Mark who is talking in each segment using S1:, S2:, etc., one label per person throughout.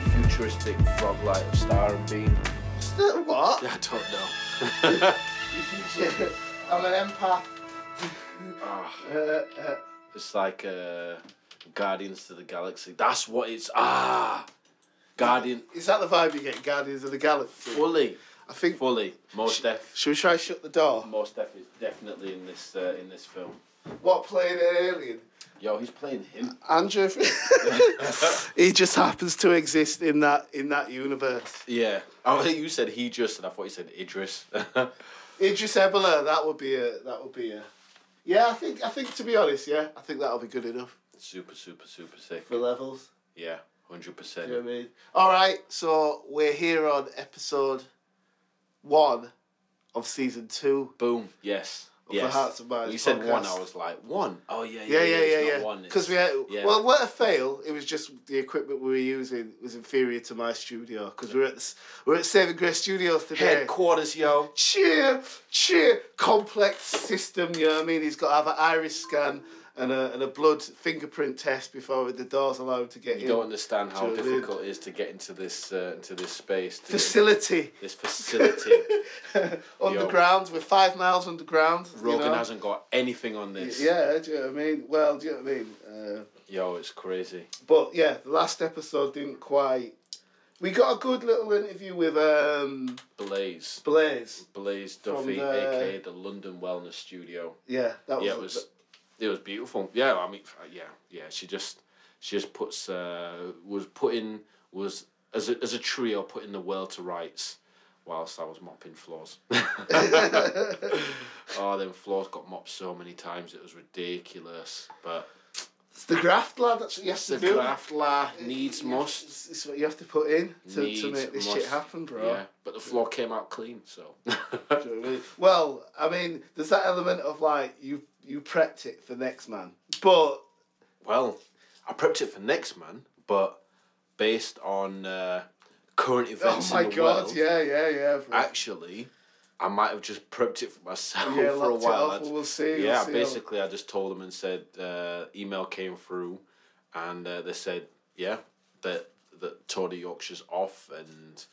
S1: futuristic roguelite of Star and Beam.
S2: What?
S1: I don't know.
S2: I'm an empath.
S1: Ah,
S2: Uh, uh,
S1: it's like uh, Guardians to the Galaxy. That's what it's. Ah! Guardian.
S2: is that the vibe you get, in Guardians of the Galaxy?
S1: Fully.
S2: I think.
S1: Fully. Most def.
S2: Should we try shut the door?
S1: Most def is definitely in this uh, in this film.
S2: What playing an alien?
S1: Yo, he's playing him.
S2: Andrew. he just happens to exist in that in that universe.
S1: Yeah. Oh, I think you said he just, and I thought you said Idris.
S2: Idris Elba. That would be a. That would be a. Yeah, I think. I think to be honest, yeah, I think that'll be good enough
S1: super, super, super sick.
S2: for levels.
S1: Yeah, hundred
S2: Do you know
S1: percent.
S2: what I mean? All right, so we're here on episode one of season two.
S1: Boom. Yes.
S2: Of the
S1: Yes.
S2: Hearts and Minds
S1: you said one.
S2: podcast.
S1: I was like one. Oh yeah.
S2: Yeah,
S1: Yeah,
S2: yeah, yeah,
S1: it's not
S2: yeah.
S1: One.
S2: Because we
S1: it's-
S2: had,
S1: yeah.
S2: well, what a fail! It was just the equipment we were using was inferior to my studio because we're at this, we're at Saving Grace Studios today.
S1: headquarters, yo.
S2: cheer, cheer, complex system. You know what I mean? He's got to have an iris scan and a, and a blood fingerprint test before the doors allow him to get
S1: You
S2: in.
S1: don't understand how
S2: Dude.
S1: difficult it is to get into this uh, into this space, to get into
S2: Facility
S1: this facility.
S2: underground. We're five miles underground. you
S1: Rogan
S2: know?
S1: hasn't got anything on this.
S2: Yeah, do you know what I mean? Well, do you know what I mean? Uh,
S1: Yo, it's crazy.
S2: but yeah, the last episode didn't quite. We got a good little interview with um,
S1: Blaze,
S2: Blaze.
S1: Blaze
S2: From
S1: Duffy,
S2: the-
S1: aka the London Wellness Studio.
S2: Yeah, that was.
S1: yeah, it was it was beautiful. Yeah, I mean, uh, yeah, yeah. She just she just puts uh, was putting was as a, as a trio putting the world to rights, whilst I was mopping floors. oh, them floors got mopped so many times it was ridiculous. But
S2: it's the graft lad. That's what you have
S1: the
S2: to do.
S1: graft la needs
S2: You have-
S1: must.
S2: It's, it's what you have to put in to,
S1: Needs
S2: to make this shit
S1: must.
S2: happen, bro.
S1: Yeah, but the floor came out clean, so
S2: Do you know what I mean? Well, I mean, there's that element of like you you prepped it for next man, but
S1: Well, I prepped it for next man, but based on uh, current events
S2: oh my
S1: in the
S2: god,
S1: world,
S2: yeah, yeah, yeah. bro.
S1: actually, I might have just prepped it for myself
S2: yeah,
S1: for a
S2: locked it
S1: while.
S2: off,
S1: I'd-
S2: we'll see.
S1: yeah,
S2: we'll see how-
S1: basically, I just told them and said uh, email came through, and uh, they said yeah that that Tony Yorkshire's off and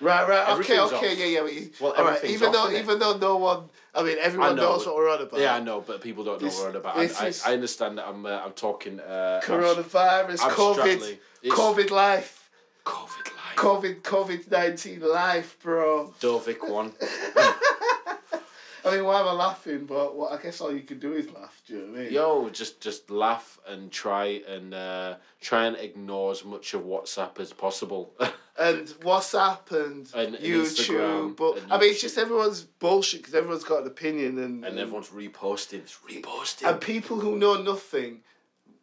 S2: Right, right. Okay,
S1: Everything's
S2: okay,
S1: off.
S2: yeah, yeah. But you,
S1: Well,
S2: all right.
S1: everything's
S2: Even
S1: off,
S2: though,
S1: isn't it?
S2: even though no one, I mean, everyone
S1: know,
S2: knows
S1: but-
S2: what we're on about.
S1: yeah, I know, but people don't know
S2: This-
S1: what I'm about.
S2: this
S1: I,
S2: is-
S1: I, I understand that I'm uh, I'm talking uh,
S2: Coronavirus,
S1: abs-
S2: COVID,
S1: abstractly. It's-
S2: COVID life,
S1: COVID life.
S2: COVID, COVID nineteen life, bro.
S1: Dovik one.
S2: I mean, why am I laughing? But what I guess all you can do is laugh. Do you know what I mean?
S1: Yo, just just laugh and try and uh, try and ignore as much of WhatsApp as possible.
S2: and WhatsApp and,
S1: And- and
S2: YouTube.
S1: Instagram
S2: but
S1: and
S2: I mean, it's just
S1: YouTube.
S2: everyone's bullshit because everyone's got an opinion and
S1: and everyone's reposting. It's reposting.
S2: Mm. and people who know nothing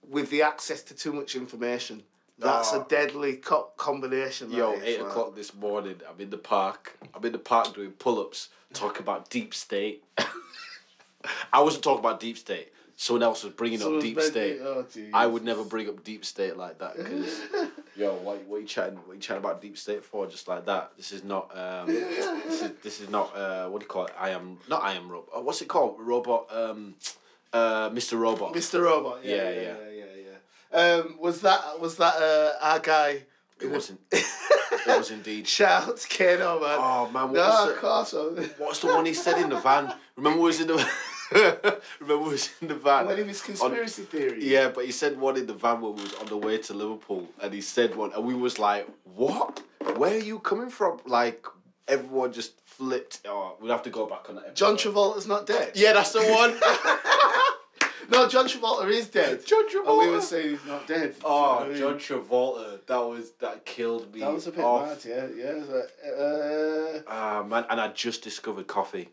S2: with the access to too much information. That's
S1: Ah.
S2: a deadly co- combination. that
S1: Yo,
S2: is,
S1: eight
S2: man.
S1: o'clock this morning. I'm in the park. I'm in the park doing pull-ups. Talk about deep state. I wasn't talking about deep state. Someone else was bringing
S2: Someone's
S1: up deep
S2: meant to-
S1: state.
S2: oh, jeez.
S1: I would never bring up deep state like that because, yo, what, what you chatting? What you chatting about deep state for? Just like that. This is not. Um, this is this is not. Uh, what do you call it? I am not. I am robot. Oh, what's it called? Robot. Um, uh, Mr. Robot.
S2: Mr. Robot. Yeah, yeah,
S1: Yeah,
S2: yeah, yeah,
S1: yeah.
S2: yeah. Um, was that was that uh, our guy?
S1: It wasn't. it was indeed.
S2: Shout, Kano, man.
S1: Oh man, what was
S2: no,
S1: it?
S2: of course. not.
S1: What's the one he said in the van? Remember we was in the Remember we was in the van.
S2: One of his conspiracy theories.
S1: yeah, but he said one in the van when we was on the way to Liverpool and he said one and we was like, What? Where are you coming from? Like everyone just flipped oh, we'd have to go back on that episode.
S2: John Travolta's not dead.
S1: Yeah, that's the one.
S2: No, John Travolta is dead.
S1: John
S2: And we
S1: Travolta.
S2: were saying he's not dead. You know what I
S1: oh,
S2: mean?
S1: John Travolta. That was that killed me.
S2: That was a bit
S1: off.
S2: mad, yeah, yeah. it was like,
S1: Ah man, and I just discovered coffee.
S2: uh,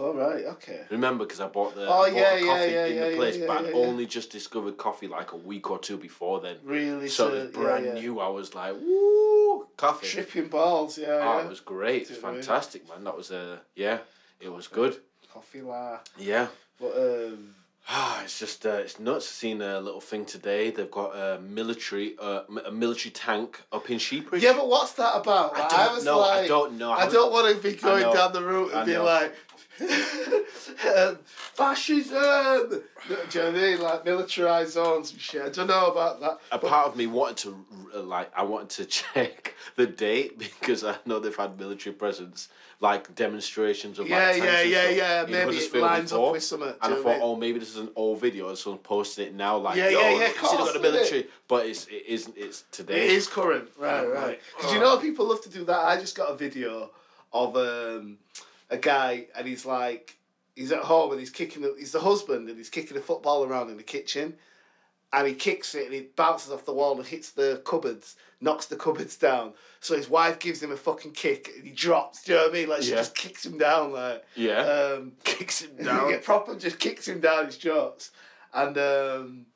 S2: all right, okay.
S1: Remember, because I bought the
S2: Oh,
S1: I bought
S2: yeah,
S1: the
S2: yeah,
S1: coffee
S2: yeah,
S1: in
S2: yeah,
S1: the place,
S2: yeah,
S1: but
S2: yeah,
S1: I'd
S2: yeah.
S1: only just discovered coffee like a week or two before then.
S2: Really,
S1: So
S2: to-
S1: it was brand
S2: yeah, yeah.
S1: new. I was like, woo, coffee.
S2: Tripping balls, yeah,
S1: Oh,
S2: yeah.
S1: it was great. It's
S2: Did we?
S1: fantastic, man. That was a yeah. It was good.
S2: Coffee la.
S1: Yeah.
S2: But um,
S1: Ah, it's just uh, it's nuts. Seen a little thing today. They've got a military uh, m- a military tank up in Sheepridge.
S2: yeah, but what's that about?
S1: I
S2: Like,
S1: don't
S2: was
S1: know.
S2: Like,
S1: I don't know.
S2: I don't want to be going
S1: know.
S2: down the route
S1: I
S2: and be
S1: know.
S2: like, um, fascism. Do you know what I mean? Like militarized zones and shit. I don't know about that.
S1: A part of me wanted to uh, like I wanted to check the date because I know they've had military presence, like demonstrations of
S2: Yeah,
S1: like, tanks
S2: yeah,
S1: and
S2: yeah,
S1: stuff
S2: yeah.
S1: in
S2: Maybe it
S1: Huddersfield
S2: lines up
S1: before.
S2: with something, do
S1: And
S2: you
S1: I
S2: know what I
S1: thought, oh, maybe this is an old video, and someone posted it now, like,
S2: Yeah,
S1: yo,
S2: yeah, yeah,
S1: look, see, they
S2: course,
S1: got the
S2: isn't it?
S1: military, but it's it isn't. It's today.
S2: It is current, right, right. Because you know people love to do that. I just got a video of um, a guy and he's like, he's at home and he's kicking. The, he's the husband and he's kicking a football around in the kitchen, and he kicks it and it bounces off the wall and hits the cupboards, knocks the cupboards down. So his wife gives him a fucking kick and he drops. Do you know what I mean? Like she
S1: Yeah.
S2: just kicks him down, like
S1: Yeah,
S2: um,
S1: kicks him
S2: yeah,
S1: down.
S2: proper just kicks him down his shorts. And um,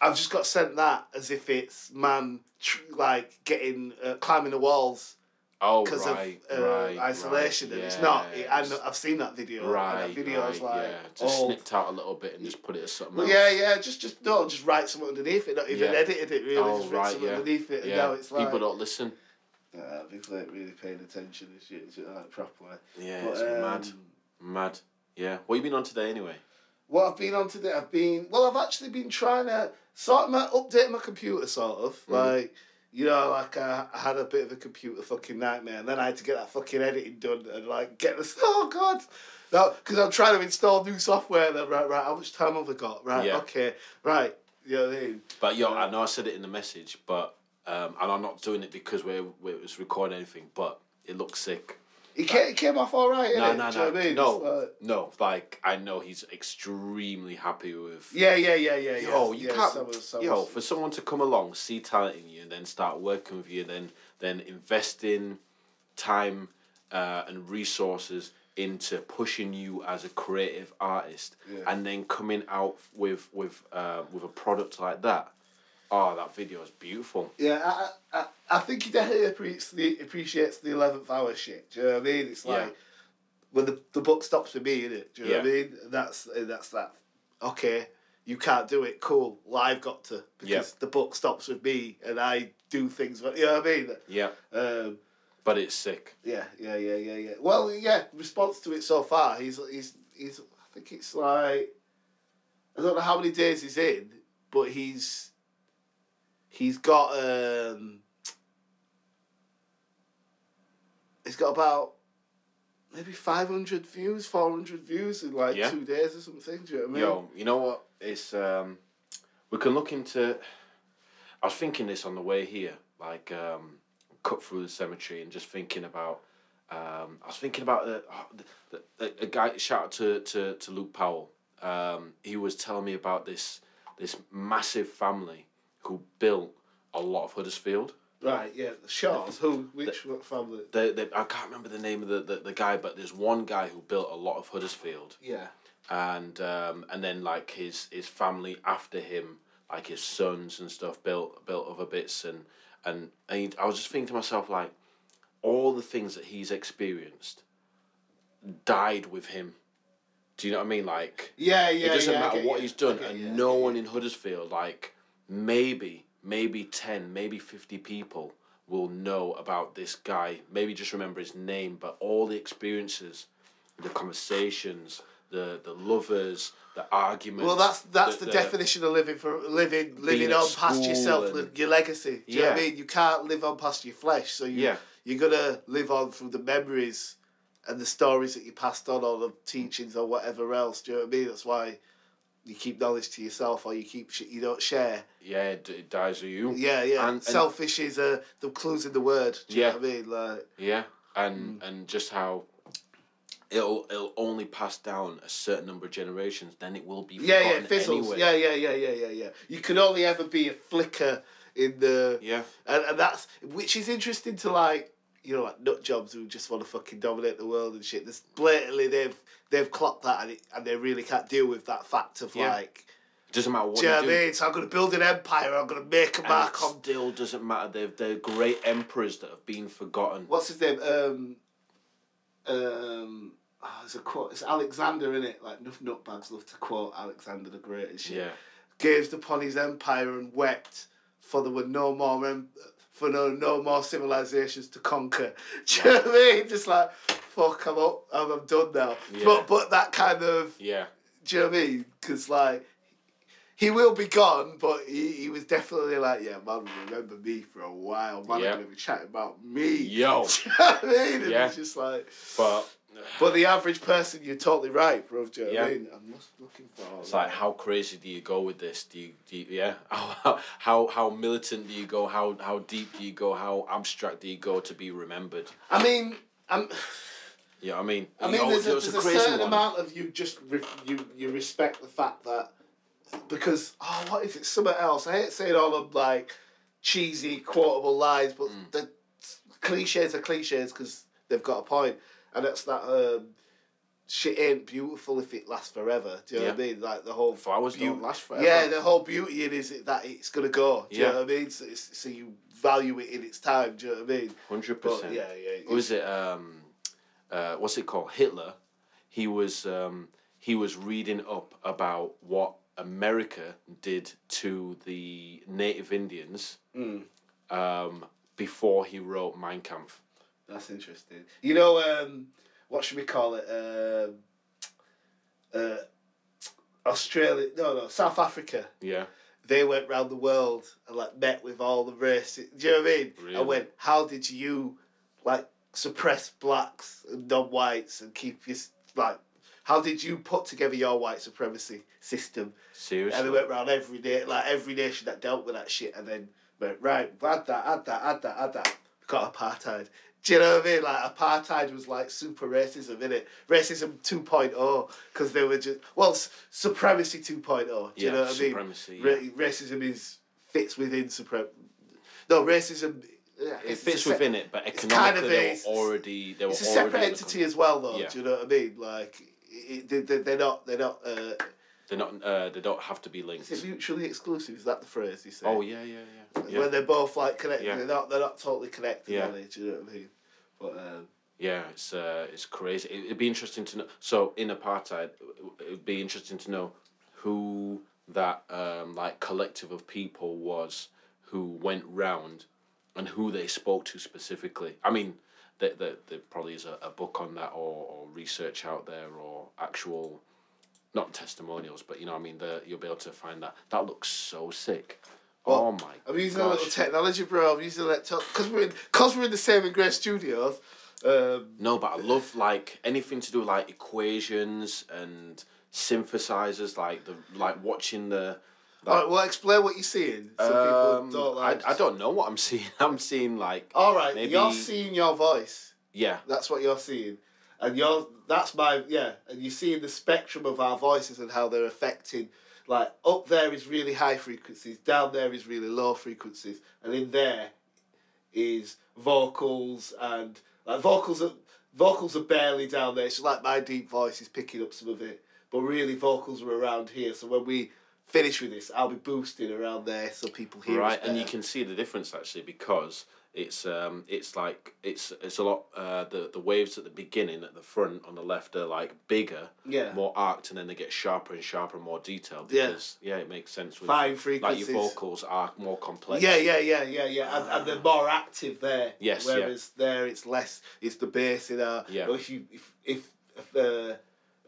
S2: I've just got sent that as if it's man tr- like getting uh, climbing the walls
S1: oh,
S2: because
S1: right,
S2: of uh,
S1: right,
S2: isolation,
S1: right,
S2: and it's not. It, I
S1: yes.
S2: know, I've seen that video.
S1: Right,
S2: And that video
S1: right,
S2: is like,
S1: yeah. Just
S2: old.
S1: snipped out a little bit and just put it as something
S2: Well,
S1: else.
S2: yeah, yeah. Just, just no, just write something underneath it. Not even
S1: Yeah.
S2: edited it really.
S1: Oh,
S2: just write
S1: right,
S2: something
S1: yeah.
S2: underneath it, and
S1: Yeah.
S2: now it's like
S1: People don't listen.
S2: Nah, people ain't really paying attention to shit to that properly.
S1: Yeah,
S2: But,
S1: it's mad,
S2: um,
S1: mad. Yeah, what you been on today anyway?
S2: What I've been on today, I've been well. I've actually been trying to sort of my, update my computer, sort of
S1: Mm-hmm.
S2: like you know, like I, I had a bit of a computer fucking nightmare, and then I had to get that fucking editing done and like get this. Oh god, no, because I'm trying to install new software. Then right, right, how much time have I got? Right,
S1: Yeah.
S2: okay, right. You know what I mean?
S1: But yo, I know I said it in the message, but um, and I'm not doing it because we're we it was recording anything, but it looks sick.
S2: It came, it came off all right.
S1: No,
S2: innit?
S1: no,
S2: Do you know
S1: no,
S2: what I mean?
S1: no,
S2: It's like-
S1: no. Like I know he's extremely happy with.
S2: yeah, yeah, yeah, yeah. yeah.
S1: Yo, you
S2: yeah,
S1: can't.
S2: so was- so
S1: yo,
S2: was-
S1: for someone to come along, see talent in you, and then start working with you, then then investing time uh, and resources into pushing you as a creative artist,
S2: Yeah.
S1: and then coming out with with uh, with a product like that. Oh, that video is beautiful.
S2: Yeah, I, I, I- I think he definitely appreciates the appreciates the eleventh hour shit. Do you know what I mean? It's like
S1: Yeah.
S2: when the, the book stops with me, innit? Do you know what I
S1: Yeah.
S2: mean? That's uh, that's that. Okay, you can't do it. Cool. Well, I've got to because
S1: Yeah.
S2: the book stops with me, and I do things. But you know what I mean?
S1: Yeah,
S2: Um,
S1: but it's sick.
S2: yeah, yeah, yeah, yeah, yeah. Well, yeah. Response to it so far, he's he's he's. I think it's like I don't know how many days he's in, but he's he's got um he's got about maybe five hundred views, four hundred views in like
S1: Yeah.
S2: two days or something. Do you know what I mean?
S1: Yo, you know what? It's um, we can look into. I was thinking this on the way here, like um, cut through the cemetery, and just thinking about. Um, I was thinking about the, the, the, a guy. Shout out to, to, to Luke Powell. Um, he was telling me about this this massive family who built a lot of Huddersfield.
S2: Right? Yeah. The Shaws. Who? Which what family?
S1: They, they, I can't remember the name of the, the, the guy, but there's one guy who built a lot of Huddersfield.
S2: Yeah.
S1: and um, and then like his his family after him, like his sons and stuff, built built other bits, and and, and he- I was just thinking to myself like, all the things that he's experienced, died with him. Do you know what I mean? Like
S2: Yeah, yeah.
S1: it doesn't
S2: yeah, I
S1: matter
S2: get
S1: what
S2: you.
S1: he's done,
S2: I get
S1: and
S2: you, I
S1: no
S2: get you.
S1: one in Huddersfield, like maybe maybe ten, maybe fifty people will know about this guy. Maybe just remember his name, but all the experiences, the conversations, the the lovers, the arguments.
S2: Well, that's that's
S1: the-
S2: the,
S1: the-
S2: definition of living for living living
S1: uh, at
S2: on past
S1: school
S2: yourself,
S1: and-
S2: li- your legacy. Do you know what I
S1: Yeah.
S2: mean? You can't live on past your flesh, so you
S1: Yeah.
S2: you're gonna live on through the memories and the stories that you passed on, or the teachings, or whatever else. Do you know what I mean? That's why you keep knowledge to yourself, or you keep sh- you don't share.
S1: yeah, it, it dies with you.
S2: Yeah, yeah.
S1: And- and-
S2: Selfish is uh, the clues in the word. Do you
S1: Yeah.
S2: know what I mean? Like
S1: Yeah, and
S2: Mm.
S1: and just how it'll it'll only pass down a certain number of generations. Then it will be
S2: yeah, yeah,
S1: forgotten
S2: it fizzles.
S1: anyway.
S2: Yeah, yeah, yeah, yeah, yeah, yeah. You can only ever be a flicker in the
S1: yeah.
S2: and, and that's which is interesting to like you know like nut jobs who just want to fucking dominate the world and shit. There's blatantly they've they've clocked that and, it, and they really can't deal with that fact of
S1: Yeah.
S2: like
S1: It doesn't matter what
S2: do you
S1: you,
S2: know
S1: do.
S2: what I mean? So I'm gonna build an empire. I'm gonna make a
S1: And it
S2: mark on
S1: still doesn't matter. They're, they're great emperors that have been forgotten.
S2: what's his name? Um, um, oh, it's a quote. It's Alexander in it. Like enough nutbags love to quote Alexander the Great and shit.
S1: Yeah.
S2: gazed upon his empire and wept, for there were no more em- for no, no more civilizations to conquer. Do you know what I mean? Just like, fuck, I'm up, I'm, I'm done now.
S1: Yeah.
S2: But but that kind of,
S1: Yeah.
S2: do you know what I mean? Because like, he will be gone, but he, he was definitely like, yeah, man, remember me for a while. Man,
S1: Yeah.
S2: I'm gonna be chatting about me.
S1: Yo.
S2: do you know what I mean? And
S1: Yeah.
S2: it's just like,
S1: But
S2: but the average person, you're totally right, bro. Do you know what I
S1: Yeah.
S2: mean? I'm just looking for.
S1: it's like, how crazy do you go with this? Do you, do you yeah? How, how how militant do you go? How how deep do you go? How abstract do you go to be remembered?
S2: I mean, I'm.
S1: Yeah, I mean,
S2: I mean,
S1: yo,
S2: there's a,
S1: it was
S2: there's a, certain amount of you just re- you you respect the fact that because oh what if it's something else? I hate saying all of like cheesy quotable lines, but
S1: Mm.
S2: the cliches are cliches because they've got a point, and that's that um, shit ain't beautiful if it lasts forever. Do you know what I mean? Like the whole
S1: Flowers
S2: beau-
S1: don't last forever.
S2: Yeah, the whole beauty in it is that it's gonna go. Do
S1: Yeah.
S2: you know what I mean? So, it's, so you value it in its time. Do you know what I mean?
S1: hundred
S2: But
S1: percent.
S2: yeah, yeah.
S1: Who is it? Um, uh, what's it called? Hitler. He was um, he was reading up about what America did to the native Indians
S2: Mm.
S1: um, before he wrote Mein Kampf.
S2: That's interesting. You know, um, what should we call it? Um, uh, Australia? No, no, South Africa.
S1: Yeah,
S2: They went round the world and like met with all the races. Do you know what I mean?
S1: Really?
S2: And went, how did you like suppress blacks and non-whites and keep your s- like? How did you put together your white supremacy system?
S1: seriously.
S2: And they went round every day, like every nation that dealt with that shit, and then went right, add that, add that, add that, add that. Got apartheid. Do you know what I mean? Like apartheid was like super racism in it. Racism 2.0 because they were just well s- supremacy 2.0. Do
S1: yeah,
S2: you know what I mean?
S1: supremacy. yeah.
S2: Ra- racism is fits within suprem. No, racism. yeah,
S1: It
S2: it's a
S1: fits
S2: se-
S1: within it, but
S2: it's kind of
S1: economically they
S2: a-
S1: were already they were
S2: it's a
S1: already
S2: separate
S1: in the
S2: entity as well, though.
S1: Yeah.
S2: Do you know what I mean? Like, it, it, they, they're not. They're not. Uh,
S1: con- They're not. Uh, they don't have to be linked.
S2: is it mutually exclusive? Is that the phrase you say?
S1: Oh yeah, yeah, yeah. Yeah,
S2: when they're both like connected.
S1: Yeah.
S2: They're not they're not totally connected.
S1: Yeah.
S2: Are they? Do you know what I mean? But um,
S1: yeah it's uh, it's crazy. It, it'd be interesting to know. So in apartheid, it- it'd be interesting to know who that um, like collective of people was who went round and who they spoke to specifically. I mean, there, there, there probably is a, a book on that or, or research out there or actual, not testimonials, but you know, what I mean, the, you'll be able to find that. That looks so sick. oh my
S2: I'm using a little
S1: gosh.
S2: technology, bro. I'm using that because we're in because we're in the same and Grace Studios. Um,
S1: No, but I love like anything to do with like equations and synthesizers, like the like watching the.
S2: all right, well, explain what you're seeing. So
S1: Um,
S2: people don't like. Oh,
S1: I, I don't know what I'm seeing. I'm seeing like
S2: All right,
S1: maybe-
S2: you're seeing your voice.
S1: yeah,
S2: That's what you're seeing, and you're that's my yeah. And you're seeing the spectrum of our voices and how they're affecting. Like up there is really high frequencies, down there is really low frequencies, and in there is vocals and like vocals are vocals are barely down there. It's just like my deep voice is picking up some of it, but really vocals are around here. So when we finish with this, I'll be boosting around there so people hear. us
S1: right, and you
S2: better.
S1: can see the difference actually because it's um it's like it's it's a lot uh the the waves at the beginning at the front on the left are like bigger,
S2: yeah
S1: more arced, and then they get sharper and sharper and more detailed.
S2: Yeah.
S1: Because, yeah, it makes sense with
S2: fine
S1: like
S2: frequencies.
S1: your vocals are more complex.
S2: Yeah, yeah, yeah, yeah, yeah. And, and they're more active there.
S1: Yes, yeah.
S2: Whereas there, it's less. It's the bass in our.
S1: Yeah.
S2: Or if you if if, if uh,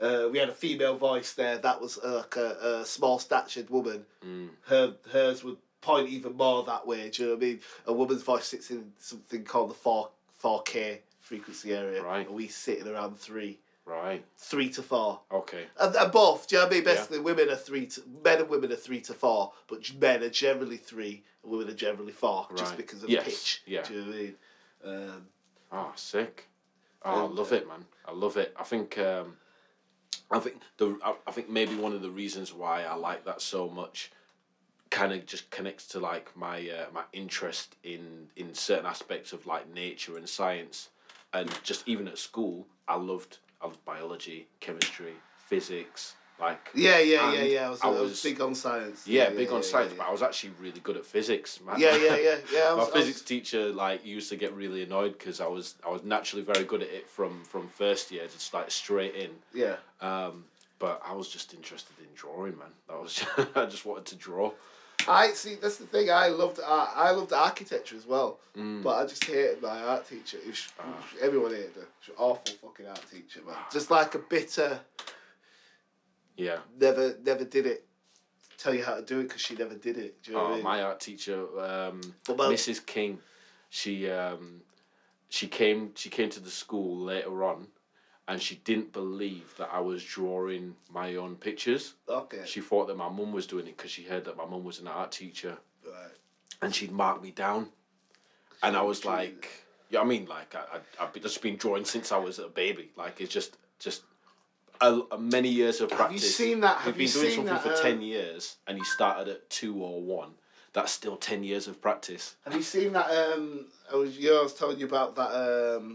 S2: uh, we had a female voice there, that was uh, like a, a small statured woman.
S1: Mm.
S2: Her hers would point even more that way. Do you know what I mean? A woman's voice sits in something called the four four K frequency area.
S1: Right.
S2: And we sit in around three,
S1: Right.
S2: three to four.
S1: Okay.
S2: And, and both, do you know what I mean?
S1: Yeah.
S2: Basically, women are three to men and women are three to four, but g- men are generally three, and women are generally four, just
S1: Right.
S2: because of
S1: Yes.
S2: pitch.
S1: Yeah.
S2: Do you know what I mean? Um,
S1: Ah, sick. Oh,
S2: And,
S1: I love it, man. I love it. I think um, I think the I, I think maybe one of the reasons why I like that so much kind of just connects to like my uh, my interest in in certain aspects of like nature and science and just even at school I loved I loved biology, chemistry, physics, like
S2: yeah, yeah, yeah,
S1: And
S2: yeah. I was, I
S1: I
S2: was,
S1: was-
S2: big on science.
S1: yeah, big on science, but
S2: Yeah,
S1: I was actually really good at physics. man.
S2: yeah, yeah, yeah. yeah I was, I
S1: my
S2: was-
S1: physics teacher like used to get really annoyed because I was I was naturally very good at it from from first year, just like straight in.
S2: yeah.
S1: Um, but I was just interested in drawing, man. That was I just wanted to draw.
S2: I see. That's the thing. I loved art. I loved architecture as well,
S1: Mm.
S2: but I just hated my art teacher. It was,
S1: Ah.
S2: everyone hated her. She was an awful fucking art teacher, man. Just like a bitter,
S1: Yeah.
S2: never, never did it. Tell you how to do it because she never did it. Do you know what I
S1: Oh,
S2: mean?
S1: my art teacher, um,
S2: What about-
S1: Mrs. King, she um, she came she came to the school later on, and she didn't believe that I was drawing my own pictures.
S2: okay.
S1: She thought that my mum was doing it because she heard that my mum was an art teacher,
S2: right.
S1: and she'd mark me down, and I was like, yeah, I mean, like I, I I've just been drawing since I was a baby. Like it's just just. A, a many years of
S2: Have you
S1: practice.
S2: seen that? Have
S1: We've been
S2: you
S1: doing
S2: seen
S1: something
S2: that,
S1: for
S2: uh,
S1: ten years, and you started at two or one. That's still ten years of practice.
S2: Have you seen that? Um, I was, you know, I was telling you about that um,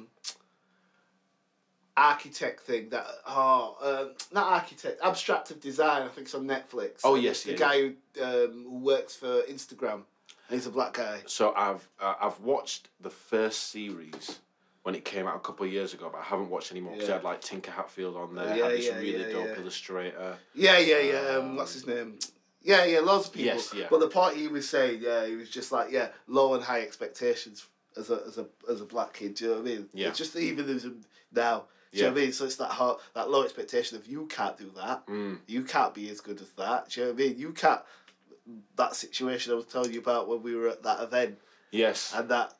S2: architect thing. That oh, um, not architect, abstractive design. I think it's on Netflix.
S1: Oh, yes,
S2: the
S1: yeah,
S2: guy who um, who works for Instagram. And he's a black guy.
S1: So I've uh, I've watched the first series when it came out a couple of years ago, but I haven't watched anymore because
S2: Yeah.
S1: had like Tinker Hatfield on there,
S2: Yeah,
S1: had this
S2: yeah,
S1: really
S2: yeah,
S1: dope
S2: yeah.
S1: illustrator.
S2: Yeah, yeah, yeah. Um, what's his name? Yeah, yeah. Loads of people.
S1: Uh, Yes, yeah.
S2: But the part he was saying, yeah, he was just like, yeah, low and high expectations as a as a as a black kid. Do you know what I mean?
S1: Yeah.
S2: It's just even as a- now. Do you know what I mean? So it's that hard, that low expectation of you can't do that.
S1: Mm.
S2: You can't be as good as that. Do you know what I mean? You can't. That situation I was telling you about when we were at that event,
S1: Yes.
S2: and that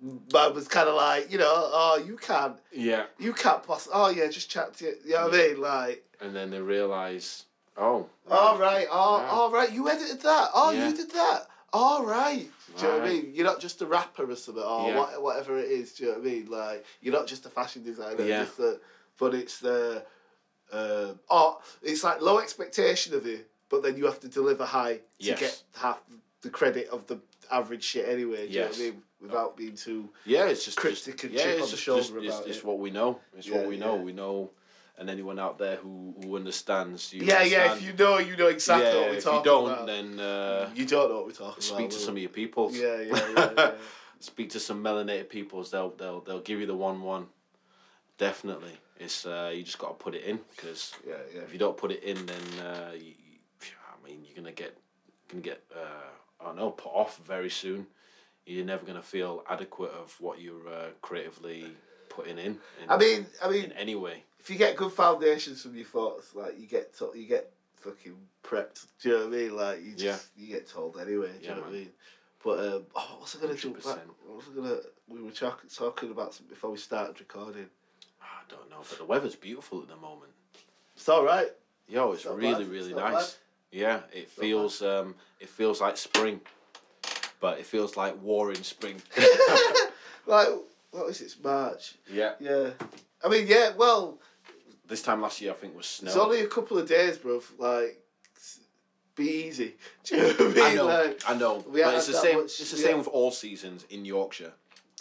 S2: man was kind of like, you know, oh, you can't,
S1: Yeah.
S2: you can't poss- Oh yeah, just chat to you. You know what I mean? Like,
S1: And then they realise, oh,
S2: all right, oh,
S1: Right.
S2: all right, you edited that. Oh,
S1: Yeah.
S2: you did that. All right. Do you know what I
S1: Right.
S2: mean? You're not just a rapper or something, or
S1: Yeah.
S2: what, whatever it is. Do you know what I mean? Like, you're not just a fashion designer.
S1: Yeah.
S2: Just a, but it's the, um oh, it's like low expectation of you, but then you have to deliver high to
S1: Yes.
S2: get half the credit of the average shit anyway. Do
S1: Yes.
S2: you know what I mean? Without being too.
S1: yeah, it's just, just
S2: Cryptic and
S1: yeah,
S2: chip
S1: it's
S2: on the
S1: just,
S2: shoulder
S1: just- it's,
S2: about
S1: it's
S2: it.
S1: what we know. It's
S2: Yeah,
S1: what we know.
S2: yeah.
S1: We know, and anyone out there who who understands you.
S2: Yeah, yeah.
S1: understand.
S2: If you know, you know exactly
S1: Yeah,
S2: what we're
S1: if
S2: talking
S1: you don't,
S2: about.
S1: then uh,
S2: you don't know what we're talking
S1: speak
S2: about.
S1: to
S2: will
S1: some of your people.
S2: you? Yeah, yeah, yeah. yeah.
S1: speak to some melanated peoples. They'll they'll they'll give you the one one. Definitely, it's uh, you just got to put it in because
S2: yeah, yeah.
S1: if you don't put it in, then uh, you, you- I mean you're gonna get gonna get uh, I don't know put off very soon. You're never gonna feel adequate of what you're uh, creatively putting in. in
S2: I mean, I
S1: in
S2: mean,
S1: any way.
S2: if you get good foundations from your thoughts, like you get to- you get fucking prepped. Do you know what I mean? Like you just
S1: Yeah.
S2: you get told anyway. Do you
S1: Yeah,
S2: know what I
S1: man.
S2: mean? But um, oh, what's I gonna do? Back?
S1: 100%.
S2: What was I gonna? We were talk- talking about something before we started recording.
S1: I don't know, but the weather's beautiful at the moment.
S2: It's all right.
S1: Yo, it's
S2: It's not bad,
S1: really
S2: it's
S1: really
S2: not
S1: nice. Yeah, it
S2: not bad.
S1: feels um, it feels like spring, but it feels like war in spring.
S2: Like what is it? It's March.
S1: yeah.
S2: Yeah. I mean, yeah. Well,
S1: This time last year, I think was snow.
S2: it's only a couple of days, bro. Like, s- be easy. Do you know what I mean?
S1: I know,
S2: Like,
S1: I know,
S2: we
S1: but
S2: had
S1: it's the
S2: that
S1: same.
S2: much-
S1: it's the
S2: yeah.
S1: same with all seasons in Yorkshire.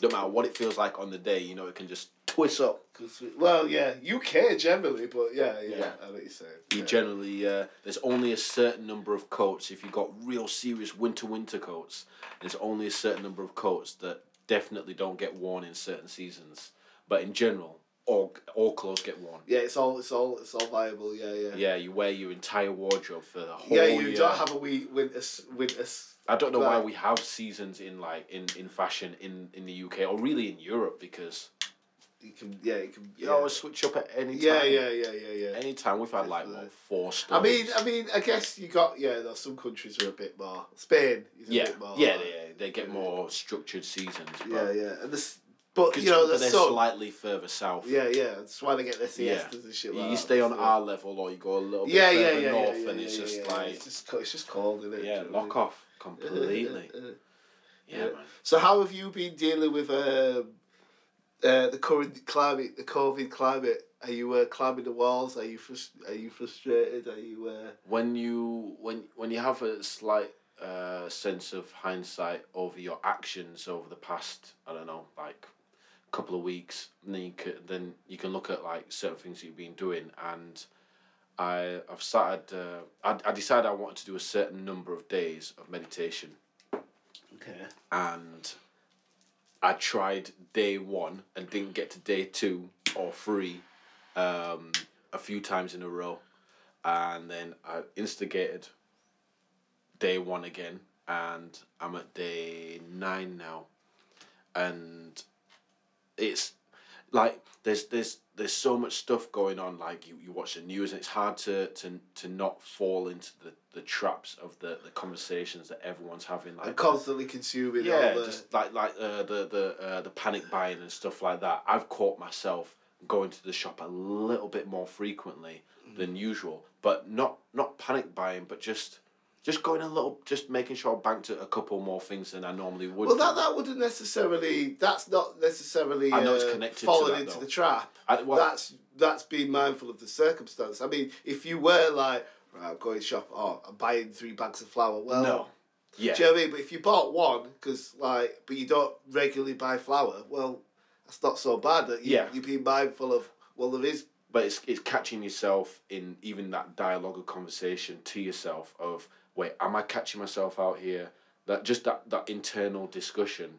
S1: No matter what it feels like on the day, you know it can just twist up.
S2: 'Cause we- well, yeah, you care generally, but yeah, yeah,
S1: Yeah.
S2: I know what you're saying.
S1: You
S2: Yeah.
S1: generally uh, there's only a certain number of coats. If you got real serious winter winter coats, there's only a certain number of coats that definitely don't get worn in certain seasons. But in general, all all clothes get worn.
S2: yeah, it's all, it's all, it's all viable. Yeah, yeah.
S1: Yeah, you wear your entire wardrobe for the whole
S2: Yeah, you
S1: year.
S2: don't have a wee winter, s- winter. s-
S1: I don't know why
S2: Right.
S1: we have seasons in like in, in fashion in, in the UK or really in Europe because
S2: You can, yeah, you can.
S1: you
S2: Yeah,
S1: always switch up at any Oh, time.
S2: yeah, yeah, yeah, yeah, yeah.
S1: Any time we've had like
S2: Definitely.
S1: what four
S2: I
S1: storms.
S2: mean, I mean, I guess you got yeah. Though some countries are a bit more. Spain is a
S1: yeah,
S2: bit more.
S1: yeah,
S2: like-
S1: they, they get more structured seasons. But
S2: yeah, yeah. And this, but
S1: 'cause
S2: you know,
S1: they're
S2: the sun.
S1: slightly further south.
S2: yeah, yeah. That's why they get their
S1: Yeah.
S2: siestas and shit.
S1: You,
S2: Like
S1: you
S2: that.
S1: stay on
S2: Yeah.
S1: our level or you go a little bit
S2: yeah,
S1: further
S2: yeah, yeah,
S1: north,
S2: yeah,
S1: and it's
S2: yeah,
S1: just
S2: yeah, yeah.
S1: like
S2: it's just, co- it's just cold, isn't it?
S1: yeah,
S2: Do you know what I
S1: lock off
S2: mean? Uh,
S1: completely. yeah,
S2: yeah.
S1: man.
S2: So how have you been dealing with um, uh, the current climate, the COVID climate? Are you uh, climbing the walls? Are you frus- are you frustrated? Are you uh,
S1: when you when when you have a slight uh, sense of hindsight over your actions over the past I don't know like couple of weeks and then you can then you can look at like certain things that you've been doing and I I've started uh, I, I decided I wanted to do a certain number of days of meditation
S2: okay?
S1: and I tried day one and didn't get to day two or three um, a few times in a row. And then I instigated day one again, and I'm at day nine now, and it's like there's there's there's so much stuff going on. Like you, you watch the news, and it's hard to to, to not fall into the, the traps of the, the conversations that everyone's having. Like
S2: I'm constantly consuming
S1: yeah,
S2: all the.
S1: just like like uh, the the uh, the panic buying and stuff like that. I've caught myself going to the shop a little bit more frequently
S2: Mm.
S1: than usual, but not not panic buying, but just just going a little, just making sure I banked a couple more things than I normally would.
S2: well,
S1: do.
S2: that, that wouldn't necessarily. That's not necessarily.
S1: I know
S2: uh,
S1: it's connected to
S2: Falling
S1: that,
S2: into
S1: though.
S2: the trap.
S1: I, well,
S2: that's that's being mindful of the circumstance. I mean, if you were like, right, I'm going shop, oh, I'm buying three bags of flour. Well,
S1: no, yeah,
S2: Do you know what I mean? But if you bought one, because like, but you don't regularly buy flour, well, that's not so bad. That you,
S1: Yeah.
S2: You're being mindful of. Well, there is.
S1: but it's it's catching yourself in even that dialogue or conversation to yourself of wait, am I catching myself out here? That just that that internal discussion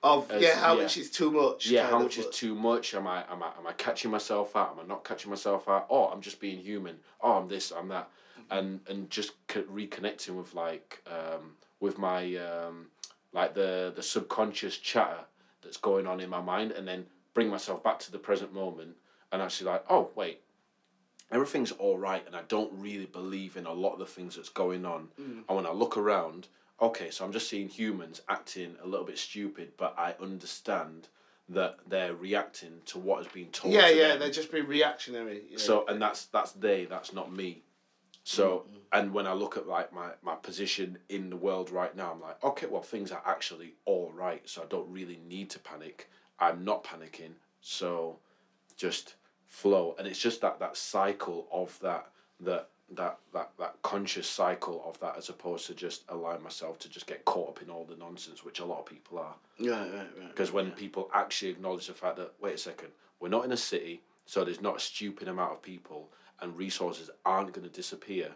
S2: Of
S1: As-
S2: yeah, how
S1: yeah.
S2: much is too much?
S1: yeah,
S2: kind
S1: how
S2: of,
S1: much is
S2: but-
S1: too much? Am I am I am I catching myself out? Am I not catching myself out? Oh, I'm just being human. Oh, I'm this. I'm that.
S2: Mm-hmm.
S1: And and just co- reconnecting with like um, with my um, like the the subconscious chatter that's going on in my mind, and then bring myself back to the present moment and actually like, oh wait, everything's all right, and I don't really believe in a lot of the things that's going on.
S2: Mm.
S1: And when I look around, okay, so I'm just seeing humans acting a little bit stupid, but I understand that they're reacting to what has been told.
S2: Yeah,
S1: to
S2: yeah,
S1: them.
S2: they're just being reactionary. Yeah. Mm-hmm.
S1: So and that's that's they, that's not me. So and when I look at like my, my position in the world right now, I'm like, okay, well things are actually all right, so I don't really need to panic. I'm not panicking, so just flow. And it's just that that cycle of that that that that that conscious cycle of that as opposed to just allowing myself to just get caught up in all the nonsense, which a lot of people are.
S2: right, right, right.
S1: Because when people actually acknowledge the fact that, wait a second, we're not in a city, so there's not a stupid amount of people and resources aren't going to disappear.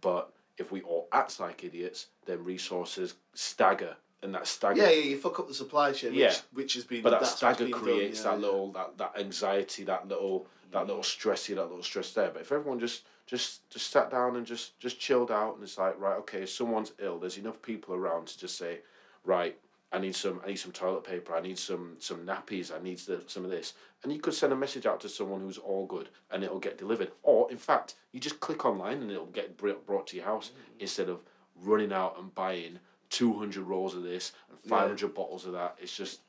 S1: But if we all act like idiots, then resources stagger. And that stagger,
S2: Yeah, yeah, you fuck up the supply chain, which,
S1: Yeah.
S2: which has been.
S1: but that
S2: that's what's
S1: stagger
S2: been done,
S1: creates
S2: yeah,
S1: that
S2: yeah. Mm.
S1: little, that, that anxiety, that little, that little stressy, that little stress there. But if everyone just, just, just sat down and just, just chilled out, and it's like, right, okay, someone's ill. There's enough people around to just say, right, I need some I need some toilet paper, I need some some nappies, I need the, some of this. And you could send a message out to someone who's all good and it'll get delivered. Or in fact, you just click online and it'll get br- brought to your house
S2: Mm.
S1: instead of running out and buying 200 rolls of this and 500 bottles of that. It's just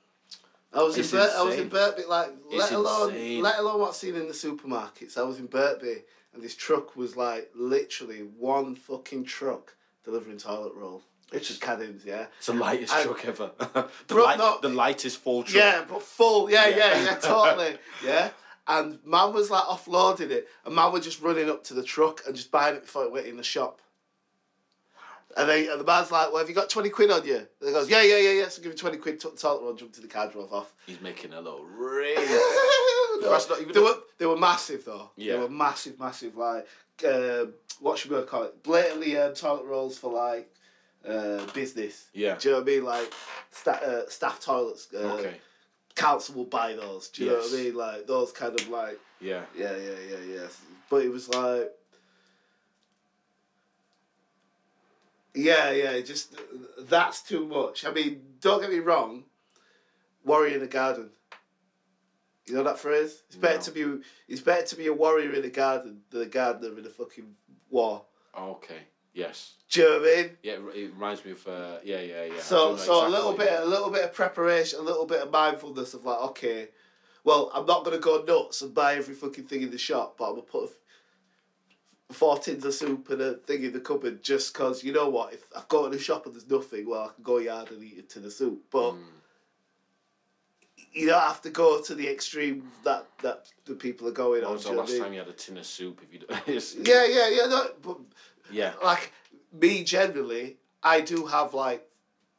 S2: I was
S1: It's
S2: in Bur- I was
S1: insane.
S2: in Burtby, like let
S1: It's
S2: alone
S1: insane.
S2: let alone what's seen in the supermarkets. I was in Burtby, and this truck was like literally one fucking truck delivering toilet roll. Richard Caddims, yeah,
S1: it's the lightest
S2: I-
S1: truck ever. the,
S2: Bro,
S1: light,
S2: no.
S1: the lightest full truck.
S2: yeah, but full, yeah, yeah,
S1: Yeah.
S2: yeah, totally, yeah. And man was like offloading it, and man was just running up to the truck and just buying it before it went in the shop. And, they, and the man's like, "Well, have you got twenty quid on you?" And he goes, "Yeah, yeah, yeah, yeah." So give me twenty quid, took the toilet roll, jumped to the car, drove off.
S1: He's making a little raise.
S2: No,
S1: That's not even
S2: they
S1: a-
S2: were they were massive though.
S1: Yeah.
S2: They were massive, massive. Like uh, what should we call it? Blatantly um, toilet rolls for like uh, business.
S1: yeah.
S2: Do you know what I mean? Like sta- uh, staff toilets. Uh,
S1: Okay.
S2: Council will buy those. Do you know
S1: Yes.
S2: what I mean? Like those kind of like
S1: Yeah.
S2: yeah yeah yeah yeah. But it was like. Yeah, yeah, just that's too much. I mean, don't get me wrong, warrior in the garden. You know that phrase? It's better
S1: No.
S2: to be it's better to be a warrior in the garden than a gardener in a fucking war.
S1: Okay. Yes.
S2: Do you know what I mean?
S1: Yeah, it re- it reminds me of uh, yeah, yeah, yeah. I
S2: so
S1: don't know
S2: so a little
S1: exactly.
S2: bit a little bit of preparation, a little bit of mindfulness of like, okay, well, I'm not gonna go nuts and buy every fucking thing in the shop, but I'm gonna put a f- four tins of soup and a thing in the cupboard just cause you know what, if I go to the shop and there's nothing, well I can go yard and eat it to the soup. But
S1: Mm.
S2: you don't have to go to the extreme that that the people are going
S1: When
S2: on.
S1: was
S2: do
S1: the
S2: you know
S1: last
S2: what I
S1: time
S2: mean?
S1: you had a tin of soup? If you, d- it's,
S2: Yeah, yeah, yeah. No, but
S1: yeah,
S2: like me generally, I do have like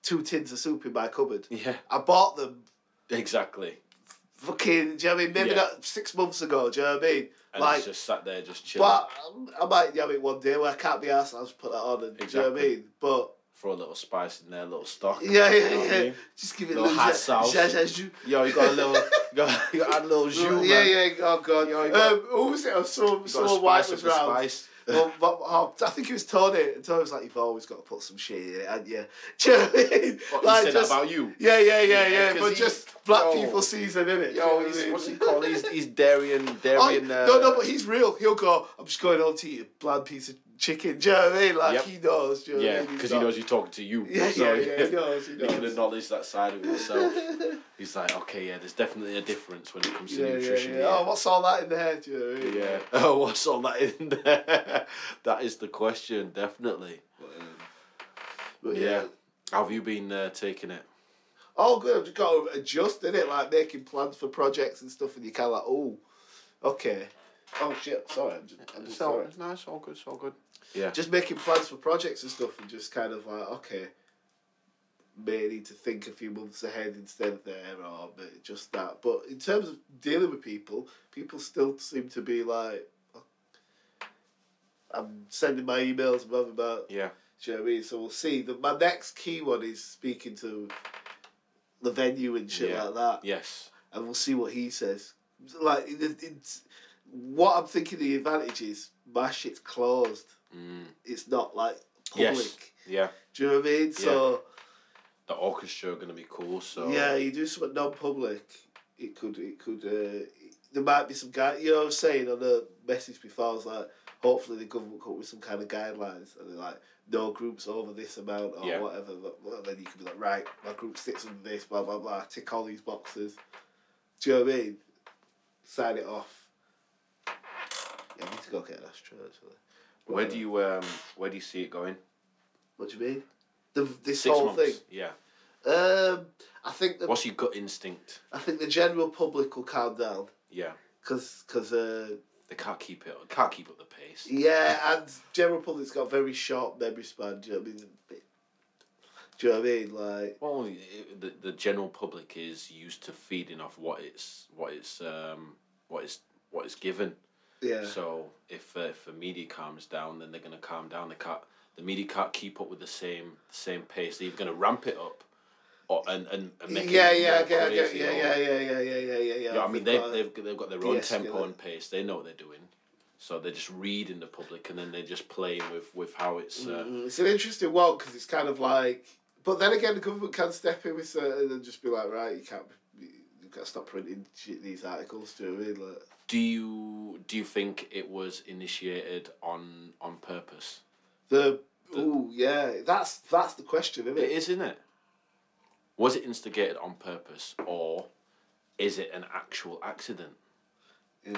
S2: two tins of soup in my cupboard.
S1: yeah,
S2: I bought them
S1: exactly.
S2: fucking. Do you know what I mean? Maybe
S1: Yeah.
S2: not six months ago. Do you know what I mean?
S1: And
S2: like,
S1: it's just sat there, just chilling
S2: but I might have it one day where I can't be asked. I'll just put that on. And, Do you know what I
S1: Exactly.
S2: mean? But
S1: throw a little spice in there, a little stock.
S2: yeah,
S1: You know what I
S2: yeah, yeah.
S1: mean?
S2: Just give it
S1: Little hot sauce.
S2: Ja, ja, ju-
S1: Yo, you got a little, you got, you got a little jus,
S2: yeah,
S1: man.
S2: yeah, oh god.
S1: You know, you got-
S2: um, who was it? Oh, Some,
S1: You got a
S2: someone white
S1: spice
S2: was
S1: up the
S2: round.
S1: spice.
S2: Well, but, oh, I think it was Tony. Tony was like, "You've always got to put some shit in it, haven't you?" Do you know what I mean?
S1: What,
S2: Like,
S1: he said
S2: just-
S1: that about you.
S2: yeah, yeah, yeah,
S1: Yeah,
S2: yeah.
S1: 'cause
S2: But
S1: he-
S2: just black
S1: yo.
S2: people season in it.
S1: Yo, he's, what's he called? He's, he's Darian.
S2: Oh,
S1: Darian. uh,
S2: no, no, but he's real. He'll go. I'm just going home to eat a bland piece of chicken. Do you know what I mean? Like
S1: Yep.
S2: he knows. Do you know what I
S1: yeah,
S2: mean? He's
S1: because he
S2: not-
S1: knows you're talking to you.
S2: Yeah,
S1: so
S2: yeah, yeah. He knows. He
S1: He can
S2: knows.
S1: acknowledge that side of himself. He's like, okay, yeah, there's definitely a difference when it comes to
S2: yeah, yeah,
S1: nutrition.
S2: yeah. Oh, what's all that in there? Do you know what I mean?
S1: Yeah. Oh, what's all that in there? that is the question, definitely.
S2: um,
S1: But yeah. Have you been uh, taking it?
S2: Oh, good. I've just got to adjust in it, like making plans for projects and stuff, and you kind of like, oh, okay. Oh shit! Sorry, I'm just, I'm just sorry.
S1: no, it's all good. It's all good. Yeah.
S2: Just making plans for projects and stuff, and just kind of like, okay, may need to think a few months ahead instead of there, or but just that. But in terms of dealing with people, people still seem to be like, I'm sending my emails, blah blah blah.
S1: yeah.
S2: Do you know what I mean? So we'll see. The, my next key one is speaking to the venue and shit
S1: Yeah.
S2: like that,
S1: Yes.
S2: and we'll see what he says. Like, it, it- it's, what I'm thinking the advantage is, my shit's closed.
S1: Mm.
S2: It's not like public.
S1: Yes. Yeah.
S2: Do you know what I mean? So
S1: The orchestra are gonna be cool. So uh,
S2: yeah, you do something non-public. It could, it could. Uh, there might be some guy. You know what I'm saying? On the message before, I was like, hopefully the government come up with some kind of guidelines, and they're like, no groups over this amount or
S1: Yeah.
S2: whatever. But, well, then you can be like, right, my group sits under this, blah blah blah. Tick all these boxes. Do you know what I mean? Sign it off. Yeah, I need to go get an ashtray actually.
S1: Where do you um where do you see it going?
S2: What do you mean? The, this
S1: Six
S2: whole
S1: months.
S2: thing.
S1: Yeah.
S2: Um, I think the
S1: What's your gut instinct?
S2: I think the general public will calm down
S1: Yeah.
S2: because cause, uh,
S1: They can't keep it. Can't keep up the pace.
S2: yeah, and general public's got very short memory span. Do you know what I mean? Do you know what I mean? Like
S1: Well, it- the the general public is used to feeding off what it's what it's um what it's what it's given.
S2: yeah,
S1: So if uh, if the media calms down, then they're gonna calm down. They can't. The media can't keep up with the same same pace. They're either gonna ramp it up, or and and, and make
S2: yeah,
S1: it
S2: yeah,
S1: more
S2: I get, I get,
S1: crazy
S2: yeah,
S1: or-
S2: yeah, yeah, yeah, yeah, yeah, yeah, yeah.
S1: You know what I
S2: think
S1: mean, they've,
S2: like-
S1: they've they've got uh, their own tempo
S2: de-escalate.
S1: and pace. They know what they're doing, so they're just reading the public, and then they just play with with how it's. Uh,
S2: Mm, it's an interesting one because it's kind of like, but then again, the government can step in with certain and just be like, right, you can't, you've got to stop printing shit, these articles. Do you know what I mean? Like,
S1: do you do you think it was initiated on on purpose?
S2: the, ooh, yeah, that's that's the question, isn't
S1: It is, isn't it? Was it instigated on purpose, or is it an actual accident?
S2: Yeah.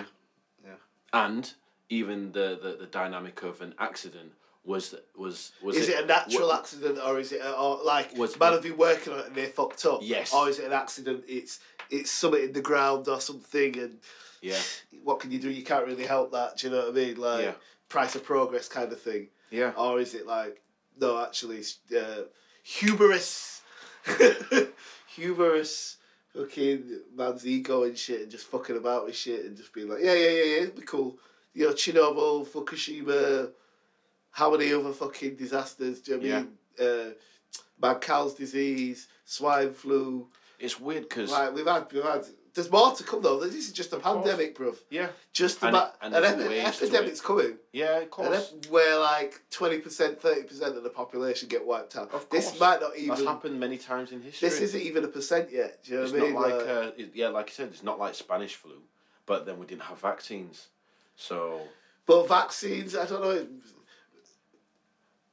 S1: and even the, the, the dynamic of an accident was was was
S2: is it, a natural
S1: wa-
S2: accident or is it a, or like
S1: Was-
S2: man have been working on it and they fucked up?
S1: Yes.
S2: Or is it an accident? It's it's something in the ground or something, and
S1: yeah
S2: what can you do? You can't really help that. Do you know what I mean? Like
S1: Yeah.
S2: price of progress kind of thing,
S1: yeah
S2: or is it like no, actually, it's, uh, hubris, hubris. Fucking man's ego and shit, and just fucking about with shit, and just being like, yeah, yeah, yeah, yeah, it'd be cool. You know, Chernobyl, Fukushima, how many other fucking disasters? Do you know what I mean? Uh, mad cow's disease, swine flu.
S1: it's weird because
S2: Like we've had, we've had. There's more to come though. This is just a pandemic, bruv.
S1: yeah
S2: Just
S1: And
S2: about
S1: it- and
S2: an
S1: there's
S2: epi-
S1: waves to
S2: epidemic's coming.
S1: yeah of
S2: An
S1: course
S2: ep- where like twenty percent, thirty percent of the population get wiped out.
S1: Of
S2: this
S1: course.
S2: might not even.
S1: that's happened many times in history.
S2: This isn't even a percent yet. Do you know
S1: it's
S2: what I mean?
S1: not like
S2: Like,
S1: uh, it- yeah like I said it's not like Spanish flu, but then we didn't have vaccines, so
S2: but vaccines, I don't know.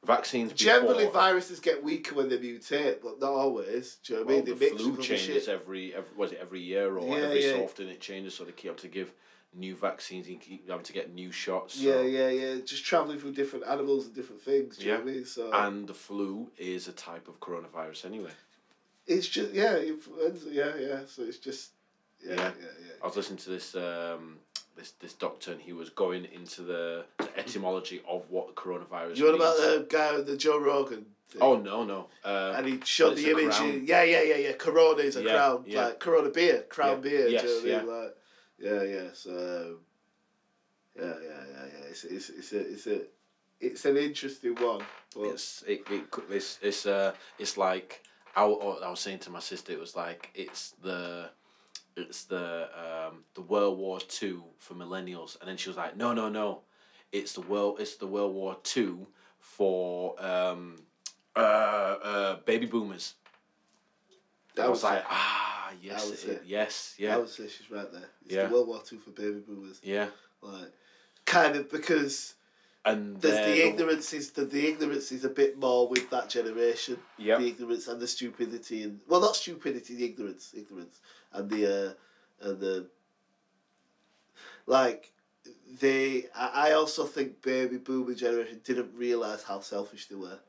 S1: vaccines
S2: Generally,
S1: before,
S2: viruses get weaker when they mutate, but not always. Do you know what I mean?
S1: well,
S2: They
S1: the
S2: mix
S1: flu
S2: with other
S1: changes
S2: shit.
S1: every, every was it every year or
S2: Yeah,
S1: every so
S2: yeah.
S1: often it changes, so they keep having to give new vaccines and keep having to get new shots. So.
S2: Yeah, yeah, yeah. Just traveling through different animals and different things. Do you know what I mean? So
S1: And the flu is a type of coronavirus anyway.
S2: it's just yeah, influenza. Yeah, yeah. So it's just yeah, yeah,
S1: Yeah. I
S2: yeah.
S1: was listening to this um, this this doctor, and he was going into the, the etymology of what coronavirus.
S2: You know about
S1: means.
S2: the guy with the Joe Rogan? Thing?
S1: Oh no no. Uh,
S2: and he showed
S1: it's
S2: the
S1: a
S2: image.
S1: crown.
S2: and- Yeah, yeah, yeah, yeah. Corona is a
S1: Yeah,
S2: crown,
S1: yeah.
S2: like Corona beer, crown
S1: Yeah.
S2: beer.
S1: Yes,
S2: do you know
S1: yeah.
S2: what I mean? Like, yeah, yeah. So, um, yeah, yeah, yeah, yeah. It's it's it's a it's a it's an interesting one. But
S1: it's it, it could- it's it's uh it's like I, wa- I was saying to my sister, it was like it's the it's the um, the World War Two for millennials, and then she was like, no no no, It's the world. It's the World War Two for um, uh, uh, baby boomers.
S2: That
S1: I
S2: was
S1: was like,
S2: it.
S1: ah, yes,
S2: was
S1: it-
S2: it.
S1: yes,
S2: I
S1: yeah,
S2: would say she's right there. It's
S1: Yeah.
S2: the World War Two for baby boomers.
S1: yeah.
S2: Like, kind of because
S1: And
S2: there's the
S1: they're
S2: ignorance is the, the ignorance is a bit more with that generation.
S1: Yep.
S2: The ignorance and the stupidity and well, not stupidity, the ignorance, ignorance and the uh, and the like. They, I I also think baby boomer generation didn't realize how selfish they were.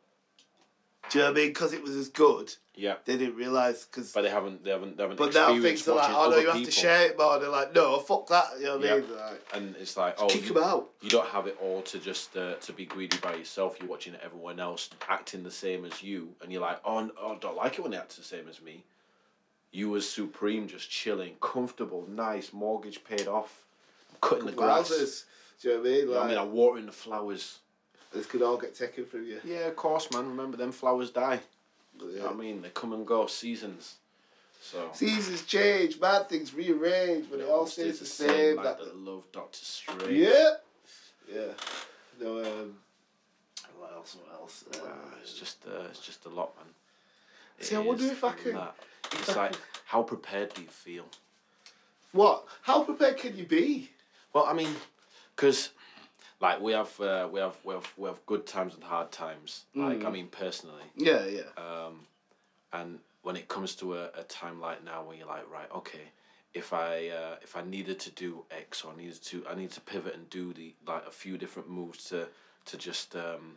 S2: Do you know what I mean? Because it was as good,
S1: yeah.
S2: they didn't realize. Because
S1: But they haven't. They haven't. They haven't.
S2: But now
S1: experienced
S2: things are like,
S1: watching
S2: oh no,
S1: other
S2: you have to
S1: people.
S2: share it more. They're like, no, fuck that. You know what I
S1: Yeah.
S2: mean? Like,
S1: And it's like, oh,
S2: kick
S1: you,
S2: them out.
S1: you don't have it all to just uh, to be greedy by yourself. You're watching everyone else acting the same as you, and you're like, oh, n- oh, I don't like it when they act the same as me. You as supreme, just chilling, comfortable, nice, mortgage paid off, cutting the grass.
S2: Wowzers. Do you know what I mean?
S1: You know what
S2: Like,
S1: I mean, I'm watering the flowers.
S2: this could all get taken from you.
S1: Yeah, of course, man. Remember, them flowers die.
S2: But,
S1: You
S2: yeah.
S1: know what I mean? They come and go, seasons. So.
S2: Seasons change, bad things rearrange, but it all stays the same.
S1: Like
S2: That,
S1: the love Doctor Strange.
S2: yeah. Yeah. No, um, what else? What else? Uh,
S1: Ah, it's just, uh, it's just a lot, man. It
S2: See, I wonder
S1: is
S2: if I
S1: a
S2: could-
S1: lot.
S2: I
S1: It's like, how prepared do you feel?
S2: what? How prepared can you be?
S1: Well, I mean, because like we have, uh, we have, we have, we have good times and hard times. Like,
S2: Hmm.
S1: I mean, personally,
S2: Yeah, yeah.
S1: um, and when it comes to a, a time like now, where you're like, right, okay, if I uh, if I needed to do X or I needed to, I need to pivot and do the like a few different moves to to just um,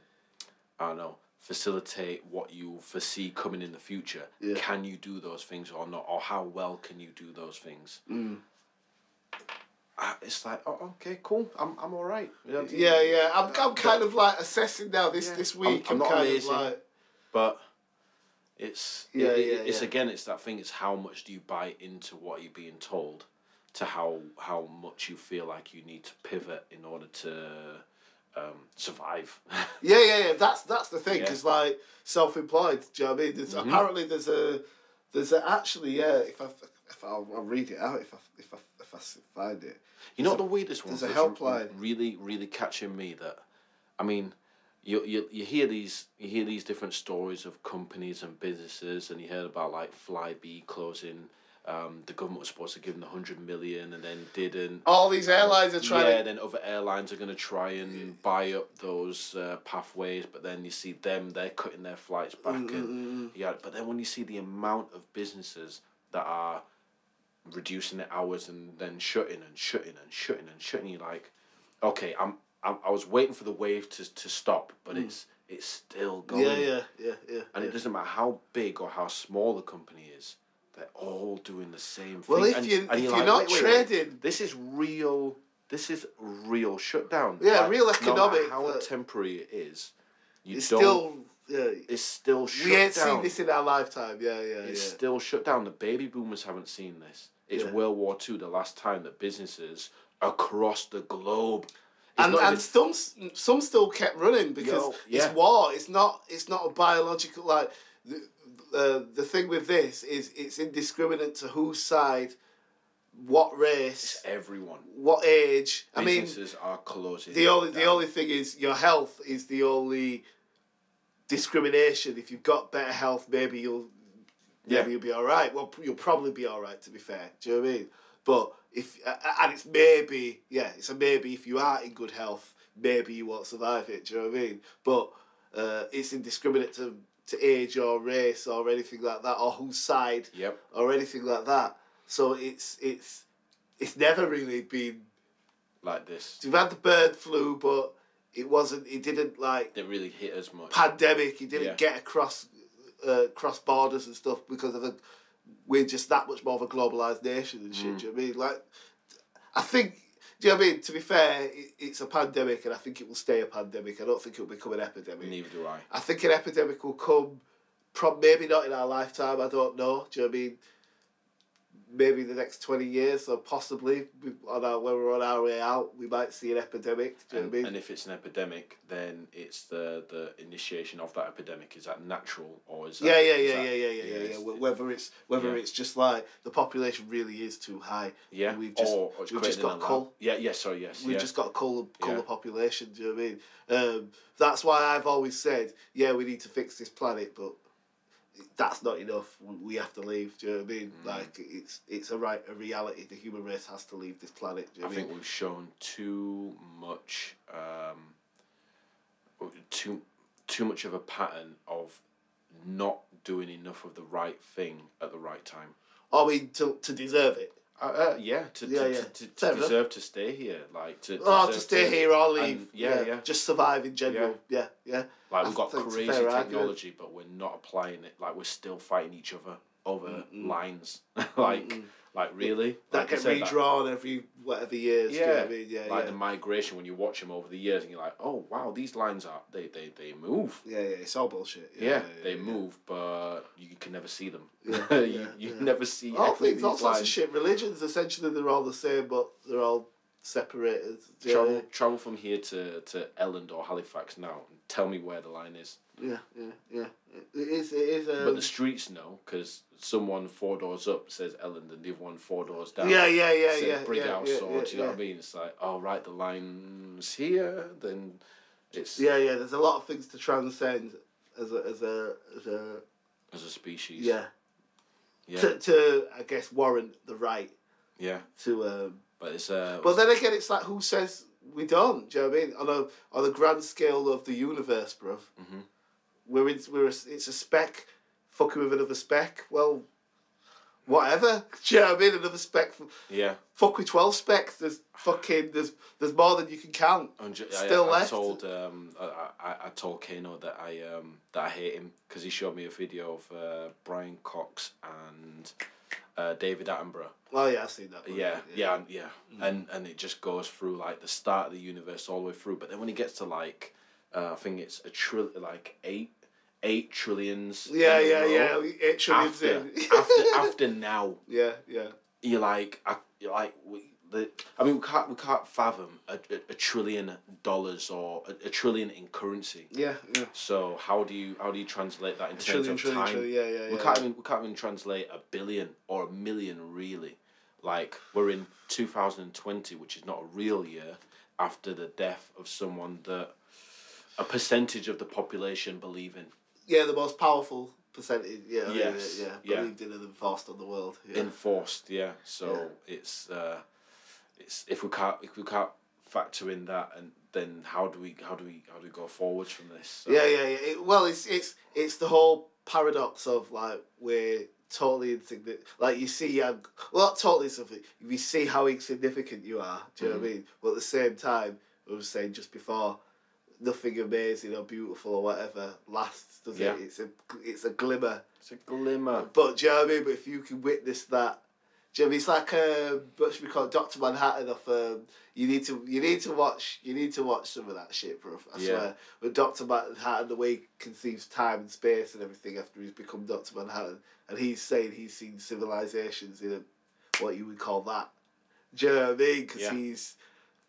S1: I don't know facilitate what you foresee coming in the future.
S2: Yeah.
S1: Can you do those things or not, or how well can you do those things?
S2: Mm.
S1: Ah, It's like, oh, okay, cool. I'm, I'm all right. You know what I mean?
S2: Yeah, yeah. I'm, I'm kind of like assessing now this,
S1: Yeah.
S2: this
S1: I'm-
S2: week.
S1: I'm
S2: I'm,
S1: not
S2: kind
S1: amazing.
S2: of like,
S1: but it's
S2: Yeah,
S1: it- it-
S2: yeah,
S1: it's
S2: yeah.
S1: again it's that thing it's how much do you buy into what you're being told to how how much you feel like you need to pivot in order to um, survive
S2: Yeah, yeah, Mm-hmm. yeah. That's that's the thing.
S1: Yeah.
S2: Because like self-employed, do you know what I mean? There's, Apparently, there's a there's a, actually yeah. If I if I'll, I'll read it out if I if I if I s- find it.
S1: you know what the weirdest one
S2: there's a
S1: that's r-
S2: helpline.
S1: really really catching me that i mean you, you, you hear these you hear these different stories of companies and businesses and you heard about like Flybe closing um, the government was supposed to give them the 100 million and then didn't
S2: All these airlines are trying
S1: yeah,
S2: to.
S1: then other airlines are going to try and buy up those uh, pathways, but then you see them, they're cutting their flights back.
S2: Mm,
S1: And, yeah, but then when you see the amount of businesses that are reducing their hours and then shutting and shutting and shutting and shutting, you're like, okay, I'm, I'm I was waiting for the wave to, to stop, but it's it's still going.
S2: Mm. Yeah, yeah, yeah, yeah.
S1: And
S2: yeah.
S1: it doesn't matter how big or how small the company is, they're all doing the same thing.
S2: Well, if
S1: and,
S2: you-
S1: and
S2: if you're
S1: you're, like,
S2: not
S1: wait, wait, wait,
S2: trading-
S1: this is real. This is real shutdown.
S2: Yeah, real
S1: No matter
S2: economic,
S1: how
S2: like-
S1: temporary it is, you
S2: it's
S1: don't.
S2: still yeah.
S1: it's still shut
S2: We ain't
S1: down.
S2: seen this in our lifetime. Yeah, yeah,
S1: it's
S2: yeah.
S1: still shut down. The baby boomers haven't seen this. It's
S2: Yeah.
S1: World War Two, the last time that businesses across the globe. It's
S2: and
S1: not
S2: and
S1: even-
S2: some s- some still kept running because
S1: Yo, yeah.
S2: it's war. It's not it's not a biological like the uh, the thing with this is it's indiscriminate to whose side, what race,
S1: everyone.
S2: what age. I mean,
S1: Businesses are closing.
S2: the only the
S1: down.
S2: only thing is your health is the only discrimination. If you've got better health, maybe you'll maybe
S1: Yeah.
S2: you'll be all right. Well, you'll probably be all right. To be fair, do you know what I mean? But if uh, and it's maybe yeah, it's a maybe. If you are in good health, maybe you won't survive it. Do you know what I mean? But uh, it's indiscriminate to to age or race or anything like that or whose side
S1: Yep.
S2: or anything like that. So it's it's it's never really been
S1: Like this.
S2: we've had the bird flu, but it wasn't. It didn't like
S1: that really hit as much.
S2: pandemic. It didn't
S1: Yeah.
S2: get across uh, cross borders and stuff because of the we're just that much more of a globalized nation and shit. Do you know what I mean? Like, I think. Do you know what I mean? To be fair, it, it's a pandemic, and I think it will stay a pandemic. I don't think it will become an epidemic.
S1: Neither do I.
S2: I think an epidemic will come, prob- maybe not in our lifetime, I don't know. Do you know what I mean? maybe the next 20 years or possibly we- on our, when we're on our way out we might see an epidemic do you know
S1: And,
S2: what I
S1: and
S2: mean
S1: if it's an epidemic, then it's the, the initiation of that epidemic. Is that natural or is that?
S2: yeah yeah
S1: is
S2: yeah,
S1: that-
S2: yeah yeah yeah yeah yeah
S1: it's-
S2: Wh- whether it's whether
S1: Yeah.
S2: it's just like the population really is too high
S1: Yeah,
S2: we've just-
S1: or it's
S2: we've
S1: creating
S2: just got
S1: an allow-
S2: cull-
S1: Yeah, yeah, sorry, yes.
S2: we've
S1: yeah.
S2: just got to cull the, cull
S1: Yeah.
S2: the population do you know what I mean um, that's why I've always said yeah we need to fix this planet but that's not enough we we have to leave do you know what I mean
S1: Mm.
S2: like it's it's a right a reality the human race has to leave this planet do you know
S1: I
S2: what I mean
S1: think we've shown too much, um, too too much of a pattern of not doing enough of the right thing at the right time.
S2: I mean to, to deserve it
S1: Uh, uh, yeah, to,
S2: Yeah,
S1: to,
S2: yeah.
S1: to, to, to
S2: Fair enough.
S1: deserve to stay here, like to,
S2: Oh,
S1: deserve
S2: to stay here or leave.
S1: and- yeah, yeah.
S2: Just survive in general. Yeah, yeah.
S1: Like
S2: I
S1: we've got
S2: think it's a
S1: crazy
S2: fair argument.
S1: technology, but we're not applying it. Like we're still fighting each other over
S2: Mm-mm.
S1: lines. like,
S2: Mm-mm.
S1: like really?
S2: that
S1: Like you
S2: get
S1: said, that-
S2: redrawn every whatever years. Yeah,
S1: Yeah.
S2: I mean? yeah,
S1: like
S2: yeah.
S1: the migration when you watch them over the years and you're like oh wow these lines are they they, they move
S2: yeah, yeah. It's all bullshit.
S1: yeah, they move but you can never see them
S2: Yeah,
S1: you,
S2: yeah,
S1: you
S2: yeah. Oh,
S1: never see
S2: All
S1: every
S2: things, all
S1: these
S2: sorts of
S1: lines.
S2: shit. Religions essentially they're all the same, but they're all separated. Yeah,
S1: travel travel from here to to Elland or Halifax now and tell me where the line is
S2: yeah, yeah, yeah. It is. It is. Um,
S1: but the streets know because someone four doors up says Elland and the other one four doors down
S2: yeah, yeah, yeah,
S1: says
S2: yeah.
S1: Brighouse
S2: yeah, yeah,
S1: or
S2: yeah,
S1: do you know what I mean it's like oh right the line's here then it's
S2: yeah, yeah. There's a lot of things to transcend as a as a as a
S1: as a species
S2: yeah.
S1: yeah
S2: To, to I guess warrant the right
S1: yeah
S2: to um,
S1: but it's uh
S2: But then again, it's like who says we don't? Do you know what I mean? On a on a grand scale of the universe, bruv,
S1: mhm.
S2: we're in, we're a, it's a speck fucking with another speck. Well, whatever. Do you know what I mean? Another speck.
S1: yeah
S2: Fuck with twelve specks. There's fucking there's there's more than you can count.
S1: And ju-
S2: Still
S1: I,
S2: left.
S1: I told um I, I, I told Kano that I um that I hate him because he showed me a video of uh, Brian Cox and uh, David Attenborough.
S2: Oh yeah, I've seen that. one.
S1: Yeah, yeah, and- yeah. And and it just goes through like the start of the universe all the way through. But then when he gets to like, uh, I think it's a trill like eight eight trillions.
S2: yeah,
S1: in a
S2: yeah,
S1: row
S2: yeah. It should
S1: After,
S2: in.
S1: after after now,
S2: yeah, yeah.
S1: you like I, you like we the I mean we can't we can't fathom a, a, a trillion dollars or a, a trillion in currency.
S2: Yeah, yeah.
S1: So how do you how do you translate that in terms
S2: Trillion,
S1: of
S2: trillion,
S1: time?
S2: trillion. Yeah, yeah, yeah.
S1: We can't even we can't even translate a billion or a million really. Like we're in two thousand and twenty, which is not a real year after the death of someone that a percentage of the population believe in.
S2: yeah, the most powerful percentage. Yeah, yeah,
S1: Yes,
S2: yeah, yeah.
S1: yeah.
S2: Believed in and enforced on the world. Yeah.
S1: enforced yeah so it's uh it's if we can't if we can't factor in that and then how do we how do we how do we go forwards from this so,
S2: Yeah, yeah, yeah. It, well, it's it's it's the whole paradox of like we're totally insignificant. Like you see, yeah, well, not totally something. We see how insignificant you are. Do you know what I
S1: Mm.
S2: mean? But at the same time, I was saying just before, nothing amazing or beautiful or whatever lasts, does
S1: Yeah.
S2: it? It's a it's a glimmer.
S1: it's a glimmer
S2: But do you know what I mean? But if you can witness that. Do you know what I mean? It's like um, what should we call it? Doctor Manhattan. Of um, you need to you need to watch you need to watch some of that shit, bro. I
S1: Yeah.
S2: swear. But Doctor Manhattan, the way he conceives time and space and everything after he's become Doctor Manhattan, and he's saying he's seen civilizations in a, what you would call that. Do you know what I mean? Because
S1: Yeah.
S2: he's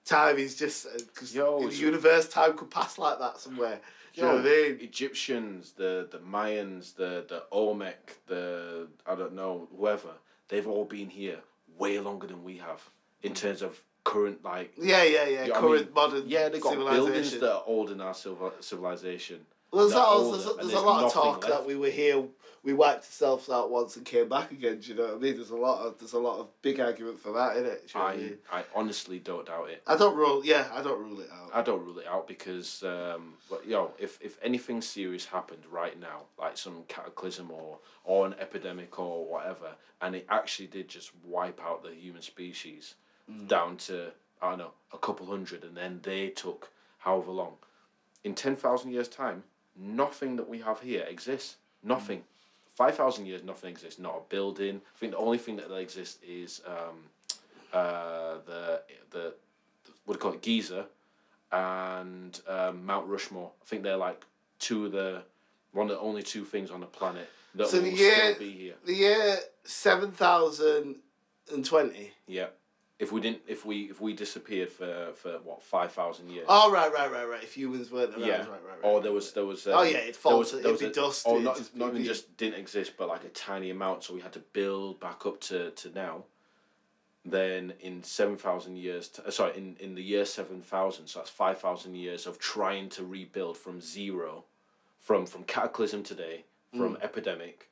S2: time is just because
S1: Yo,
S2: in the
S1: it's-
S2: universe time could pass like that somewhere. Do you know
S1: Yo,
S2: what I mean?
S1: egyptians the the mayans the the olmec the i don't know whoever they've all been here way longer than we have in terms of current like
S2: Yeah, yeah, yeah.
S1: You know what I
S2: Current
S1: mean?
S2: modern
S1: yeah they got buildings
S2: civilization.
S1: that are older than our civil, civilization
S2: Well, there's,
S1: that
S2: all,
S1: older,
S2: there's,
S1: and
S2: there's a
S1: there's
S2: lot of
S1: nothing
S2: talk that
S1: left.
S2: we were here, we wiped ourselves out once and came back again. Do you know what I mean? There's a lot of there's a lot of big argument for that, isn't it? Do you know what I,
S1: i
S2: mean?
S1: i honestly don't doubt it
S2: I don't rule. Yeah, I don't rule it out.
S1: I don't rule it out because, um, but, yo, if if anything serious happened right now, like some cataclysm or or an epidemic or whatever, and it actually did just wipe out the human species down to I don't know a couple hundred, and then they took however long. In ten thousand years' time, nothing that we have here exists. Nothing. Five thousand years, nothing exists. Not a building. I think the only thing that exists is um, uh, the the what do you call it Giza and um, Mount Rushmore. I think they're like two of the one of the only two things on the planet that
S2: So the
S1: will
S2: year-
S1: still be here.
S2: The year seven thousand and twenty.
S1: Yeah. If we didn't, if we if we disappeared for for what five thousand years.
S2: Oh right, right, right, right. If humans weren't around,
S1: yeah.
S2: right, right, right.
S1: or there was there was. um,
S2: Oh, yeah, it'd fall
S1: there was-
S2: to-
S1: there
S2: it'd
S1: was
S2: be
S1: a-
S2: dust,
S1: Or
S2: it'd
S1: not,
S2: just
S1: not even
S2: be-
S1: just didn't exist, but like a tiny amount, so we had to build back up to to now. Then in seven thousand years, t- uh, sorry, in in the year seven thousand, so that's five thousand years of trying to rebuild from zero, from from cataclysm today,
S2: Mm.
S1: from epidemic,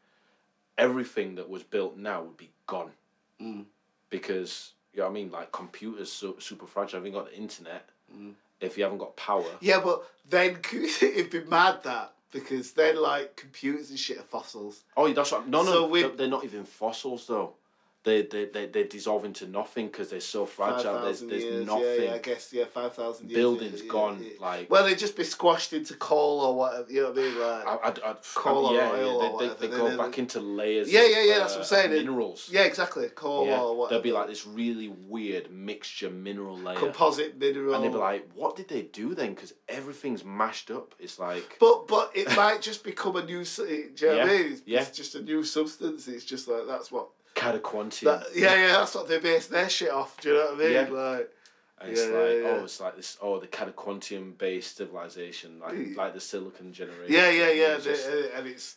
S1: everything that was built now would be gone,
S2: Mm.
S1: because you know what I mean, like computers so, super fragile. If you got the internet,
S2: Mm.
S1: if you haven't got power,
S2: Yeah, but then it'd be mad that because then like computers and shit are fossils.
S1: Oh, that's what. No, no,
S2: So we-
S1: they're- they're not even fossils though. They they they they dissolve into nothing because they're so fragile. There's
S2: 5,000
S1: there's
S2: years,
S1: nothing.
S2: Yeah, yeah, I guess yeah, five thousand years.
S1: Buildings
S2: yeah, yeah,
S1: gone,
S2: yeah.
S1: like-
S2: well, they'd just be squashed into coal or whatever. You know what I mean? Like,
S1: I, I, I,
S2: Coal or
S1: yeah, yeah,
S2: oil or
S1: they-
S2: whatever,
S1: they, they,
S2: they-
S1: go
S2: they-
S1: back into layers.
S2: Yeah,
S1: of,
S2: yeah, yeah, that's what I'm
S1: uh,
S2: saying.
S1: Minerals.
S2: yeah, exactly. Coal or
S1: yeah.
S2: whatever.
S1: There'll be like this really weird mixture mineral layer,
S2: composite mineral.
S1: and they'll be like, "What did they do then? Because everything's mashed up. It's like
S2: But but it might just become a new. s- Do you know what I
S1: Yeah,
S2: mean? It's,
S1: yeah.
S2: it's just a new substance. It's just like that's what.
S1: cataquantium.
S2: That, yeah, yeah, that's what they base their shit off. Do you know what I mean?
S1: Yeah.
S2: Like,
S1: And it's
S2: Yeah,
S1: like,
S2: yeah, yeah.
S1: oh, it's like this, oh, the cataquantium based civilization, like like the silicon generation.
S2: yeah, yeah, yeah,
S1: It's
S2: they-
S1: just-
S2: uh, and it's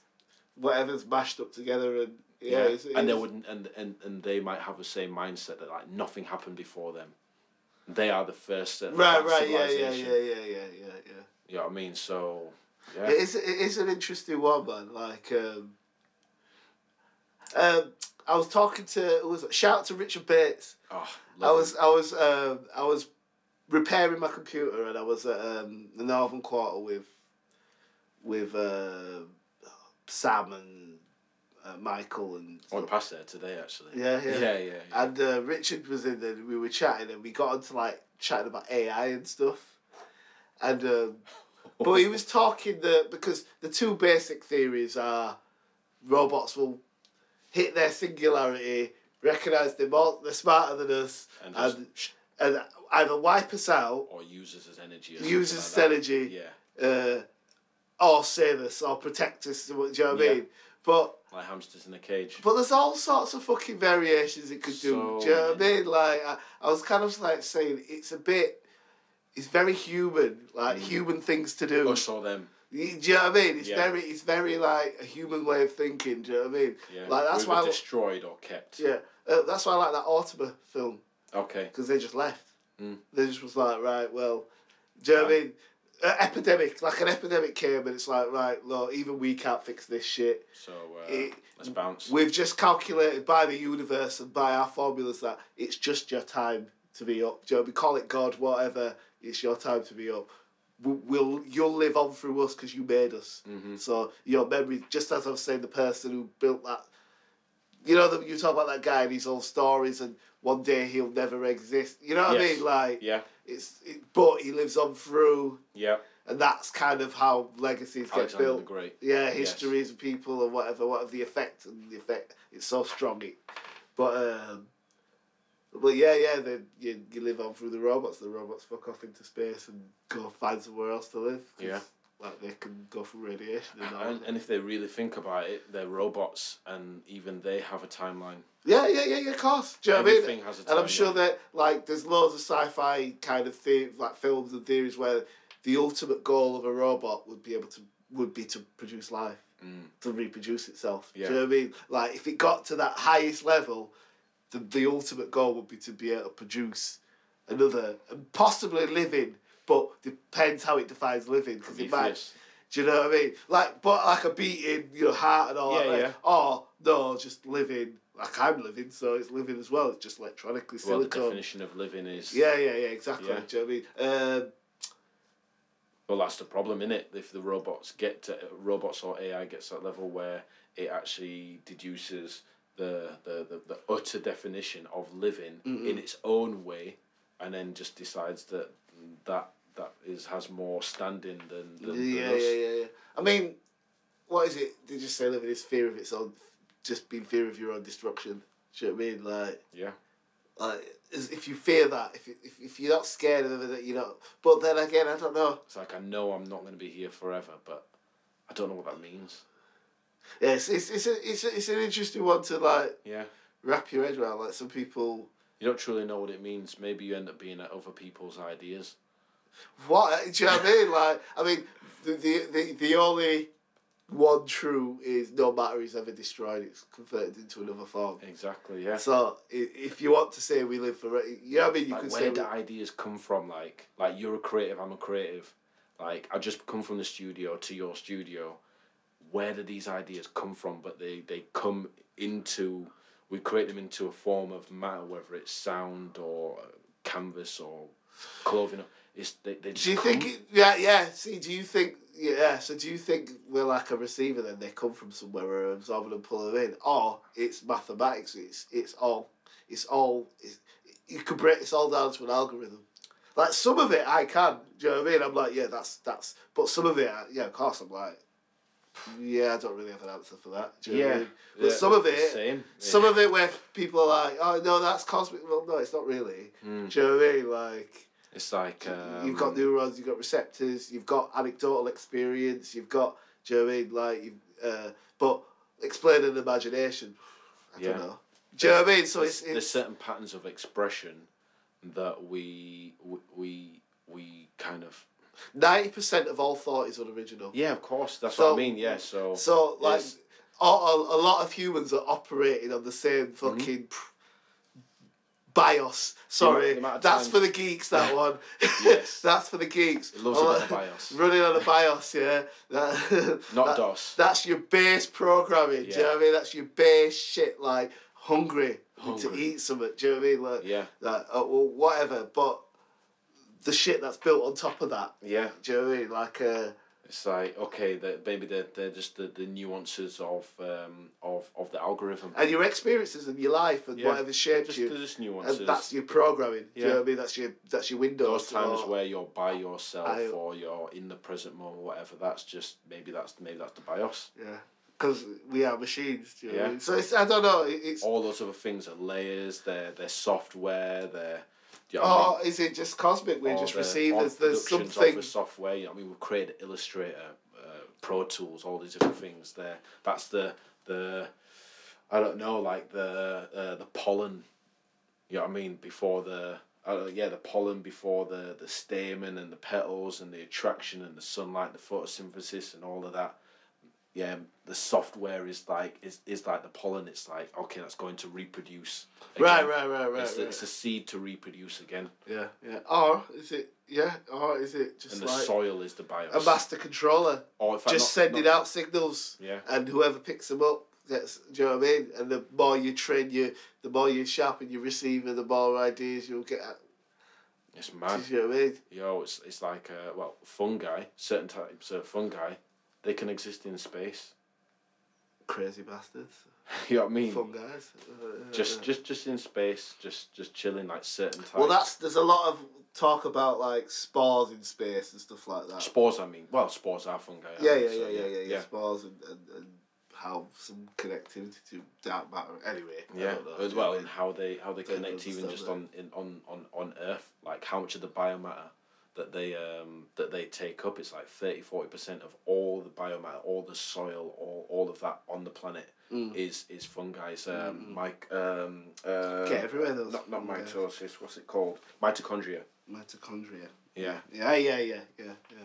S2: whatever's mashed up together, and yeah,
S1: Yeah,
S2: It's,
S1: and they
S2: it's-
S1: wouldn't, and, and and they might have the same mindset that like nothing happened before them. They are the first uh,
S2: Right,
S1: advanced
S2: right, yeah, yeah, yeah,
S1: civilization.
S2: yeah, yeah, yeah, yeah.
S1: You know what I mean? So, yeah,
S2: It is. It is an interesting one, man. Like, um, um, I was talking to who was it? shout out to Richard Bates.
S1: oh,
S2: I was, I was, um, I was repairing my computer, and I was at um, the Northern Quarter with, with uh, Sam and uh, Michael and.
S1: I went past there today actually.
S2: Yeah, yeah.
S1: Oh, yeah, yeah. yeah.
S2: And uh, Richard was in there, and we were chatting, and we got onto like chatting about AI and stuff. And um, but he was talking the because the two basic theories are robots will hit their singularity, recognize they're more, they're smarter than us,
S1: And
S2: and
S1: just-
S2: and, either wipe us out,
S1: or users as energy. Or
S2: use
S1: something
S2: us
S1: like
S2: as
S1: that.
S2: energy,
S1: Yeah,
S2: uh, or save us, or protect us. Do you know what I
S1: Yeah.
S2: mean? But
S1: like hamsters in a cage.
S2: but there's all sorts of fucking variations it could do. Do you know what I
S1: So
S2: mean? Like I, I was kind of like saying it's a bit, it's very human, like human things to do.
S1: Mm. Us or Oh, them.
S2: You- Do you know what I mean? It's
S1: Yeah.
S2: very, it's very like a human way of thinking. Do you know what I mean?
S1: Yeah,
S2: Like that's
S1: we were
S2: why, I-
S1: destroyed or kept.
S2: yeah, uh, that's why I like that Automa film
S1: Okay.
S2: because they just left.
S1: Mm.
S2: They just was like, right, well, do you know what I mean? An epidemic, like an epidemic came, and it's like, right, look, even we can't fix this shit.
S1: So uh,
S2: It-
S1: let's bounce.
S2: We've just calculated by the universe and by our formulas that it's just your time to be up. Do you know, we call it God, whatever. It's your time to be up. W- We'll you'll live on through us because you made us.
S1: Mhm.
S2: So your memory, just as I was saying, the person who built that. You know, the, you talk about that guy and his old stories, and one day he'll never exist. You know what I
S1: Yes.
S2: mean? Like
S1: Yeah,
S2: it's, it, but he lives on through,
S1: yeah.
S2: and that's kind of how legacies get
S1: Alexander
S2: built.
S1: the Great.
S2: Yeah,
S1: Yes.
S2: histories of people or whatever, whatever the effect and the effect. It's so strong. It, but um, but yeah, yeah, they, you you live on through the robots. The robots fuck off into space and go find somewhere else to live. 'cause,
S1: Yeah.
S2: like they can go through radiation and all.
S1: And, and if they really think about it, they're robots, and even they have a timeline.
S2: yeah, yeah, yeah, yeah. Of course. Do you know what I mean?
S1: Everything has a timeline.
S2: And I'm sure that like there's loads of sci-fi kind of the- like films and theories where the ultimate goal of a robot would be able to would be to produce life,
S1: Mm.
S2: to reproduce itself.
S1: Yeah.
S2: Do you know what I mean? Like if it got to that highest level, the the ultimate goal would be to be able to produce another, and possibly living, but depends how it defines living because it might
S1: Prometheus.
S2: do you know what I mean? Like, but like a beating, you know, heart and all
S1: Yeah,
S2: that. like,
S1: yeah.
S2: Or no, just living. Like I'm living, so it's living as well. It's just electronically
S1: Well, the
S2: silicone.
S1: definition of living is
S2: yeah, yeah, yeah, exactly.
S1: Yeah.
S2: Do you know what I mean? Um,
S1: well, that's the problem, is it? If the robots get to robots or AI gets to that level where it actually deduces the the, the, the utter definition of living
S2: Mm-hmm.
S1: in its own way, and then just decides that that that is has more standing than, than, than
S2: yeah, yeah,
S1: us.
S2: yeah, yeah. I mean, what is it? They just say living is fear of its own, just being fear of your own destruction. Do you know what I mean? Like,
S1: Yeah.
S2: like as- if you fear that, if, you- if if you're not scared of it, you know. But then again, I don't know.
S1: It's like I know I'm not going to be here forever, but I don't know what that means.
S2: Yes, it's it's a, it's a, it's an interesting one to like
S1: Yeah.
S2: wrap your head around. Like some people,
S1: You don't truly know what it means. Maybe you end up being at other people's ideas.
S2: what do you know what I mean? Like, I mean, the the the, the only one true is no matter is ever destroyed. It's converted into another form.
S1: Exactly. Yeah.
S2: So i- if you want to say we live for, you know what I mean? You
S1: like,
S2: could
S1: where
S2: say
S1: do
S2: we-
S1: ideas come from? Like, like you're a creative, I'm a creative. Like, I just come from the studio to your studio. Where do these ideas come from? But they they come into we create them into a form of matter, whether it's sound or canvas or clothing. It's they, they just
S2: Do you
S1: come.
S2: think? it- Yeah, yeah. See, do you think? Yeah. So, do you think we're like a receiver? Then they come from somewhere we're absorbing and pulling them in, or it's mathematics? It's it's all it's all it's, you could break this all down to an algorithm. Like some of it, I can. Do you know what I mean? I'm like, yeah, that's that's. But some of it, I, yeah, of course, I'm like, yeah, I don't really have an answer for that. Do you know what I
S1: yeah,
S2: mean? But some of it,
S1: same.
S2: some of it where people are like, oh no, that's cosmic. Well, no, it's not really.
S1: Mm.
S2: Do you know what I mean? Like.
S1: It's like um,
S2: You've got neurons, you've got receptors, you've got anecdotal experience, you've got, do you know what I mean? Like, you've, uh, but explaining imagination, I
S1: Yeah.
S2: don't know. Do you know what I mean? So
S1: there's,
S2: it's,
S1: there's
S2: it's
S1: certain patterns of expression that we we- we we kind of
S2: 90% of all thought is unoriginal.
S1: Yeah, of course. That's
S2: So-
S1: what I mean. Yeah, so
S2: So, like,
S1: Yes.
S2: a, a, a lot of humans are operating on the same fucking pr- bios. Sorry,
S1: Mm-hmm. the amount of
S2: that's
S1: times-
S2: for the geeks, that one.
S1: Yes.
S2: that's for the geeks.
S1: it loves a bit of BIOS,
S2: Running on a BIOS, yeah. That-
S1: not
S2: that-
S1: DOS.
S2: That's your base programming. Do you know what I mean? That's your base shit. Like hungry, to
S1: Hungry.
S2: eat something. Do you know what I mean? Like,
S1: yeah,
S2: like uh, well, whatever. But the shit that's built on top of that.
S1: yeah.
S2: Do you know what I mean? Like, uh,
S1: It's like okay, that maybe they're, they're just the, the nuances of um of, of the algorithm.
S2: and your experiences and your life and
S1: Yeah.
S2: whatever shaped
S1: Just
S2: you,
S1: they're just nuances.
S2: and that's your programming. Do you
S1: Yeah.
S2: know what I mean? That's your that's your windows.
S1: Those times
S2: or-
S1: where you're by yourself
S2: I-
S1: or you're in the present moment, whatever. That's just maybe that's maybe that's the bios.
S2: Yeah. Because we are machines. Do you know what I
S1: Yeah.
S2: mean? So it's I don't know. it- It's
S1: All those other things are layers. They're they're software. They're do you know what I mean?
S2: or is it just cosmic? We're
S1: All
S2: just
S1: the-
S2: receivers.
S1: all
S2: There's
S1: productions
S2: something.
S1: of the software. You know, I mean, we've created Illustrator, uh, Pro Tools, all these different things. There, that's the the, I don't know, like the uh, the pollen. You know what I mean? Before the uh, yeah, the pollen before the the stamen and the petals and the attraction and the sunlight, the photosynthesis and all of that. Yeah, the software is like is, is like the pollen. It's like okay, that's going to reproduce.
S2: Right,
S1: again.
S2: right, right, right.
S1: It's,
S2: right.
S1: it's a seed to reproduce again,
S2: Yeah, yeah. Or is it? Yeah. Or is it just
S1: and the
S2: like
S1: soil is the bios.
S2: a master controller
S1: Or in fact,
S2: just
S1: not-
S2: sending
S1: not-
S2: out signals,
S1: Yeah,
S2: and whoever picks them up gets. Do you know what I mean? And the more you train you, the more you sharpen your receiver, the more ideas you'll get. At,
S1: it's mad.
S2: do you know what I mean?
S1: Yo, it's it's like uh, well, fungi. Certain types of fungi, they can exist in space.
S2: Crazy bastards,
S1: you know what I mean?
S2: fun guys. Uh,
S1: Just just just in space, just just chilling like certain types.
S2: well, that's there's a lot of talk about like spores in space and stuff like that.
S1: spores. I mean, well, spores are fungi. aren't
S2: Yeah,
S1: they?
S2: yeah,
S1: So,
S2: yeah, yeah, yeah, yeah. Spores and, and, and how some connectivity to dark matter. Anyway, I
S1: Yeah,
S2: don't know.
S1: as well, and how they how they
S2: Don't
S1: connect even
S2: understand
S1: just
S2: that.
S1: on in on, on on Earth, like how much of the biomatter that they um that they take up, it's like 30 40 percent of all the biomatter, all the soil, all all of that on the planet
S2: Mm.
S1: is is fungi. So, Um, Mike, um, uh,
S2: Get everywhere those.
S1: not not
S2: fungi.
S1: mitosis. What's it called? Mitochondria.
S2: Mitochondria.
S1: Yeah,
S2: Yeah, yeah, yeah, yeah, yeah.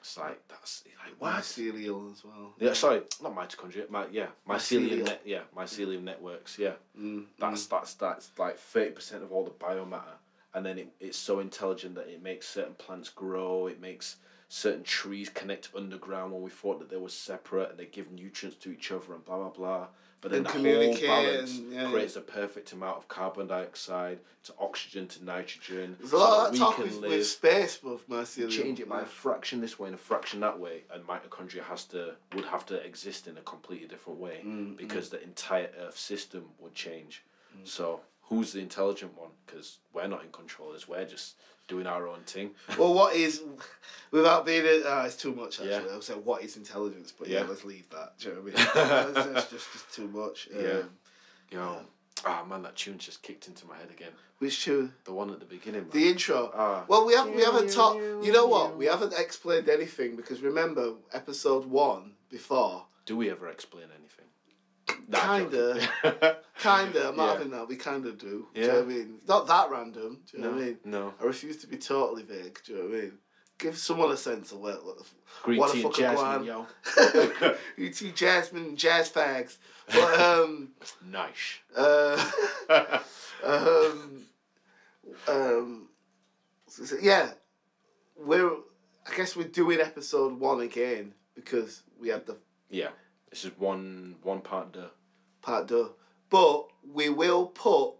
S1: it's like that's like what.
S2: Mycelial as well.
S1: Yeah, sorry, not mitochondria. My, yeah, mycelium.
S2: Mycelial.
S1: Net, yeah, mycelium networks. Yeah.
S2: Mm.
S1: That's that's that's like thirty percent of all the biomatter, and then it, it's so intelligent that it makes certain plants grow. It makes certain trees connect underground when we thought that they were separate, and they give nutrients to each other and blah blah blah. But then
S2: And
S1: the whole
S2: communicate
S1: balance
S2: and- yeah, yeah.
S1: creates a perfect amount of carbon dioxide to oxygen to nitrogen.
S2: There's a lot
S1: that
S2: of
S1: we
S2: that talk
S1: can
S2: with, with
S1: live
S2: space with mycelium.
S1: change it by a fraction this way and a fraction that way, and mitochondria has to would have to exist in a completely different way
S2: Mm,
S1: because the entire Earth system would change. So who's the intelligent one? Because we're not in control. As we're just doing our own thing.
S2: well, what is, without being, a, ah, it's too much actually.
S1: Yeah.
S2: I was saying, what is intelligence? But yeah,
S1: Yeah.
S2: let's leave that. Do you know what I mean? That's just, just too much.
S1: Yeah.
S2: Um,
S1: Yo, ah man, that tune just kicked into my head again.
S2: which two?
S1: The one at the beginning. Man.
S2: The intro.
S1: Ah.
S2: Well, we haven't we haven't taught. You know what? We haven't explained anything because remember episode one before.
S1: do we ever explain anything?
S2: Kinda. Kinda, I'm not having that. We kinda do. Do you know what I mean? Not that random. Do you know
S1: No,
S2: what I mean?
S1: no.
S2: I refuse to be totally vague. Do you know what I mean? Give someone a sense of what. what
S1: Green
S2: What a
S1: tea and
S2: fucking
S1: jasmine,
S2: guan.
S1: yo.
S2: the- you see Jasmine and Jazz Fags. But, um,
S1: nice.
S2: uh, um, um, so- so, yeah, we're, I guess we're doing episode one again because we had the
S1: yeah. This is one one part
S2: Uh,
S1: of
S2: part done. But we will put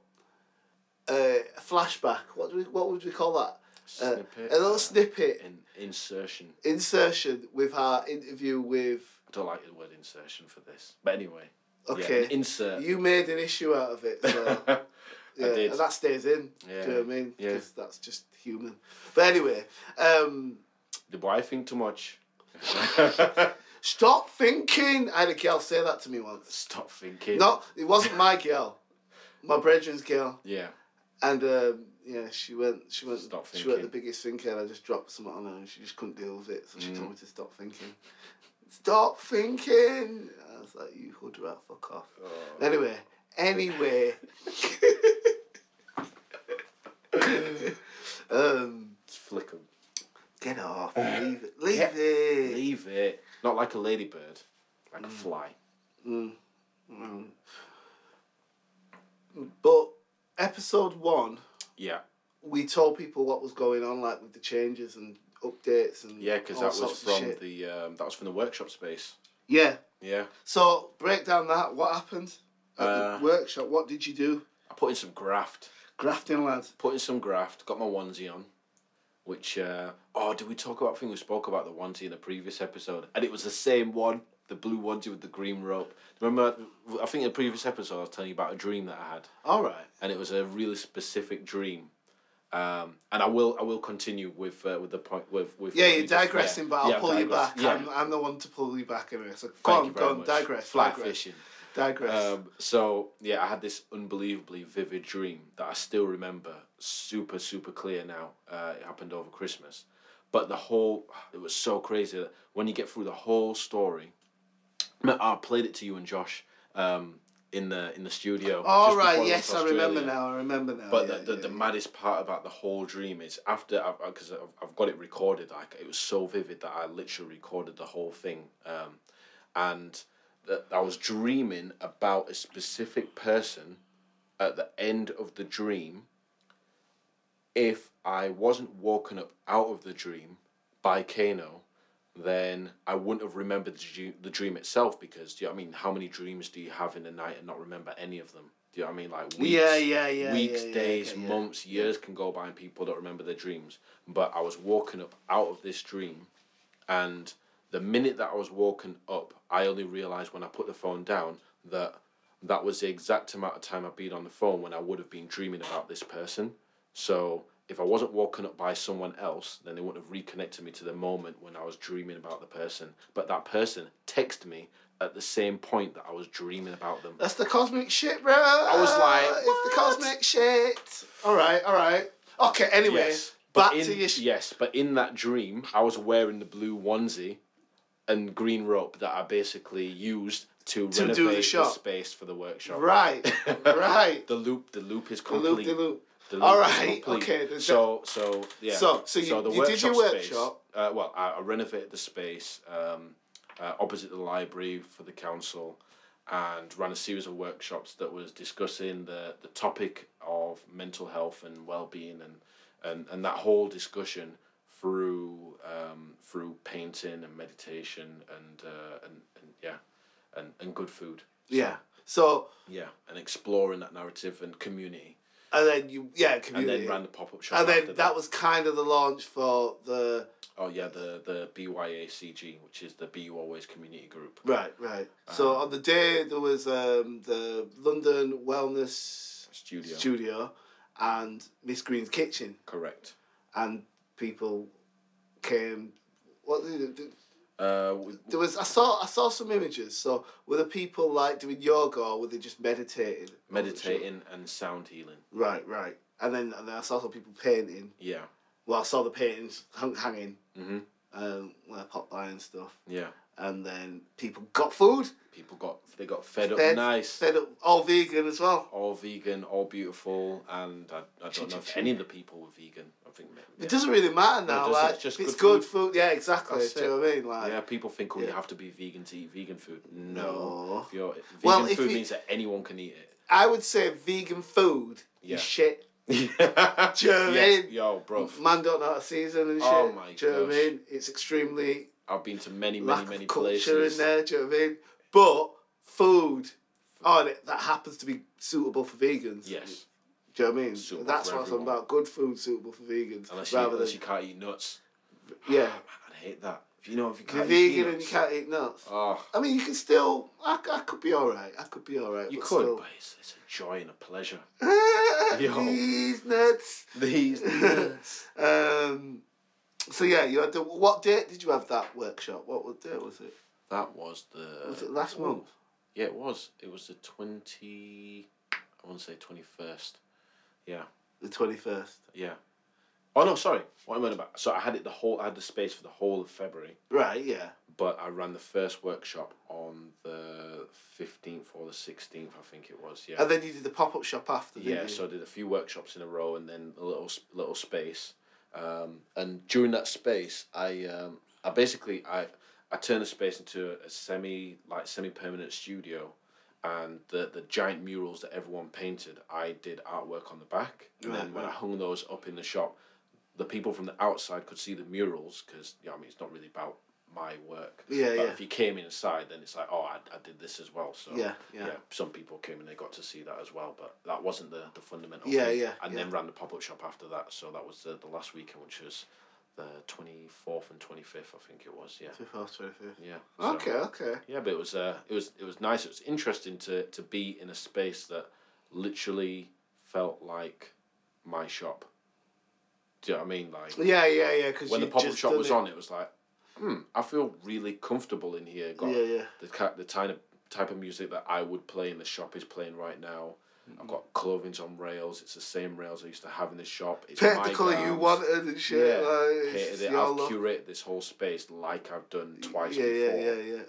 S2: uh, a flashback. What, do we, what would we call that?
S1: the
S2: Uh,
S1: snippet.
S2: a little
S1: uh,
S2: snippet
S1: An insertion.
S2: insertion with our interview with.
S1: I don't like the word insertion for this. But anyway. Yeah,
S2: Okay,
S1: an insert.
S2: you made an issue out of it. So, yeah,
S1: did.
S2: and that stays in.
S1: Yeah,
S2: Do you know what I mean?
S1: yeah.
S2: 'Cause that's just human. But anyway, um,
S1: the boy think too much.
S2: stop thinking. I had a girl say that to me once.
S1: Stop thinking.
S2: No, it wasn't my girl. My brethren's girl.
S1: Yeah.
S2: And um, yeah, she went. She went.
S1: Stop
S2: she went the
S1: thinking.
S2: biggest thinker, and I just dropped something on her, and she just couldn't deal with it. So she
S1: Mm.
S2: told me to stop thinking. Stop thinking. I was like, you hood rat, fuck off.
S1: Oh.
S2: Anyway, anyway. um,
S1: Just flick 'em.
S2: get off. Leave it. Leave
S1: Get-
S2: it.
S1: Leave it. Not like a ladybird, like a fly.
S2: Mm. But episode one,
S1: Yeah.
S2: we told people what was going on, like with the changes and updates and
S1: Yeah, because
S2: all
S1: that was
S2: sorts of
S1: from
S2: shit.
S1: the um, that was from the workshop space.
S2: yeah.
S1: Yeah.
S2: So break down that. What happened at
S1: Uh,
S2: the workshop? What did you do?
S1: I put in some graft.
S2: Grafting, lads.
S1: Put in some graft. Got my onesie on. Which uh, oh, did we talk about? I think we spoke about the onesie in the previous episode, and it was the same one, the blue onesie with the green rope. Remember? I think in the previous episode I was telling you about a dream that I had.
S2: All right.
S1: and it was a really specific dream. Um, and I will I will continue with uh, with the point with with
S2: Yeah, you're
S1: with-
S2: digressing,
S1: yeah.
S2: but I'll
S1: Yeah,
S2: pull you
S1: digress-
S2: back.
S1: Yeah.
S2: I'm, I'm the one to pull you back anyway. So go
S1: Thank
S2: on,
S1: you very
S2: go on,
S1: much.
S2: digress.
S1: Fly
S2: digress,
S1: fishing.
S2: Digress.
S1: Um, so yeah, I had this unbelievably vivid dream that I still remember, super super clear now. Uh, it happened over Christmas, but the whole it was so crazy that when you get through the whole story, I played it to you and Josh um, in the in the studio.
S2: All
S1: just before
S2: right.
S1: we went
S2: Yes,
S1: to
S2: I remember
S1: Australia.
S2: now. I remember now.
S1: But
S2: yeah,
S1: the, the,
S2: yeah,
S1: the
S2: yeah.
S1: maddest part about the whole dream is after I've because I've, I've got it recorded. Like it was so vivid that I literally recorded the whole thing, um, and that I was dreaming about a specific person at the end of the dream. If I wasn't woken up out of the dream by Kano, then I wouldn't have remembered the dream, the dream itself because do you know what I mean? How many dreams do you have in a night and not remember any of them? Do you know what I mean? Like weeks,
S2: Yeah, yeah, yeah,
S1: weeks,
S2: yeah, yeah,
S1: days,
S2: okay, yeah.
S1: months, years can go by and people don't remember their dreams. But I was woken up out of this dream, and the minute that I was woken up, I only realized when I put the phone down that that was the exact amount of time I'd been on the phone when I would have been dreaming about this person. So if I wasn't woken up by someone else, then they wouldn't have reconnected me to the moment when I was dreaming about the person. But that person texted me at the same point that I was dreaming about them.
S2: That's the cosmic shit, bro. I
S1: was like,
S2: it's the cosmic shit. All right, all right. Okay. Anyway,
S1: Yes,
S2: back
S1: but in,
S2: to your. Sh-
S1: yes, but in that dream, I was wearing the blue onesie and green rope that I basically used to,
S2: do the
S1: renovate the,
S2: shop.
S1: space for the workshop.
S2: Right, right.
S1: The loop, the loop is
S2: The loop,
S1: complete.
S2: the loop.
S1: The
S2: All
S1: loop is
S2: right,
S1: complete.
S2: okay, there's
S1: So, so yeah.
S2: So- so you- you did your
S1: space,
S2: workshop.
S1: uh, well, I, I renovated the space um, uh, opposite the library for the council, and ran a series of workshops that was discussing the the topic of mental health and well being and, and and that whole discussion through um, through painting and meditation and uh, and, and yeah, and and good food.
S2: Yeah. So
S1: Yeah, and exploring that narrative and community
S2: and then you yeah
S1: and
S2: community.
S1: then ran the pop up shop.
S2: And
S1: after
S2: then that was kind of the launch for the
S1: oh yeah, the the BYACG, which is the BU Always Community Group.
S2: right, right. so on the day there was um, the London Wellness
S1: Studio.
S2: Studio and Miss Green's Kitchen,
S1: Correct.
S2: and people came. What did it- did-
S1: Uh, we-
S2: there was? I saw I saw some images. So were the people like doing yoga or were they just meditating?
S1: meditating and sound healing.
S2: Right, right. And then and then I saw some people painting.
S1: Yeah.
S2: Well, I saw the paintings hung, hanging,
S1: Mhm.
S2: um, like pop line stuff.
S1: Yeah.
S2: and then people got food.
S1: People got they got fed up
S2: Fed-
S1: nice.
S2: Fed up all vegan as well.
S1: all vegan, all beautiful, and I, I don't know if any of the people were vegan. I think
S2: It
S1: yeah,
S2: doesn't really matter now.
S1: doesn't.
S2: like,
S1: It's just
S2: if it's
S1: good
S2: good food. Yeah, exactly.
S1: That's
S2: Do you know what I mean? Like,
S1: yeah people think oh you
S2: yeah.
S1: have to be vegan to eat vegan food. No,
S2: no.
S1: If you're, vegan
S2: Well, if
S1: food
S2: you-
S1: means that anyone can eat it.
S2: I would say vegan food
S1: Yeah.
S2: is shit. Do
S1: yes.
S2: you know what I mean?
S1: Yo, bro,
S2: Man don't know how to season and shit.
S1: Oh my
S2: Do you know what I
S1: gosh.
S2: mean? It's extremely
S1: I've been to many, many,
S2: lack
S1: many
S2: of culture
S1: places.
S2: in there. Do you know what I mean? But food, oh, that- that happens to be suitable for vegans.
S1: Yes,
S2: Do you know what I mean?
S1: Suitable
S2: That's
S1: for
S2: what I'm
S1: everyone.
S2: about. Good food suitable for vegans.
S1: unless you,
S2: rather
S1: unless
S2: than,
S1: you can't eat nuts. Ah,
S2: yeah.
S1: Man, I'd hate that. If you know, if you
S2: If you're
S1: can't eat
S2: vegan and you
S1: peanuts-
S2: can't eat nuts.
S1: Oh,
S2: I mean, you can still. I, I could be alright. I could be alright.
S1: you
S2: but
S1: could,
S2: Still.
S1: but it's, it's a joy and a pleasure. Yo.
S2: These nuts.
S1: These nuts.
S2: Um, so yeah, you had the. What date did you have that workshop? What wa- date was it?
S1: That was the.
S2: Was it last
S1: oh,
S2: month?
S1: Yeah, it was. It was the twenty. I want to say twenty first. Yeah,
S2: The twenty first.
S1: yeah. Oh no, sorry. What am I on about? So I had it the whole. I had the space for the whole of February,
S2: Right. Yeah.
S1: but I ran the first workshop on the fifteenth or the sixteenth. I think it was. Yeah.
S2: And then you did the pop up shop after. Didn't
S1: yeah.
S2: You?
S1: So I did a few workshops in a row, and then a little s- little space. Um, and during that space, I um, I basically I I turned the space into a semi like semi permanent studio, and the the giant murals that everyone painted, I did artwork on the back, and
S2: Right,
S1: then when I
S2: right.
S1: hung those up in the shop, the people from the outside could see the murals because you know, I mean it's not really about my work.
S2: Yeah,
S1: but
S2: yeah.
S1: if you came inside, then it's like oh I, I did this as well. So
S2: yeah. Yeah.
S1: yeah. some people came and they got to see that as well, but that wasn't the, the fundamental.
S2: Yeah,
S1: thing.
S2: yeah,
S1: And
S2: yeah.
S1: then ran the pop up shop after that, so that was the, the last weekend, which was the twenty fourth and twenty fifth, I think it was. Yeah,
S2: Before twenty fifth.
S1: yeah. so-
S2: Okay. Okay.
S1: yeah, but it was uh, it was it was nice. It was interesting to to be in a space that literally felt like my shop. Do you know what I mean? Like
S2: Yeah. Yeah. Yeah. Because
S1: when the pop up shop was
S2: it.
S1: on, it was like, hmm, I feel really comfortable in here. Got
S2: Yeah. Yeah.
S1: the ki- the kind of type of music that I would play in the shop is playing right now. I've got clothing's on rails. It's the same rails I used to have in the shop. It's
S2: Paint
S1: my
S2: the colour you
S1: gowns.
S2: wanted and shit.
S1: Yeah,
S2: Like, it's
S1: Painted
S2: just
S1: it.
S2: your
S1: I've
S2: look.
S1: curated this whole space like I've done twice
S2: yeah,
S1: before.
S2: Yeah, yeah, yeah.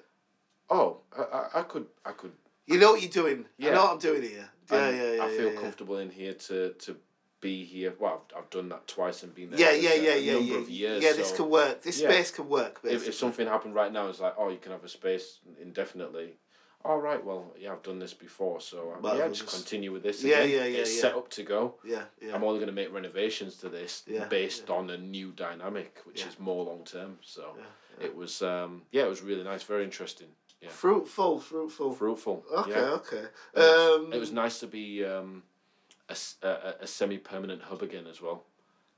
S1: Oh, I, I, I could, I could.
S2: You know what you're doing.
S1: Yeah.
S2: I know what I'm doing here. Yeah,
S1: and
S2: yeah, yeah.
S1: I feel
S2: yeah,
S1: comfortable in here to to be here. Well, I've, I've done that twice and been there.
S2: Yeah,
S1: for
S2: yeah,
S1: a
S2: yeah, yeah,
S1: number
S2: yeah.
S1: of years.
S2: yeah, this
S1: so-
S2: can work. This
S1: Yeah.
S2: space can work.
S1: if,
S2: Basically.
S1: if something happened right now, it's like, oh, you can have a space indefinitely. All right, well, yeah, I've done this before, so
S2: Well,
S1: um, yeah,
S2: I'll
S1: just,
S2: just-
S1: continue with this.
S2: Yeah,
S1: again.
S2: yeah, yeah,
S1: It's
S2: yeah.
S1: set up to go.
S2: yeah, yeah.
S1: I'm only going to make renovations to this
S2: Yeah,
S1: based on a new dynamic, which
S2: Yeah.
S1: is more long term. So
S2: Yeah,
S1: it was, um, yeah, it was really nice, very interesting, yeah.
S2: Fruitful, fruitful.
S1: fruitful.
S2: Okay,
S1: yeah.
S2: okay.
S1: It was-
S2: Um,
S1: it was nice to be um, a, s- a- a- a semi-permanent hub again as well.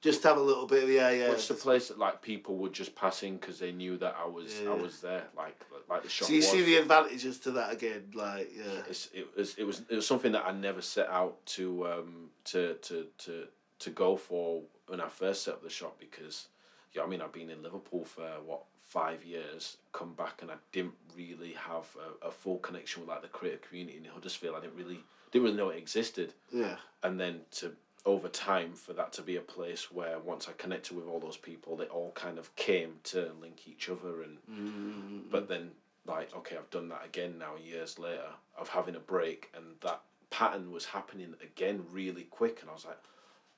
S2: just have a little bit of yeah, yeah.
S1: Which is a place that like people would just pass in because they knew that I was
S2: Yeah.
S1: I was there, like like the shop.
S2: so you
S1: was.
S2: see the advantages to that again, like yeah,
S1: it's, it was it was it was something that I never set out to um to to to to go for when I first set up the shop because yeah I mean I've been in Liverpool for what five years come back and I didn't really have a, a full connection with like the creative community in Huddersfield I didn't really didn't really know it existed
S2: yeah,
S1: and then to over time for that to be a place where once I connected with all those people they all kind of came to link each other and
S2: mm,
S1: but then like okay i've done that again now years later of having a break and that pattern was happening again really quick and i was like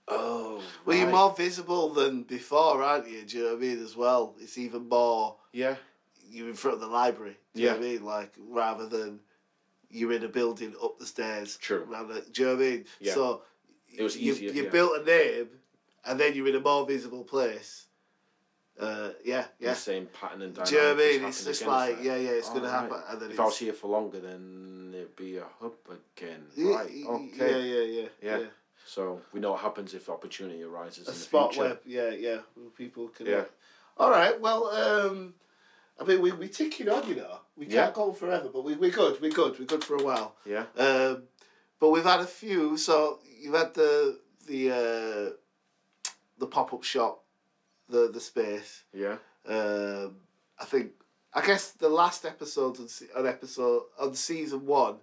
S1: oh
S2: well, you're
S1: right.
S2: more visible than before, aren't you? Do you know what I mean? As well, it's even more.
S1: yeah
S2: You're in front of the library. Do you know what I mean? Like rather than you're in a building up the stairs.
S1: True.
S2: Rather, do you know what I mean?
S1: Yeah.
S2: So
S1: It was
S2: you,
S1: easier,
S2: You
S1: yeah.
S2: built a name, and then you're in a more visible place. Uh, yeah, yeah.
S1: the same pattern and dynamic
S2: Do you know what I
S1: was
S2: mean? It's
S1: happening
S2: just
S1: again. It's
S2: like, yeah, yeah, it's
S1: all
S2: going to
S1: right.
S2: happen. And then
S1: if i was
S2: it's,
S1: here for longer then it'd be a hub again
S2: Yeah,
S1: right
S2: y- y-
S1: okay
S2: Yeah, yeah, yeah.
S1: Yeah. so we know what happens if opportunity arises
S2: A
S1: in the
S2: spot
S1: future
S2: where, yeah, yeah, where people can.
S1: Yeah.
S2: All right, well, um, I mean, we, we ticking on, you know. We can't
S1: Yeah.
S2: go on forever, but we, we're good, we're good, we're good for a while.
S1: yeah
S2: Um, but we've had a few, so you've had the the uh, the pop up shop, the the space.
S1: yeah
S2: Um, I think I guess the last episodes on, se- on episode on season one,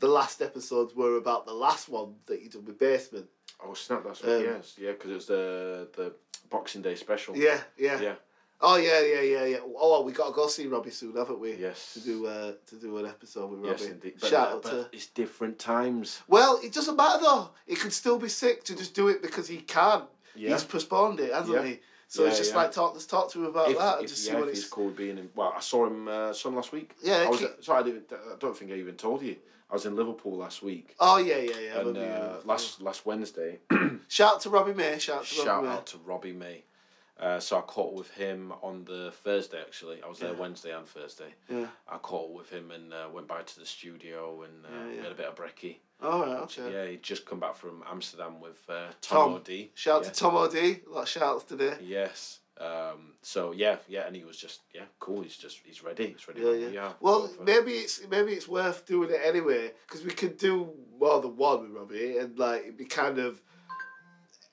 S2: the last episodes were about the last one that you did with basement.
S1: oh snap that's what
S2: Um,
S1: yes yeah because it was the the boxing day special
S2: Yeah, yeah.
S1: Yeah.
S2: Oh yeah, yeah, yeah, yeah. Oh, well, we gotta go see Robbie soon, haven't we?
S1: Yes.
S2: To do uh, to do an episode with Robbie.
S1: Yes, indeed. But,
S2: Shout
S1: uh,
S2: out
S1: but
S2: to.
S1: it's different times.
S2: Well, it doesn't matter though. He could still be sick to just do it because he can.
S1: Yeah.
S2: He's postponed it, hasn't
S1: Yeah.
S2: he? So
S1: Yeah,
S2: it's just
S1: yeah.
S2: like talk. Let's talk to him about
S1: if,
S2: that and
S1: if,
S2: just
S1: yeah,
S2: see what
S1: if
S2: it's.
S1: he's called being in, well, I saw him. Uh, saw him last week.
S2: Yeah,
S1: I was.
S2: keep-
S1: Sorry, I, didn't, I don't think I even told you. I was in Liverpool last week.
S2: Oh yeah, yeah, yeah. I
S1: and
S2: remember
S1: uh,
S2: you.
S1: last last Wednesday,
S2: shout out to Robbie May. Shout out to
S1: shout
S2: Robbie May.
S1: out to Robbie May. Uh, so I caught up with him on the Thursday. Actually, I was there
S2: Yeah.
S1: Wednesday and Thursday.
S2: Yeah.
S1: I caught up with him and uh, went back to the studio and uh,
S2: Yeah, yeah.
S1: we had a bit of brekkie.
S2: All right. Okay.
S1: Yeah, he'd just come back from Amsterdam with uh, Tom,
S2: Tom.
S1: O'D.
S2: Shout out
S1: yeah.
S2: to Tom O'D. A lot of shout outs today.
S1: Yes. Um, so yeah, yeah, and he was just yeah, cool. He's just he's ready. He's ready.
S2: Yeah,
S1: when
S2: yeah.
S1: we are.
S2: Well,
S1: But-
S2: maybe it's maybe it's worth doing it anyway because we could do more than one with Robbie, and like it'd be kind of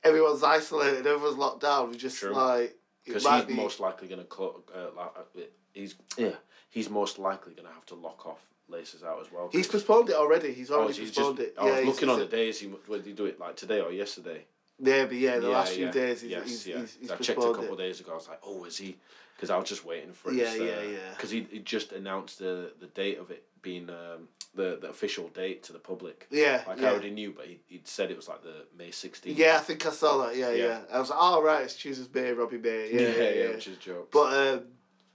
S2: everyone's isolated, everyone's locked down. We just
S1: True.
S2: like it
S1: because
S2: might
S1: he's
S2: be
S1: most likely going to co- uh, li- uh, he's yeah he's most likely going to have to lock off laces out as well.
S2: he's
S1: 'cause-
S2: postponed it already. He's
S1: oh,
S2: already
S1: he's just-
S2: postponed it.
S1: I was
S2: he's-
S1: looking on
S2: he's-
S1: the days he mu- when did he do it like today or yesterday.
S2: Yeah, but yeah, the
S1: Yeah,
S2: last few
S1: yeah,
S2: days he's,
S1: yes,
S2: he's,
S1: yeah.
S2: he's, he's
S1: I checked a
S2: postponed
S1: couple
S2: it.
S1: days ago. I was like, oh, is he? Because I was just waiting for his.
S2: Yeah, yeah, yeah.
S1: Because he, he just announced the the date of it being um, the the official date to the public.
S2: Yeah,
S1: Like I
S2: yeah.
S1: already knew, but he he'd said it was like the May sixteenth.
S2: yeah, I think I saw that. Yeah, yeah.
S1: Yeah.
S2: I was like, oh, right, it's Tuesday's May, Robbie May. Yeah, yeah, yeah.
S1: which is a joke.
S2: But um,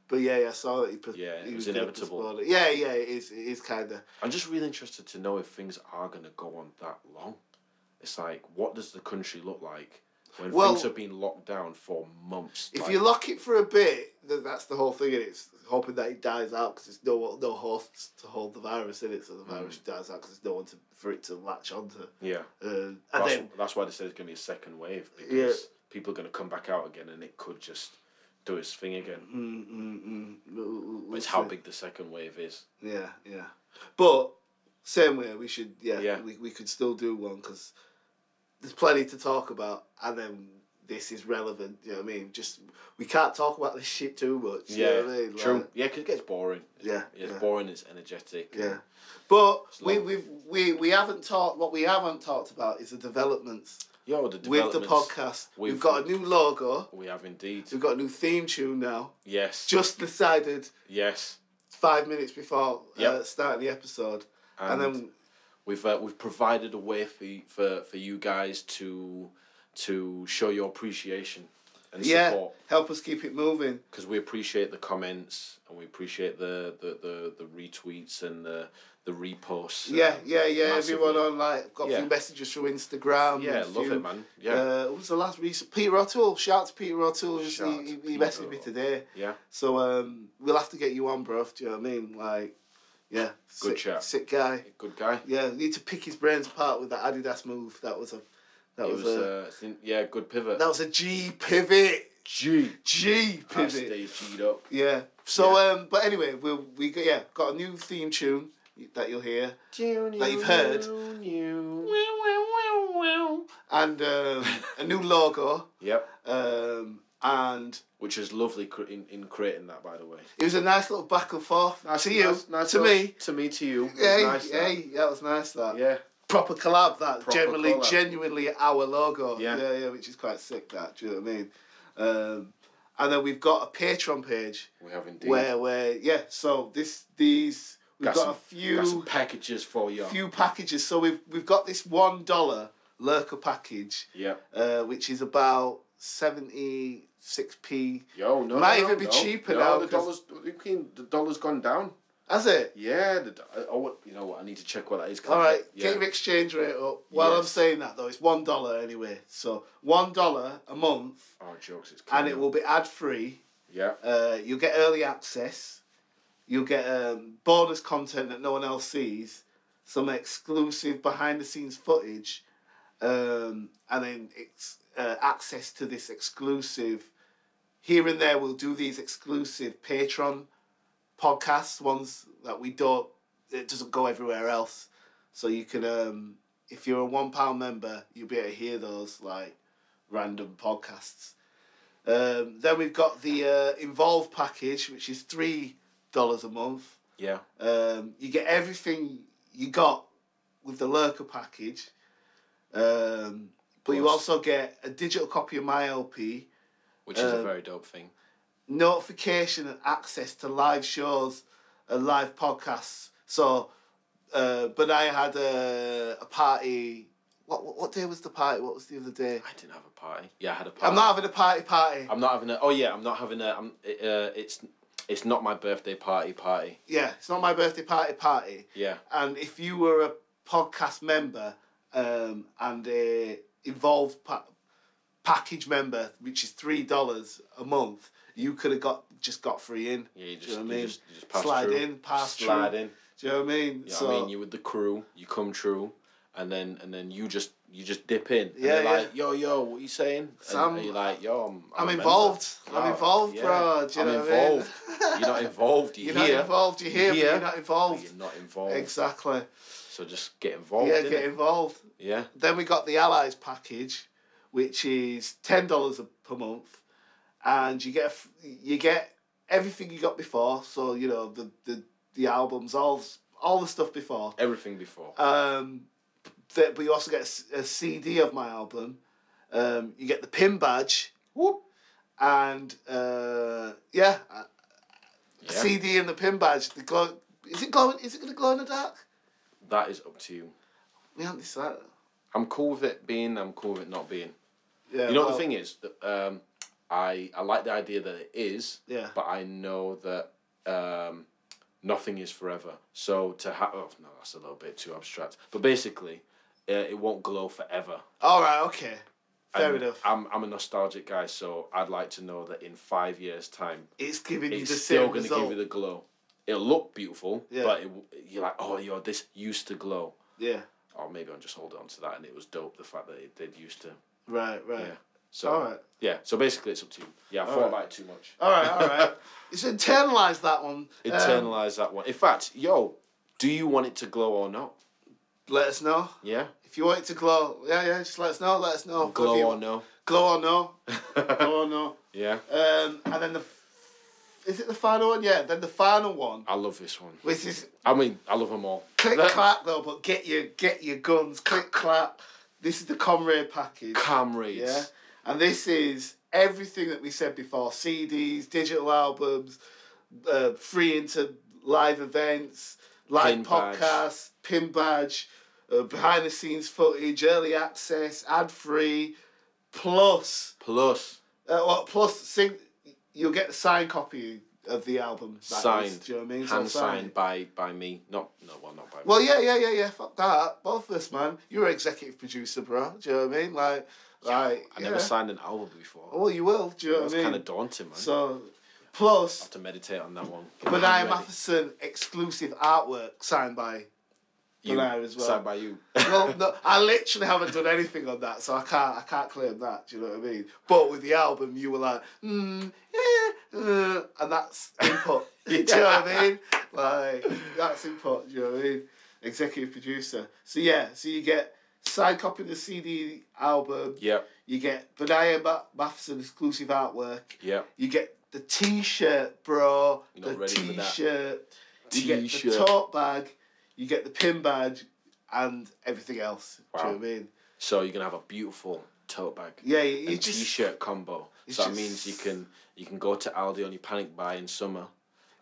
S2: but yeah, yeah, I saw that he. Put,
S1: Yeah, it
S2: he
S1: was
S2: gonna
S1: inevitable.
S2: postpone it. Yeah, yeah, it is. It is kind of.
S1: I'm just really interested to know if things are going to go on that long. It's like, what does the country look like when
S2: Well-
S1: things have been locked down for months?
S2: If
S1: Like,
S2: you lock it for a bit, then that's the whole thing, and it's hoping that it dies out because there's no no hosts to hold the virus in it, so the
S1: Hmm.
S2: virus dies out because there's no one to, for it to latch onto.
S1: yeah,
S2: Uh, and
S1: that's,
S2: then
S1: that's why they say there's going to be a second wave because people are going to come back out again and it could just do its thing again.
S2: mm, mm, mm, we'll- we'll-
S1: But
S2: we'll
S1: it's how
S2: see.
S1: big the second wave is.
S2: Yeah, yeah. But same way, we should yeah,
S1: Yeah.
S2: We, we could still do one because there's plenty to talk about, and then this is relevant. You know what I mean? Just we can't talk about this shit too much. you know
S1: yeah,
S2: what I mean?
S1: true.
S2: Like,
S1: yeah, because it gets boring.
S2: yeah,
S1: It's
S2: yeah.
S1: boring. It's energetic.
S2: Yeah. But
S1: It's
S2: we,
S1: long.
S2: we've, we we haven't talked. What we haven't talked about is the developments,
S1: Yo, the
S2: with the
S1: developments
S2: podcast. We've,
S1: We've-
S2: got a new logo.
S1: We have indeed.
S2: We've got a new theme tune now.
S1: Yes.
S2: Just decided
S1: yes.
S2: five minutes before uh,
S1: Yep.
S2: starting the episode, and,
S1: And,
S2: then
S1: We've uh, we've provided a way for, y- for for you guys to to show your appreciation and
S2: yeah,
S1: support
S2: help us keep it moving.
S1: because we appreciate the comments and we appreciate the the, the, the retweets and the the reposts.
S2: Yeah,
S1: um,
S2: yeah, yeah.
S1: massively.
S2: Everyone on like got a
S1: Yeah.
S2: few messages through Instagram.
S1: Yeah,
S2: and a
S1: love
S2: few-
S1: it, man. Yeah,
S2: Uh, who was the last recent? Peter O'Toole. Shout out to Peter O'Toole. He,
S1: Shout out
S2: he, he
S1: to Peter
S2: messaged me
S1: O'Toole.
S2: today.
S1: yeah.
S2: So um, we'll have to get you on, bro. Do you know what I mean? Like, yeah,
S1: Good
S2: sick,
S1: chap.
S2: sick guy.
S1: Good guy.
S2: Yeah, need to pick his brains apart with that Adidas move. That was a, that
S1: It
S2: was,
S1: was,
S2: a,
S1: uh, it's in- yeah, good pivot.
S2: that was a G pivot.
S1: G.
S2: G
S1: That
S2: pivot.
S1: stays G'd up.
S2: Yeah. So um, but anyway, we we got yeah got a new theme tune that you'll hear,
S1: That
S2: you've heard. and um, a new logo,
S1: Yep.
S2: um, and
S1: Which is lovely cr- in, in creating that, by the way.
S2: it was a nice little back and forth. to you,
S1: nice, nice
S2: to
S1: little-
S2: me.
S1: to me, to you. It's
S2: Hey,
S1: nice, that.
S2: hey, that was nice. That
S1: Yeah.
S2: proper collab that
S1: Proper
S2: genuinely
S1: collab.
S2: genuinely our logo
S1: Yeah.
S2: yeah yeah which is quite sick that do you know what i mean um and then we've got a patreon page
S1: We have indeed.
S2: where where yeah so this these we've
S1: Got
S2: got,
S1: some-
S2: a few
S1: Got some packages for you.
S2: few packages so we've we've got this one dollar lurker package
S1: Yeah.
S2: uh which is about 76p
S1: Yo, no.
S2: Might
S1: no,
S2: even be
S1: no.
S2: cheaper
S1: no,
S2: now,
S1: The
S2: 'cause-
S1: dollar's, you can- the dollar's gone down.
S2: that's it
S1: Yeah. The, do- I- I wa- you know what? I need to check what that is. 'cause
S2: all
S1: I-
S2: right,
S1: Yeah.
S2: get your exchange rate up. While I'm
S1: Yes.
S2: saying that though, it's one dollar anyway. So one dollar a month,
S1: Oh, jokes. It's
S2: and
S1: coming
S2: it
S1: up.
S2: will be ad free.
S1: Yeah.
S2: Uh, you'll get early access. You'll get um, bonus content that no one else sees, some exclusive behind the scenes footage, um, and then ex- uh, access to this exclusive. Here and there, we'll do these exclusive Patreon podcasts, ones that we don't, it doesn't go everywhere else. So you can, um, if you're a £1 member, you'll be able to hear those like random podcasts. Um, then we've got the uh, Involve package, which is three dollars a month.
S1: Yeah.
S2: Um, you get everything you got with the Lurker package, um, but you
S1: Plus-
S2: also get a digital copy of my LP.
S1: Which is a
S2: Um,
S1: very dope thing.
S2: notification and access to live shows and live podcasts. So, uh, but I had a, a party. What, what what day was the party? What was the other day?
S1: I didn't have a party. Yeah, I had a party.
S2: I'm not having a party party.
S1: I'm not having a. Oh yeah, I'm not having a. I'm, uh, it's it's not my birthday party party.
S2: Yeah, it's not my birthday party party.
S1: Yeah.
S2: And if you were a podcast member um, and a involved pa- package member, which is three dollars a month, you could have got just got free in.
S1: Yeah, you just,
S2: Do you know what I
S1: you
S2: mean?
S1: just, you just pass
S2: Slide
S1: through.
S2: in, pass
S1: Slide
S2: through.
S1: in.
S2: Do you know what I mean?
S1: You know what I mean? You with the crew, you come through, and then and then you just you just dip in. And
S2: Yeah,
S1: they're
S2: yeah.
S1: like, yo, yo, what you saying? And-
S2: Sam,
S1: and you're like, yo, I'm
S2: I'm
S1: a member."
S2: involved.
S1: Yeah,
S2: I'm involved,
S1: yeah.
S2: bro. Do you
S1: I'm
S2: know
S1: involved.
S2: What I mean?
S1: You're not involved. You're,
S2: You're
S1: here.
S2: not involved. You're here,
S1: You're
S2: but
S1: here.
S2: you're not
S1: but
S2: involved.
S1: You're not involved.
S2: Exactly.
S1: So just get involved.
S2: yeah,
S1: innit?
S2: get involved.
S1: Yeah.
S2: Then we got the Allies package, which is ten dollars per month, and you get a f- you get everything you got before. So you know the the, the albums, all all the stuff before.
S1: Everything before.
S2: Um, th- but you also get a s- a, CD of my album. Um, you get the pin badge,
S1: Whoop.
S2: and uh, yeah, a
S1: Yeah.
S2: CD and the pin badge. The glow is it glowing? Is it gonna glow in the dark?
S1: that is up to you.
S2: We haven't decided.
S1: I'm cool with it being. I'm cool with it not being.
S2: Yeah,
S1: You know
S2: well,
S1: the thing is that um, I I like the idea that it is,
S2: Yeah.
S1: but I know that um, nothing is forever. So to have oh no, that's a little bit too abstract. But basically, uh, it won't glow forever.
S2: All right. Okay. Fair
S1: And
S2: enough.
S1: I'm I'm a nostalgic guy, so I'd like to know that in five years' time,
S2: It's giving you
S1: it's
S2: the
S1: still
S2: same
S1: going to
S2: result.
S1: give you the glow. It'll look beautiful,
S2: Yeah.
S1: but it, w- you're like, oh, yo, this used to glow.
S2: Yeah.
S1: Or maybe I'll just hold on to that, and it was dope. The fact that it did used to.
S2: Right. Right.
S1: Yeah. So
S2: All right.
S1: yeah, so basically it's up to you. Yeah, I thought
S2: right. Uh,
S1: about it too much.
S2: All right. All right. it's internalized that one. Um,
S1: Internalize that one. In fact, yo, do you want it to glow or not?
S2: let us know
S1: Yeah,
S2: if you want it to glow. Yeah. Yeah. Just let us know. Let us know.
S1: glow
S2: If you-
S1: or no.
S2: Glow or no. glow or no.
S1: yeah,
S2: Um, and then the, is it the final one? Yeah. Then the final one,
S1: I love this one.
S2: which is
S1: I mean, I love them all.
S2: click
S1: That-
S2: clap though, but get your get your guns. Click clap. This is the Comrade package.
S1: Cam reads.
S2: Yeah. And this is everything that we said before CDs, digital albums, uh, free into live events, live
S1: Pin badge.
S2: podcasts, pin badge, uh, behind the scenes footage, early access, ad free, plus,
S1: Plus,
S2: uh, well, plus sing, you'll get a signed copy of the album. that is,
S1: Signed.
S2: Do you know what I mean? So
S1: hand
S2: signed.
S1: signed by by me. Not no, well, not by me.
S2: Well, yeah, yeah, yeah, yeah. Fuck that. Both of us, man. You're an executive producer, bro. Do you know what I mean? Like, like
S1: I never
S2: yeah.
S1: signed an album before.
S2: Well, you will. Do you know
S1: That's
S2: what I mean?
S1: kind of daunting, man.
S2: So, plus,
S1: have to meditate on that one.
S2: Benai
S1: Ready.
S2: Matheson exclusive artwork signed by.
S1: You,
S2: Benai as well.
S1: Signed by you.
S2: Well, no, I literally haven't done anything on that, so I can't. I can't claim that. Do you know what I mean? But with the album, you were like, mm, yeah, uh, and that's input. Do you know what I mean? Like that's input. Do you know what I mean? Executive producer. So yeah, so you get signed copy of the CD album.
S1: Yep,
S2: You get Benai Ma- Matheson exclusive artwork.
S1: yep.
S2: You get the T-shirt, bro.
S1: You're not
S2: the
S1: ready for that.
S2: T-shirt. You get the
S1: T-shirt.
S2: tote bag. You get the pin badge, and everything else. Do you know what I mean?
S1: So you're gonna have a beautiful tote bag.
S2: Yeah, you, you
S1: and
S2: just
S1: t-shirt combo.
S2: It's
S1: So that
S2: just-
S1: means you can you can go to Aldi on your panic buy in summer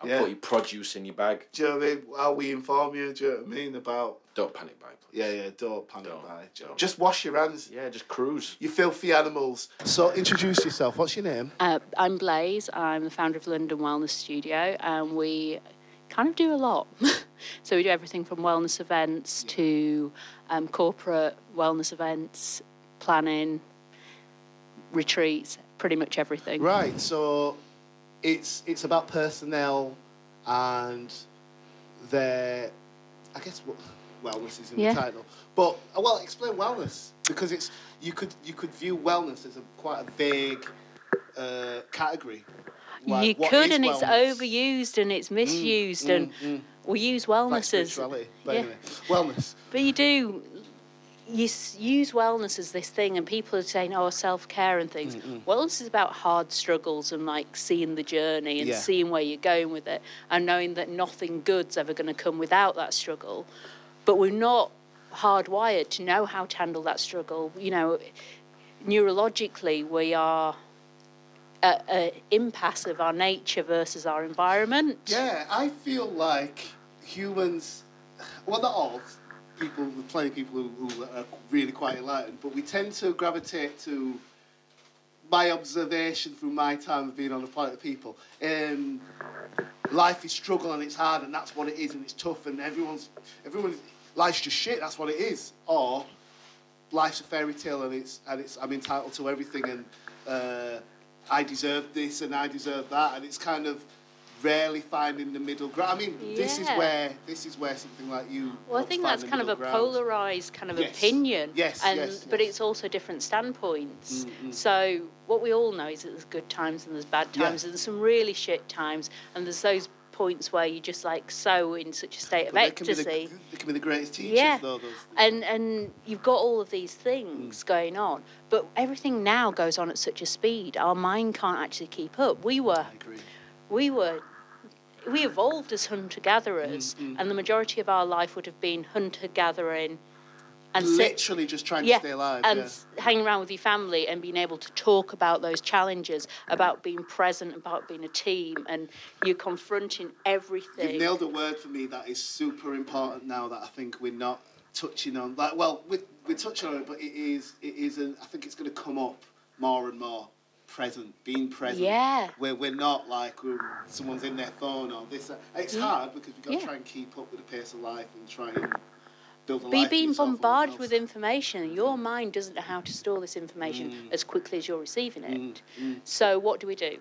S1: and
S2: Yeah.
S1: put your produce in your bag.
S2: do you know what I mean? How we inform you? Do you know what I mean about?
S1: Don't panic buy, please.
S2: Yeah, yeah. Don't panic,
S1: Don't,
S2: buy. do you know-
S1: don't.
S2: Just wash your hands.
S1: Yeah, just cruise.
S2: You filthy animals. So introduce yourself. What's your name?
S3: Uh, I'm Blaze. I'm the founder of London Wellness Studio, and we kind of do a lot. so we do everything from wellness events to um, corporate wellness events, planning, retreats, pretty much everything.
S2: Right. So, it's it's about personnel, and their, I guess, what wellness is in
S3: Yeah.
S2: the title. But uh, well, explain wellness because it's you could you could view wellness as a quite a vague uh, category.
S3: you
S2: what
S3: could,
S2: is
S3: and it's
S2: wellness? Mm,
S3: overused and it's misused, and we use
S2: Like
S3: wellness as
S2: spirituality. But
S3: yeah.
S2: anyway, wellness.
S3: But you do. You s- use wellness as this thing, and people are saying, "Oh, self care and things." Wellness is about hard struggles and like seeing the journey and
S2: Yeah.
S3: seeing where you're going with it, and knowing that nothing good's ever going to come without that struggle. But we're not hardwired to know how to handle that struggle. You know, neurologically, we are a, a impasse of our nature versus our environment.
S2: Yeah, I feel like humans, well, not all people, there's plenty of people who, who are really quite enlightened, but we tend to gravitate to my observation through my time of being on the planet of people. Um, life is struggle and it's hard and that's what it is and it's tough and everyone's everyone life's just shit. That's what it is. Or life's a fairy tale and it's and it's I'm entitled to everything and uh, I deserve this and I deserve that and it's kind of rarely finding the middle ground. I mean, this is
S3: Yeah.
S2: where this is where something like you.
S3: Well, I
S2: helps
S3: think
S2: find
S3: that's
S2: the
S3: kind of a
S2: middle ground.
S3: polarized kind of
S2: Yes.
S3: opinion.
S2: Yes,
S3: and,
S2: yes,
S3: But
S2: yes. Mm,
S3: it's also different standpoints. So what we all know is that there's good times and there's bad
S2: Yeah.
S3: times and there's some really shit times and there's those points where you're just like so in such a state of
S2: But they can be the-
S3: ecstasy.
S2: They can be the greatest teachers,
S3: Yeah.
S2: though. Those
S3: and and you've got all of these
S2: Mm.
S3: things going on but everything now goes on at such a speed our mind can't actually keep up we were
S2: I agree.
S3: we were we evolved as hunter gatherers
S2: Mm,
S3: and the majority of our life would have been hunter gathering and sit
S2: Literally just trying
S3: yeah,
S2: to stay alive.
S3: and
S2: yeah.
S3: s- hanging around with your family and being able to talk about those challenges, about being present, about being a team, and you're confronting everything.
S2: You've nailed a word for me that is super important now that I think we're not touching on. Like, well, we're, we're touching on it, but it is, it is, an, I think it's going to come up more and more. Present, being present.
S3: Yeah.
S2: Where we're not like we're, someone's in their phone or this. uh, It's hard because we've got to
S3: Yeah.
S2: try and keep up with the pace of life and try and build a
S3: be
S2: life.
S3: being
S2: yourself and
S3: bombarded
S2: everyone
S3: with
S2: else.
S3: information. Your mind doesn't know how to store this information as quickly as you're receiving it. So what do we do?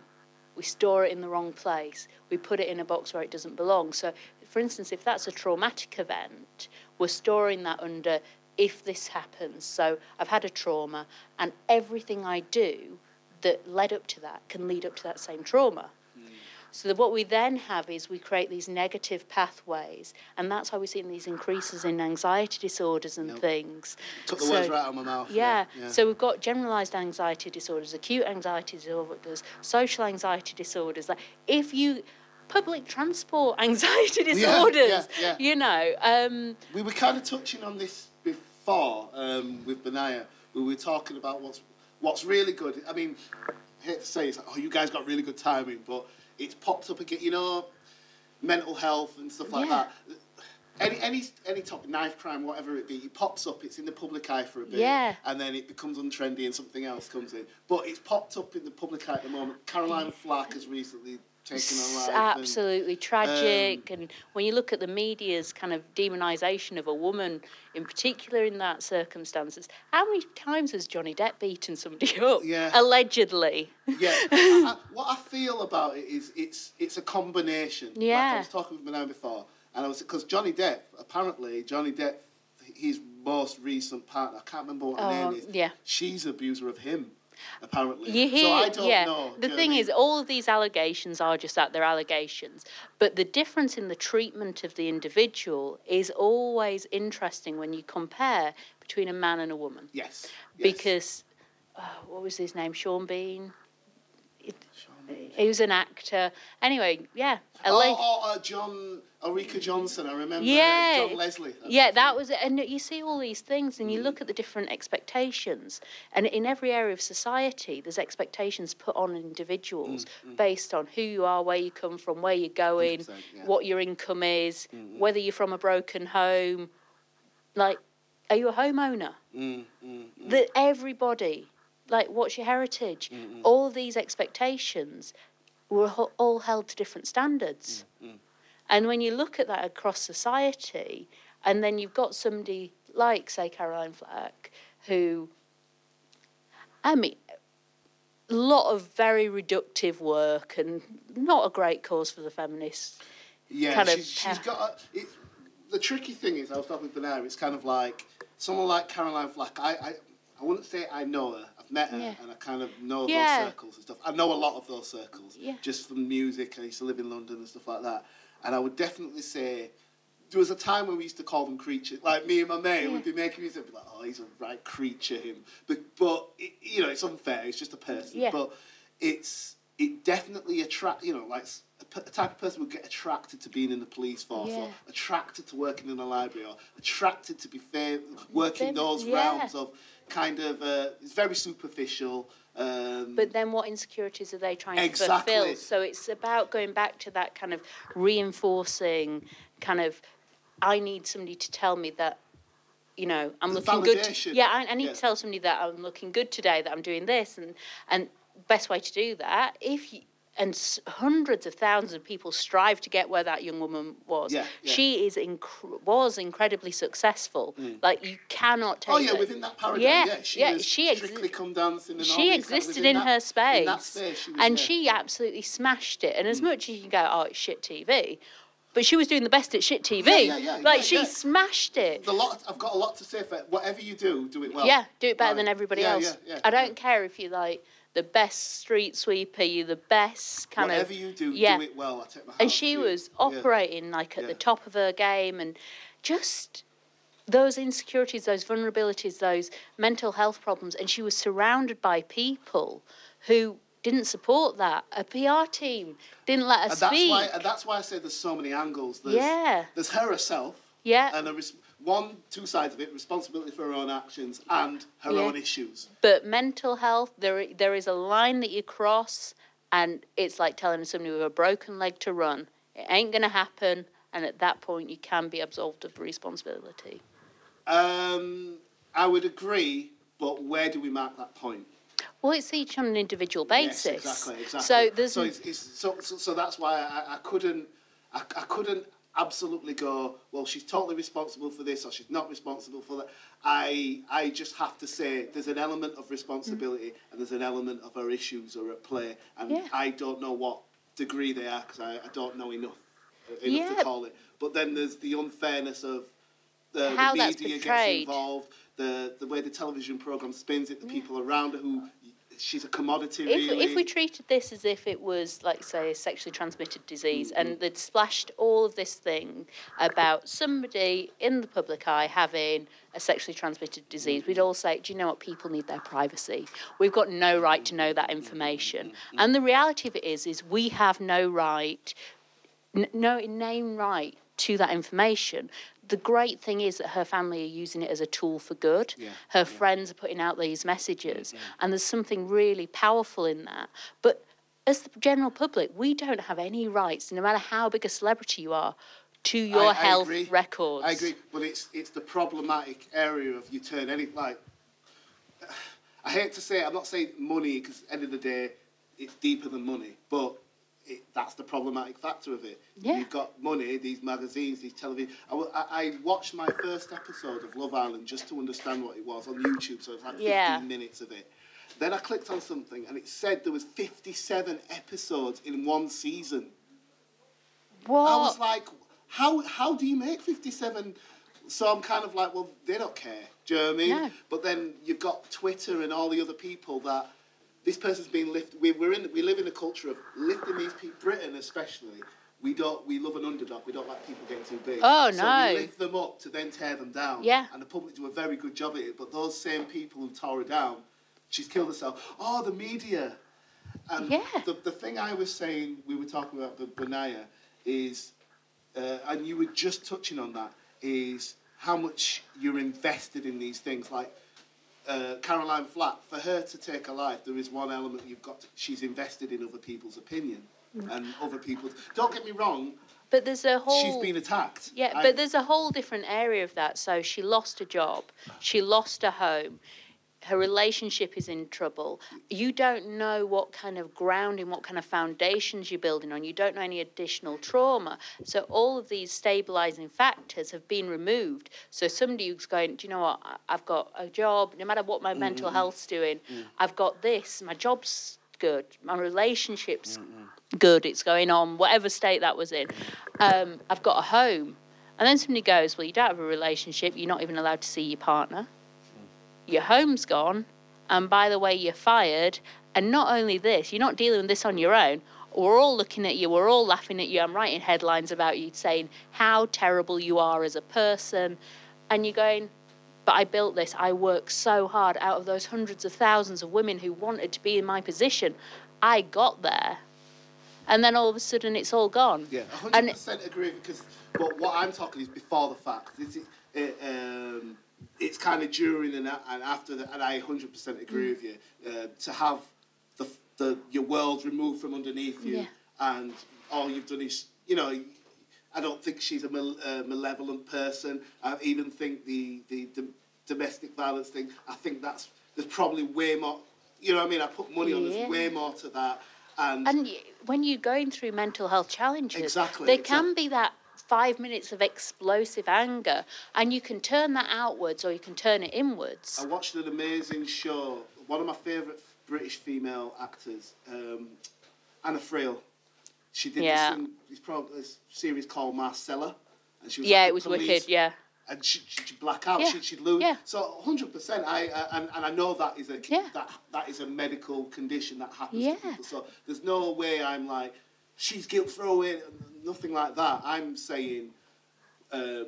S3: We store it in the wrong place. We put it in a box where it doesn't belong. So, for instance, if that's a traumatic event, we're storing that under if this happens. So I've had a trauma, and everything I do that led up to that can lead up to that same trauma. So that what we then have is we create these negative pathways, and that's why we're seeing these increases in anxiety disorders and
S2: Yep.
S3: things.
S2: Took the
S3: So-
S2: words right out of my mouth.
S3: yeah. So we've got generalized anxiety disorders, acute anxiety disorders, social anxiety disorders. Like if you public transport anxiety
S2: yeah,
S3: disorders,
S2: yeah.
S3: you know, um,
S2: We were kind of touching on this before um, with Benaya. We were talking about what's what's really good. I mean, I hate to say it's like, oh, you guys got really good timing, but it's popped up again. You know, mental health and stuff like
S3: Yeah.
S2: that. Any any any topic, knife crime, whatever it be, it pops up. It's in the public eye for a bit,
S3: Yeah.
S2: and then it becomes untrendy, and something else comes in. But it's popped up in the public eye at the moment. Caroline Flack has recently taken her
S3: It's
S2: life. and- um,
S3: absolutely tragic. and when you look at the media's kind of demonisation of a woman, in particular in that circumstances, how many times has Johnny Depp beaten somebody up?
S2: Yeah.
S3: Allegedly.
S2: Yeah. I, I- what I feel about it is it's it's a combination. Like I
S3: Yeah.
S2: was talking with Manon before, and I was because Johnny Depp apparently Johnny Depp his most recent partner I can't remember what her
S3: Oh,
S2: name is.
S3: yeah.
S2: She's an abuser of him, apparently.
S3: You hear,
S2: so I don't
S3: yeah.
S2: know. do you
S3: the
S2: know what I
S3: thing
S2: mean?
S3: is, all of these allegations are just that they're allegations, but the difference in the treatment of the individual is always interesting when you compare between a man and a woman,
S2: yes, yes.
S3: because oh, what was his name? Sean Bean. He was an actor. Anyway, yeah. a
S2: Or,
S3: leg-
S2: or, uh, John Ulrika Johnson, I remember.
S3: Yeah.
S2: John Leslie.
S3: yeah, that was it. And you see all these things, and you look at the different expectations. And in every area of society, there's expectations put on individuals based on who you are, where you come from, where you're going,
S2: 100%, yeah.
S3: what your income is, whether you're from a broken home. Like, are you a homeowner?
S2: Mm,
S3: That everybody, like, what's your heritage? All these expectations were ho- all held to different standards. And when you look at that across society, and then you've got somebody like, say, Caroline Flack, who, I mean, a lot of very reductive work and not a great cause for the feminists.
S2: Yeah,
S3: kind of
S2: she's, she's
S3: pa-
S2: got. A, it, the tricky thing is, I was talking with Benair, it's kind of like someone like Caroline Flack. I, I, I wouldn't say I know her. I've met her,
S3: Yeah.
S2: and I kind of know
S3: Yeah.
S2: those circles and stuff. I know a lot of those circles,
S3: Yeah.
S2: just from music. I used to live in London and stuff like that. And I would definitely say there was a time when we used to call them creatures. Like me and my mate would be making music, and be like, "Oh, he's a right creature, him." But, but it, you know, it's unfair. It's just a person.
S3: Yeah.
S2: But it's it definitely attract. You know, like s- a p- a type of person would get attracted to being in the police force, or
S3: Yeah.
S2: attracted to working in a library, or attracted to be fair, working
S3: Fam-
S2: those
S3: yeah.
S2: realms of kind of uh, it's very superficial. Um,
S3: But then what insecurities are they trying
S2: Exactly.
S3: to fulfill? So it's about going back to that kind of reinforcing kind of I need somebody to tell me that you know I'm
S2: The
S3: looking good.
S2: validation.
S3: Yeah, I, I need
S2: Yeah.
S3: to tell somebody that I'm looking good today, that I'm doing this and and best way to do that if you and s- hundreds of thousands of people strive to get where that young woman was.
S2: Yeah, yeah.
S3: She is inc- was incredibly successful. Like you cannot take
S2: Mm. oh yeah,
S3: it.
S2: within that paradigm. Yeah,
S3: Yeah,
S2: she,
S3: yeah,
S2: was
S3: she exi-
S2: strictly come dancing. And all
S3: she
S2: these kind of-
S3: existed
S2: within
S3: in,
S2: that-
S3: her space,
S2: in that space she was, Hmm.
S3: and
S2: yeah.
S3: she absolutely smashed it. And as much as you can go, oh, it's shit TV, but she was doing the best at shit TV.
S2: Yeah, yeah, yeah,
S3: like
S2: yeah,
S3: she
S2: yeah.
S3: smashed it.
S2: The lot. I've got a lot to say for whatever you do, do it well.
S3: yeah, do it better
S2: Right.
S3: than everybody
S2: Yeah,
S3: else.
S2: yeah, yeah.
S3: I don't care if you're like the best street sweeper, you're the best kind
S2: Whatever
S3: of.
S2: you do,
S3: yeah.
S2: do it well. I take my. hat
S3: and she
S2: off to you.
S3: was
S2: Yeah.
S3: operating like at
S2: Yeah.
S3: the top of her game and just those insecurities those vulnerabilities those mental health problems and she was surrounded by people who didn't support that a pr team didn't let her
S2: And that's
S3: speak
S2: why. And that's why I say there's so many angles. There's,
S3: Yeah.
S2: There's her herself.
S3: Yeah.
S2: And a res- one, two sides of it: responsibility for her own actions and her
S3: Yeah.
S2: own issues.
S3: but mental health there i- there is a line that you cross and it's like telling somebody with a broken leg to run it ain't going to happen and at that point you can be absolved of responsibility
S2: Um, I would agree, but where do we mark that point?
S3: well it's each on an individual basis
S2: Yes, exactly, exactly.
S3: so there's
S2: so, it's, it's, so, so, so that's why I, I couldn't I, I couldn't absolutely go. Well, she's totally responsible for this, or she's not responsible for that. I I just have to say there's an element of responsibility and there's an element of her issues are at play, and
S3: Mm. Yeah.
S2: I don't know what degree they are because I, I don't know enough enough to
S3: Yeah.
S2: call it. But then there's the unfairness of the,
S3: How
S2: the
S3: that's
S2: media gets
S3: portrayed.
S2: involved, the the way the television program spins it, the people around her who. She's a commodity,
S3: if,
S2: really.
S3: if we treated this as if it was like say a sexually transmitted disease
S2: Mm-hmm.
S3: and they'd splashed all of this thing about somebody in the public eye having a sexually transmitted disease
S2: Mm-hmm.
S3: we'd all say do you know what people need their privacy we've got no right to know
S2: Mm-hmm.
S3: that information and the reality of it is is we have no right n- no name right to that information. The great thing is that her family are using it as a tool for good.
S2: Yeah,
S3: her friends are putting out these messages, and there's something really powerful in that. But as the general public, we don't have any rights, no matter how big a celebrity you are, to your
S2: I- I
S3: health
S2: agree.
S3: records.
S2: I agree, but it's it's the problematic area of you turn any like. I hate to say, it, I'm not saying money because end of the day, it's deeper than money, but. It, that's the problematic factor of it.
S3: Yeah.
S2: You've got money, these magazines, these television. I, wa- I, I watched my first episode of Love Island just to understand what it was on YouTube, so it was like 15
S3: Yeah.
S2: minutes of it. Then I clicked on something and it said there was 57 episodes in one season.
S3: What?
S2: I was like, how how do you make 57? So I'm kind of like, well, they don't care. Do you know what I mean?
S3: No.
S2: But then you've got Twitter and all the other people that this person's been lifted. We, we're in, we live in a culture of lifting these people, Britain especially. We don't. We love an underdog. We don't like people getting too big.
S3: Oh,
S2: so
S3: no.
S2: We lift them up to then tear them down.
S3: Yeah.
S2: And the public do a very good job at it. But those same people who tore her down, she's killed herself. Oh, the media. And
S3: Yeah.
S2: Um, the, the thing I was saying, we were talking about with Benaya, is, uh, and you were just touching on that, is how much you're invested in these things. Like uh, Caroline Flack, for her to take a life, there is one element you've got, to- she's invested in other people's opinion
S3: Mm.
S2: and other people's. Don't get me wrong,
S3: but there's a whole.
S2: she's been attacked.
S3: Yeah,
S2: I-
S3: but there's a whole different area of that. So she lost a job, she lost a home, her relationship is in trouble. You don't know what kind of grounding, what kind of foundations you're building on. You don't know any additional trauma. So all of these stabilizing factors have been removed. So somebody who's going, do you know what? I- I've got a job. No matter what my mental health's doing, I've got this. My job's good. My relationship's good. It's going on, whatever state that was in. Um, I've got a home. And then somebody goes, Well, you don't have a relationship. You're not even allowed to see your partner. Your home's gone. And by the way, you're fired. And not only this, you're not dealing with this on your own. We're all looking at you. We're all laughing at you. I'm writing headlines about you saying how terrible you are as a person. And you're going, but I built this. I worked so hard. Out of those hundreds of thousands of women who wanted to be in my position, I got there. And then all of a sudden, it's all gone.
S2: Yeah,
S3: And-
S2: hundred percent agree because but what I'm talking is before the fact. This is, uh, um, it's kind of during and, a- and after that, and I 100% agree with you, uh, to have the, the your world removed from underneath you,
S3: Yeah.
S2: and all you've done is, you know, I don't think she's a mal- uh, malevolent person. I even think the, the, the domestic violence thing, I think that's, there's probably way more, you know what I mean? I put money on,
S3: Yeah.
S2: there's way more to that. And,
S3: And y- when you're going through mental health challenges,
S2: Exactly,
S3: there can be that five minutes of explosive anger, and you can turn that outwards or you can turn it inwards.
S2: I watched an amazing show. One of my favourite British female actors, um, Anna Friel. She did
S3: Yeah.
S2: this, thing, this, pro- this series called Marcella, and she was
S3: yeah,
S2: like
S3: it
S2: a
S3: was
S2: police-
S3: wicked. Yeah,
S2: and she, she, she'd black out.
S3: Yeah,
S2: She, she'd lose.
S3: yeah.
S2: So hundred percent. I I- and, and I know that is a
S3: Yeah.
S2: that that is a medical condition that happens
S3: Yeah.
S2: to people. So there's no way I'm like she's guilt throw it. Nothing like that. I'm saying. Um,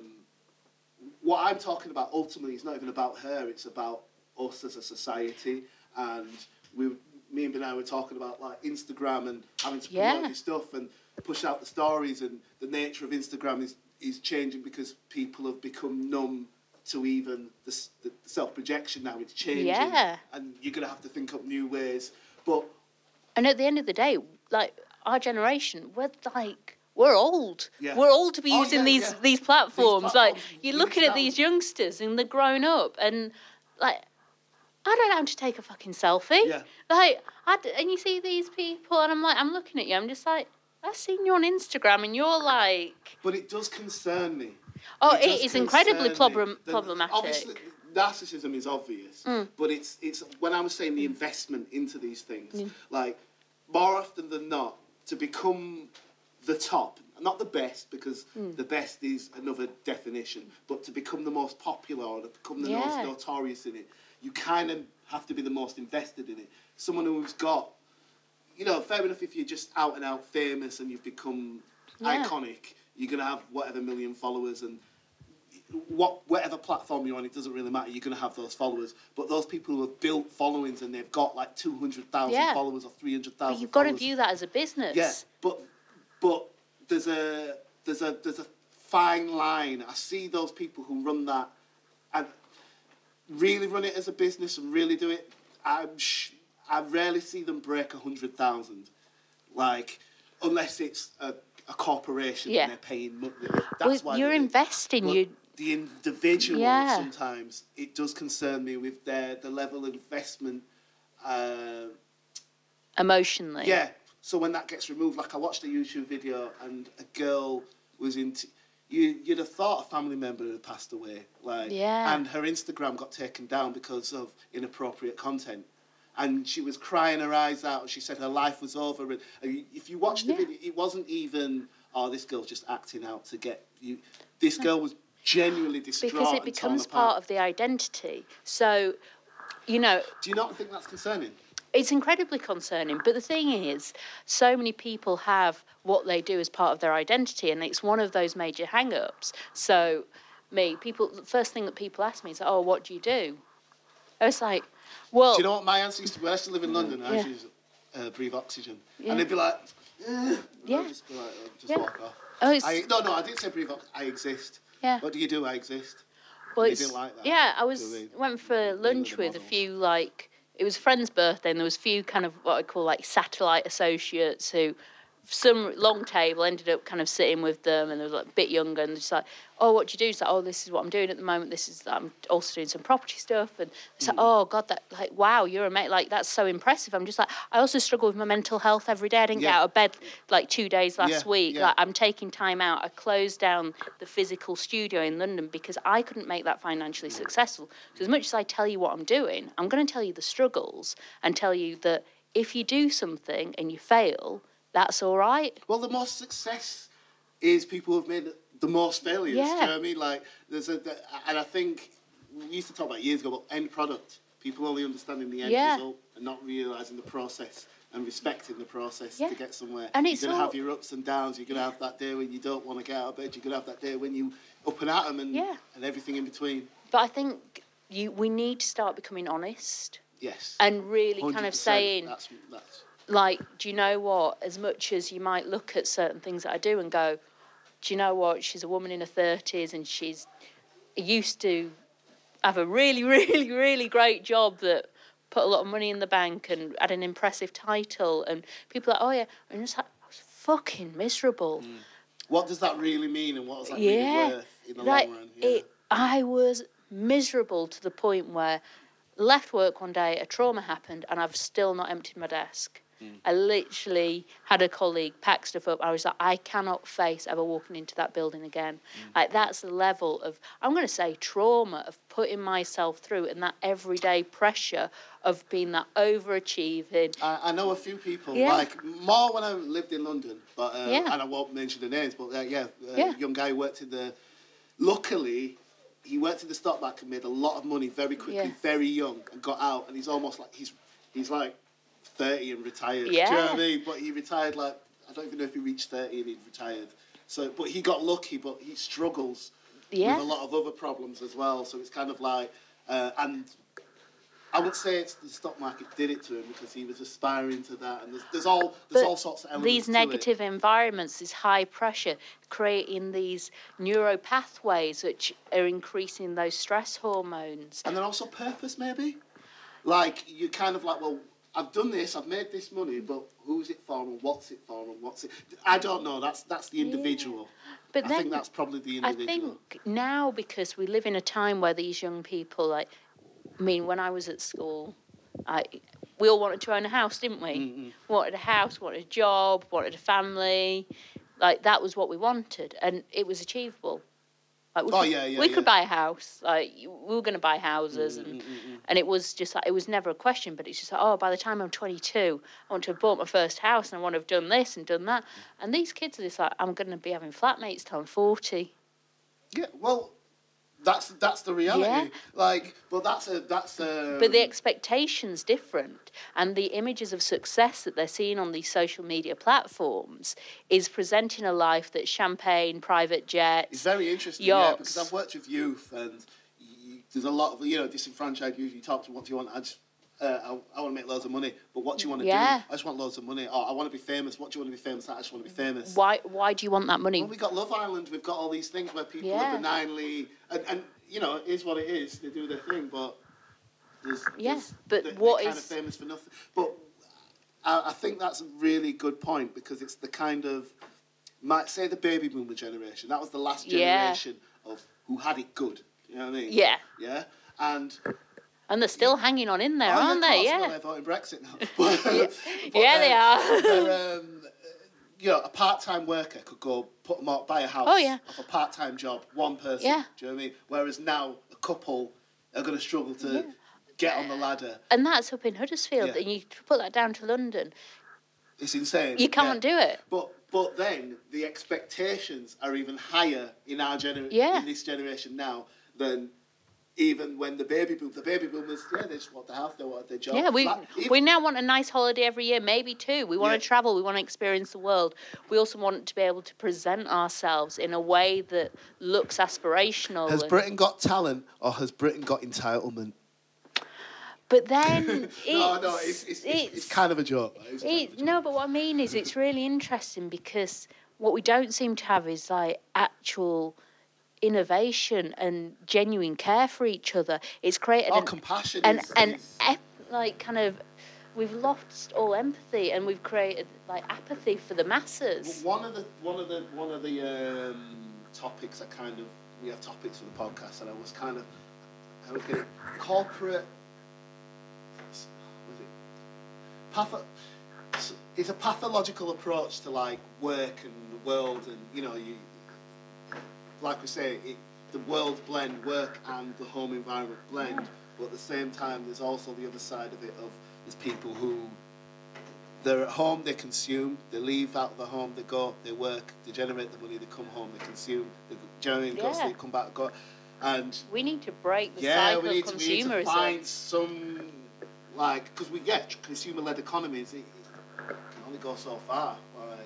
S2: what I'm talking about ultimately is not even about her. It's about us as a society. And we, me and Benai were talking about like Instagram and having to promote
S3: Yeah.
S2: this stuff and push out the stories. And the nature of Instagram is is changing because people have become numb to even the, s- the self projection. Now it's changing.
S3: Yeah.
S2: And you're gonna have to think up new ways. But
S3: and at the end of the day, like our generation, we're like. We're old.
S2: Yeah.
S3: We're old to be
S2: Oh,
S3: using
S2: yeah,
S3: these,
S2: yeah.
S3: these platforms. Like
S2: platforms,
S3: you're
S2: these
S3: looking at
S2: sound-
S3: these youngsters and they're grown up, and like I don't know how to take a fucking selfie.
S2: Yeah.
S3: Like, I d- and you see these people, and I'm like, I'm looking at you. I'm just like, I've seen you on Instagram, and you're like,
S2: but it does concern me.
S3: oh,
S2: It
S3: it
S2: does
S3: is incredibly
S2: concern me.
S3: problem-
S2: The-
S3: problematic. Mm.
S2: Obviously, narcissism is obvious, but it's it's when I was saying the investment into these things, like more often than not, to become the top, not the best, because
S3: Mm.
S2: the best is another definition, but to become the most popular or to become the
S3: Yeah.
S2: most notorious in it, you kind of have to be the most invested in it. Someone who's got you know, fair enough if you're just out and out famous and you've become
S3: Yeah.
S2: iconic, you're gonna have whatever million followers and what whatever platform you're on, it doesn't really matter. You're gonna have those followers, but those people who have built followings and they've got like two hundred thousand
S3: Yeah.
S2: followers or three hundred
S3: But
S2: thousand.
S3: you've got to view that as a business.
S2: Yeah, but but there's a there's a there's a fine line. I see those people who run that and really run it as a business and really do it. I'm sh- I rarely see them break a hundred thousand, like unless it's a, a corporation
S3: Yeah.
S2: and they're paying money.
S3: Well,
S2: That's why
S3: you're
S2: they do it.
S3: investing.
S2: But
S3: You
S2: the individual
S3: Yeah.
S2: sometimes it does concern me with their the level of investment. Uh,
S3: emotionally.
S2: yeah. So when that gets removed, like I watched a YouTube video and a girl was into. You, you'd have thought a family member had passed away, like,
S3: Yeah.
S2: and her Instagram got taken down because of inappropriate content, and she was crying her eyes out. and She said her life was over, and, and you- if you watch the
S3: Yeah.
S2: video, it wasn't even, oh, this girl's just acting out to get you. This girl was genuinely distraught
S3: because it
S2: and torn
S3: becomes
S2: apart.
S3: part of the identity. So, you know,
S2: Do you not think that's concerning?
S3: it's incredibly concerning. But the thing is, so many people have what they do as part of their identity, and it's one of those major hang ups. So, me, people, the first thing that people ask me is, Oh, what do you do? I was like, Well,
S2: Do you know what my answer used to be? When I used to live in London, I used to
S3: Oh. Mm, Yeah.
S2: use, uh, breathe oxygen.
S3: Yeah.
S2: And they'd be like, "Eh," and
S3: Yeah.
S2: I'd just be like, "Oh, just
S3: Yeah.
S2: walk off.
S3: Oh, it's-
S2: I, no, no, I didn't say breathe oxygen. I exist.
S3: Yeah.
S2: What do you do? I exist.
S3: well,
S2: they
S3: it's-
S2: didn't like that,
S3: yeah, I
S2: do
S3: was
S2: they?
S3: went for
S2: were
S3: lunch
S2: the
S3: with a
S2: models.
S3: few like it was a friend's birthday, and there was a few kind of what I call like satellite associates who some long table ended up kind of sitting with them and they were like a bit younger and just like oh what do you do it's like oh this is what i'm doing at the moment this is i'm also doing some property stuff and it's
S2: Hmm.
S3: like oh god that like wow you're a mate like that's so impressive i'm just like i also struggle with my mental health every day i didn't get
S2: Yeah.
S3: out of bed like two days last
S2: Yeah,
S3: week
S2: yeah.
S3: like i'm taking time out i closed down the physical studio in london because i couldn't make that financially
S2: Mm.
S3: successful so as much as i tell you what i'm doing i'm going to tell you the struggles and tell you that if you do something and you fail that's all right
S2: Well, the most success is people who've made the most failures. Do you
S3: Yeah.
S2: know what I mean? Like, there's a, the- and I think we used to talk about years ago about end product. People only understanding the end
S3: Yeah.
S2: result and not realizing the process and respecting the process
S3: Yeah.
S2: to get somewhere.
S3: And
S2: you're
S3: it's
S2: gonna
S3: all-
S2: have your ups and downs. You're gonna have that day when you don't want to get out of bed. You're gonna have that day when you up and at 'em and
S3: Yeah.
S2: and everything in between.
S3: But I think you we need to start becoming honest
S2: Yes.
S3: and really kind
S2: 100%.
S3: of saying
S2: That's, that's,
S3: like, do you know what? As much as you might look at certain things that I do and go, do you know what? She's a woman in her thirties and she's used to have a really, really, really great job that put a lot of money in the bank and had an impressive title, and people are like, oh yeah, and it's like, I was fucking miserable.
S2: What does that really mean, and what is that
S3: Yeah.
S2: really worth in the
S3: like
S2: long run? Yeah.
S3: it, I was miserable to the point where left work one day, a trauma happened, and I've still not emptied my desk.
S2: Mm.
S3: I literally had a colleague pack stuff up. I was like, I cannot face ever walking into that building again.
S2: Mm.
S3: Like that's the level of I'm going to say trauma of putting myself through, and that everyday pressure of being that overachieving.
S2: I, I know a few people,
S3: Yeah.
S2: like more when I lived in London, but uh,
S3: Yeah.
S2: and I won't mention the names, but uh, yeah, uh,
S3: Yeah.
S2: young guy who worked in the. Luckily, he worked in the stock market, made a lot of money very quickly,
S3: Yeah.
S2: very young, and got out, and he's almost like he's he's like thirty and retired. Do you know
S3: Yeah.
S2: what I mean? But he retired like I don't even know if he reached thirty and he retired. So, but he got lucky, but he struggles
S3: Yeah.
S2: with a lot of other problems as well. So it's kind of like, uh, and I would say it's the stock market did it to him because he was aspiring to that, and there's, there's all there's
S3: But
S2: all sorts of elements.
S3: these
S2: to
S3: negative environments, this high pressure, creating these neural pathways which are increasing those stress hormones.
S2: it. and then also purpose maybe, like you kind of like, well, I've done this, I've made this money, but who's it for, and what's it for, and what's it? I don't know. That's that's the individual.
S3: But
S2: I
S3: then
S2: think that's probably the
S3: I
S2: individual.
S3: think now because we live in a time where these young people, like, I mean, when I was at school, I we all wanted to own a house, didn't we? Wanted a house, wanted a job, wanted a family, like that was what we wanted, and it was achievable. Like we
S2: Oh,
S3: could,
S2: yeah, yeah,
S3: we
S2: yeah. Mm,
S3: could buy a house. Like you- we were going to buy houses, and and it was just like it was never a question. But it's just like, oh, by the time I'm 22, I want to have bought my first house, and I want to have done this and done that. And these kids are just like, I'm going to be having flatmates till I'm 40.
S2: Yeah. Well. That's that's the reality.
S3: Yeah.
S2: Like, but that's a that's a.
S3: But the expectation's different, and the images of success that they're seeing on these social media platforms is presenting a life that's champagne, private
S2: It's
S3: jets.
S2: very interesting, yeah, because
S3: Yachts.
S2: I've worked with youth and you, there's a lot of, you know, disenfranchised youth. You talk to what do you want? I just, uh, I, I want to make loads of money, but what do you want to
S3: Yeah.
S2: do? I just want loads of money. Oh, I want to be famous. What do you want to be famous at? I just want to be famous.
S3: Why? Why do you want that money?
S2: Well, we got Love Island. We've got all these things where people
S3: Yeah.
S2: are benignly, and, and you know, it is what it is. They do their thing, but there's,
S3: Yeah,
S2: there's-
S3: but
S2: they-
S3: what
S2: they're kind
S3: is-
S2: of famous for nothing. But I, I think that's a really good point because it's the kind of might say the baby boomer generation. That was the last
S3: Yeah.
S2: generation of who had it good. You know what I mean?
S3: Yeah,
S2: Yeah. And
S3: and they're still hanging on in there,
S2: Oh, yeah,
S3: aren't
S2: of
S3: they?
S2: course,
S3: Yeah,
S2: Well, they're voting Brexit now. But- but
S3: yeah, they
S2: they're-
S3: are.
S2: they're, um, you know, a part-time worker could go put them out, buy a house
S3: Oh, yeah.
S2: off a part-time job, one person.
S3: Yeah.
S2: Do you know what I mean? Whereas now a couple are going to struggle to get on the ladder.
S3: and that's up in Huddersfield,
S2: Yeah.
S3: and you put that down to London,
S2: It's insane.
S3: you can't do it.
S2: But but then the expectations are even higher in our generation,
S3: Yeah.
S2: in this generation now than even when the baby boom, the baby boomers, yeah, they just want the house, they want their job.
S3: Yeah, we
S2: Like, even-
S3: we now want a nice holiday every year, maybe two. We want
S2: Yeah.
S3: to travel. We want to experience the world. We also want to be able to present ourselves in a way that looks aspirational.
S2: Has
S3: and-
S2: Britain got talent or has Britain got entitlement?
S3: but then it's,
S2: no, no, it's, it's, it's, it's kind of a joke. that is kind of a
S3: it, no, but what I mean is, it's really interesting because what we don't seem to have is like actual innovation and genuine care for each other. It's created
S2: joke. Our
S3: an
S2: compassion
S3: and
S2: is,
S3: and
S2: is-
S3: ep- like kind of we've lost all empathy and we've created like apathy for the masses
S2: one of the one of the one of the um, topics I kind of we have topics for the podcast, and I was kind of I was getting corporate. Was it patho? It's a pathological approach to like work and the world, and you know you like we say it, the world blend work and the home environment blend, but at the same time there's also the other side of it of there's people who they're at home, they consume, they leave out of the home, they go, they work, they generate the money, they come home, they consume, they go, do you know what I mean? Go to
S3: Yeah.
S2: sleep, come back, go. And
S3: we need to break the
S2: yeah,
S3: cycle
S2: we need,
S3: of
S2: to, we need to
S3: consumerism
S2: find some, like, because we get consumer led economies, it, it can only go so far. Like,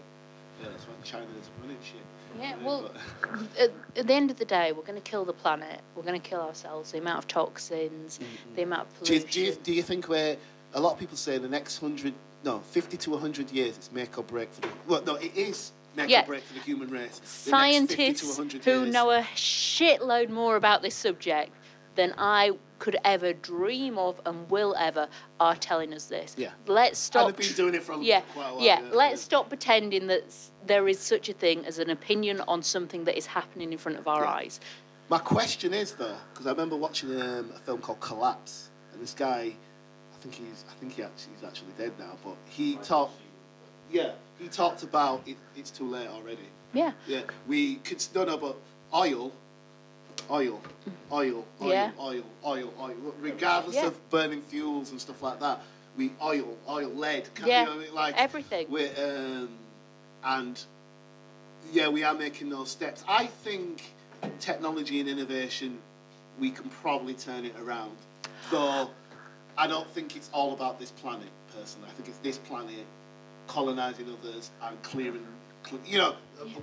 S2: yeah, that's why China is running shit.
S3: yeah
S2: you know,
S3: well
S2: but-
S3: at, at the end of the day we're going to kill the planet we're going to kill ourselves the amount of toxins the amount of
S2: Mm-hmm. Do you,
S3: pollution
S2: do, you, do you think we're a lot of people say the next hundred no fifty to hundred years it's make or break for the well no it is make
S3: Yeah.
S2: or break for the human race. The next 50 to
S3: scientists
S2: 100
S3: who
S2: years.
S3: know a shitload more about this subject than I could ever dream of and will ever are telling us this.
S2: Yeah.
S3: Let's
S2: And
S3: stop.
S2: they've been doing it for a,
S3: yeah,
S2: quite a while.
S3: yeah. Let's stop pretending that s- there is such a thing as an opinion on something that is happening in front of our
S2: Yeah.
S3: eyes.
S2: My question is though, because I remember watching um, a film called Collapse, and this guy, I think he's, I think he actually, he's actually dead now, but he talked, yeah, he talked about it, it's too late already.
S3: Yeah.
S2: Yeah, we could no no, but oil, oil, oil, oil,
S3: Yeah.
S2: oil, oil, oil. Regardless
S3: Yeah.
S2: of burning fuels and stuff like that, we oil, oil, lead. Can,
S3: Yeah,
S2: you know, what I mean? like
S3: Everything.
S2: we um, and yeah, we are making those steps. I think technology and innovation, we can probably turn it around. Though I don't think it's all about this planet, personally. I think it's this planet colonizing others and clearing, cle- you know,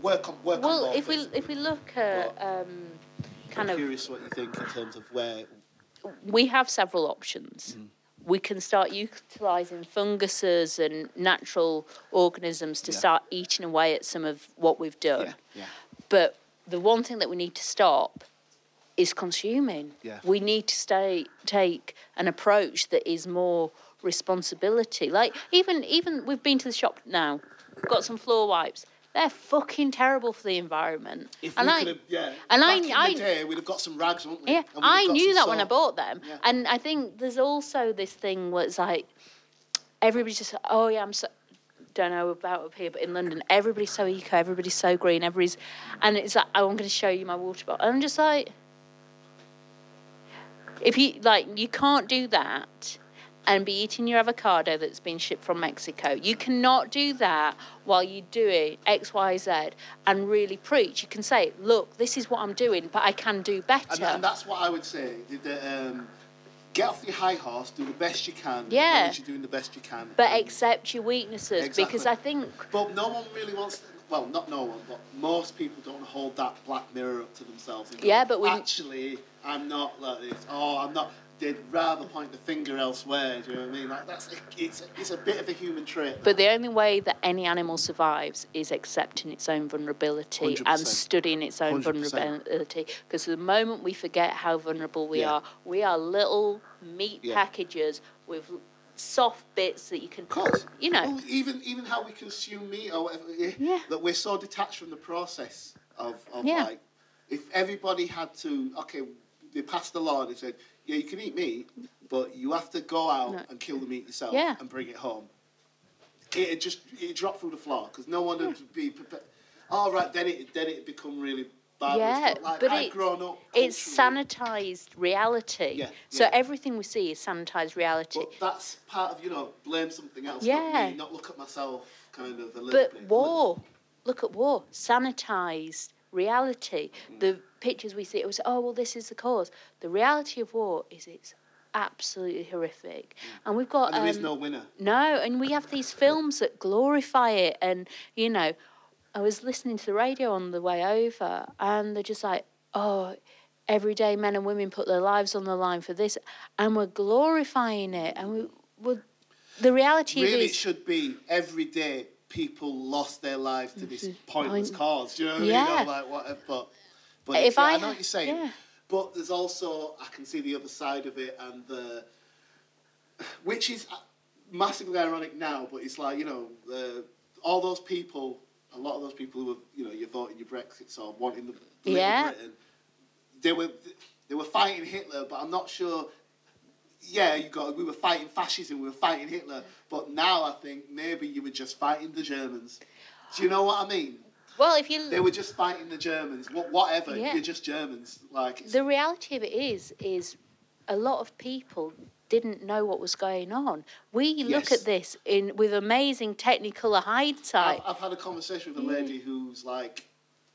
S2: work on work on
S3: well,
S2: both
S3: if we
S2: things.
S3: if we look at
S2: But-
S3: um,
S2: I'm
S3: kind of
S2: curious what you think in terms of where.
S3: we have several options.
S2: Mm.
S3: We can start utilising funguses and natural organisms to
S2: Yeah.
S3: start eating away at some of what we've done.
S2: Yeah, yeah.
S3: But the one thing that we need to stop is consuming.
S2: Yeah.
S3: We need to stay take an approach that is more responsibility. Like even even we've been to the shop now, got some floor wipes. They're fucking terrible for the environment.
S2: If
S3: and
S2: we
S3: I
S2: could have, yeah.
S3: and
S2: back
S3: I-
S2: in the
S3: I-
S2: day, we'd have got some rags, wouldn't we?
S3: yeah,
S2: And we'd have
S3: I
S2: got
S3: knew
S2: some
S3: that when I
S2: soap.
S3: bought them,
S2: Yeah.
S3: and I think there's also this thing where it's like everybody's just oh yeah I'm so don't know about up here, but in London everybody's so eco, everybody's so green, everybody's, and it's like oh I'm going to show you my water bottle, and I'm just like if you like you can't do that. And be eating your avocado that's been shipped from Mexico. You cannot do that while you do it X, Y, Z, and really preach. You can say, "Look, this is what I'm doing, but I can do better."
S2: And, and that's what I would say. the- the, um, get off your high horse, do the best you can.
S3: Yeah.
S2: acknowledge You're doing the best you can.
S3: but
S2: And-
S3: accept your weaknesses because
S2: Exactly.
S3: I think
S2: But no one really wants. Well, not no one, but most people don't hold that black mirror up to themselves. and go,
S3: Yeah, but we-
S2: actually, I'm not like this. Oh, I'm not. They'd rather point the finger elsewhere. Do you know what I mean? Like that's it's it's a bit of a human trait.
S3: but the only way that any animal survives is accepting its own vulnerability and
S2: 100%.
S3: studying its own
S2: 100%.
S3: vulnerability because the moment we forget how vulnerable we
S2: Yeah.
S3: are we are little meat
S2: Yeah.
S3: packages with soft bits that you can
S2: Of course.
S3: you know
S2: Well, even even how we consume meat or whatever, eh,
S3: Yeah.
S2: that we're so detached from the process of, of
S3: Yeah.
S2: like, if everybody had to, okay, they passed the law and they said, yeah, you can eat meat, but you have to go out
S3: No.
S2: and kill the meat yourself
S3: Yeah.
S2: and bring it home. It just it dropped through the floor because no one
S3: Hmm.
S2: would be prepared. All right, then it then it become really bad.
S3: Yeah,
S2: but, like,
S3: but
S2: I've
S3: it-
S2: grown up.
S3: it's
S2: culturally-
S3: sanitized reality
S2: Yeah,
S3: so
S2: yeah.
S3: everything we see is sanitized reality
S2: But that's part of you know blame something else.
S3: Yeah.
S2: not, me, not look at myself kind of a little
S3: But
S2: bit.
S3: war, look at war, sanitized reality. The pictures we see, it was, oh, well, this is the cause. The reality of war is it's absolutely horrific. And we've got.
S2: And there is
S3: um,
S2: no winner.
S3: no, and we have these films that glorify it. And, you know, I was listening to the radio on the way over, and they're just like, oh, every day men and women put their lives on the line for this, and we're glorifying it. And we, we're, the reality
S2: Really,
S3: is.
S2: it should be every day people lost their lives to this pointless
S3: Point-
S2: cause. Do you know what I
S3: Yeah.
S2: mean? Or like what? But, but
S3: If
S2: it's- yeah,
S3: I
S2: I know
S3: ha-
S2: what you're saying.
S3: yeah.
S2: But there's also I can see the other side of it, and the which is massively ironic now. But it's like you know, uh, all those people, a lot of those people who were you know, you're voting your Brexits or wanting the Little
S3: Yeah.
S2: Britain, they were they were fighting Hitler, but I'm not sure. Yeah, you got. We were fighting fascism. We were fighting Hitler. But now I think maybe you were just fighting the Germans. Do you know what I mean?
S3: well, if you.
S2: They were just fighting the Germans. What, whatever.
S3: Yeah.
S2: You're just Germans. Like it's,
S3: the reality of it is is a lot of people didn't know what was going on. We look
S2: Yes.
S3: at this in with amazing technical hindsight.
S2: I've, I've had a conversation with a lady
S3: Mm.
S2: who's like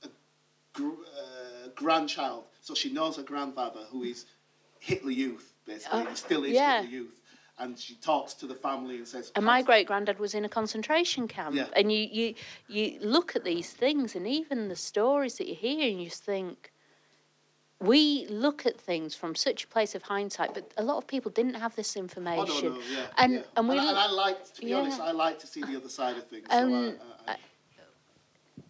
S2: a gr- uh, grandchild, so she knows her grandfather who is Hitler youth, basically.
S3: Oh,
S2: he still is
S3: yeah.
S2: Hitler youth, and she talks to the family and says, "Oh,
S3: and my great granddad was in a concentration camp.
S2: Yeah.
S3: And you, you you look at these things and even the stories that you hear and you just think we look at things from such a place of hindsight, but a lot of people didn't have this
S2: "Oh, no,
S3: information.
S2: no, yeah,
S3: and
S2: yeah."
S3: and we
S2: I, and I like to be
S3: yeah.
S2: honest, I like to see the other side of things. so
S3: Um,
S2: I, I, I,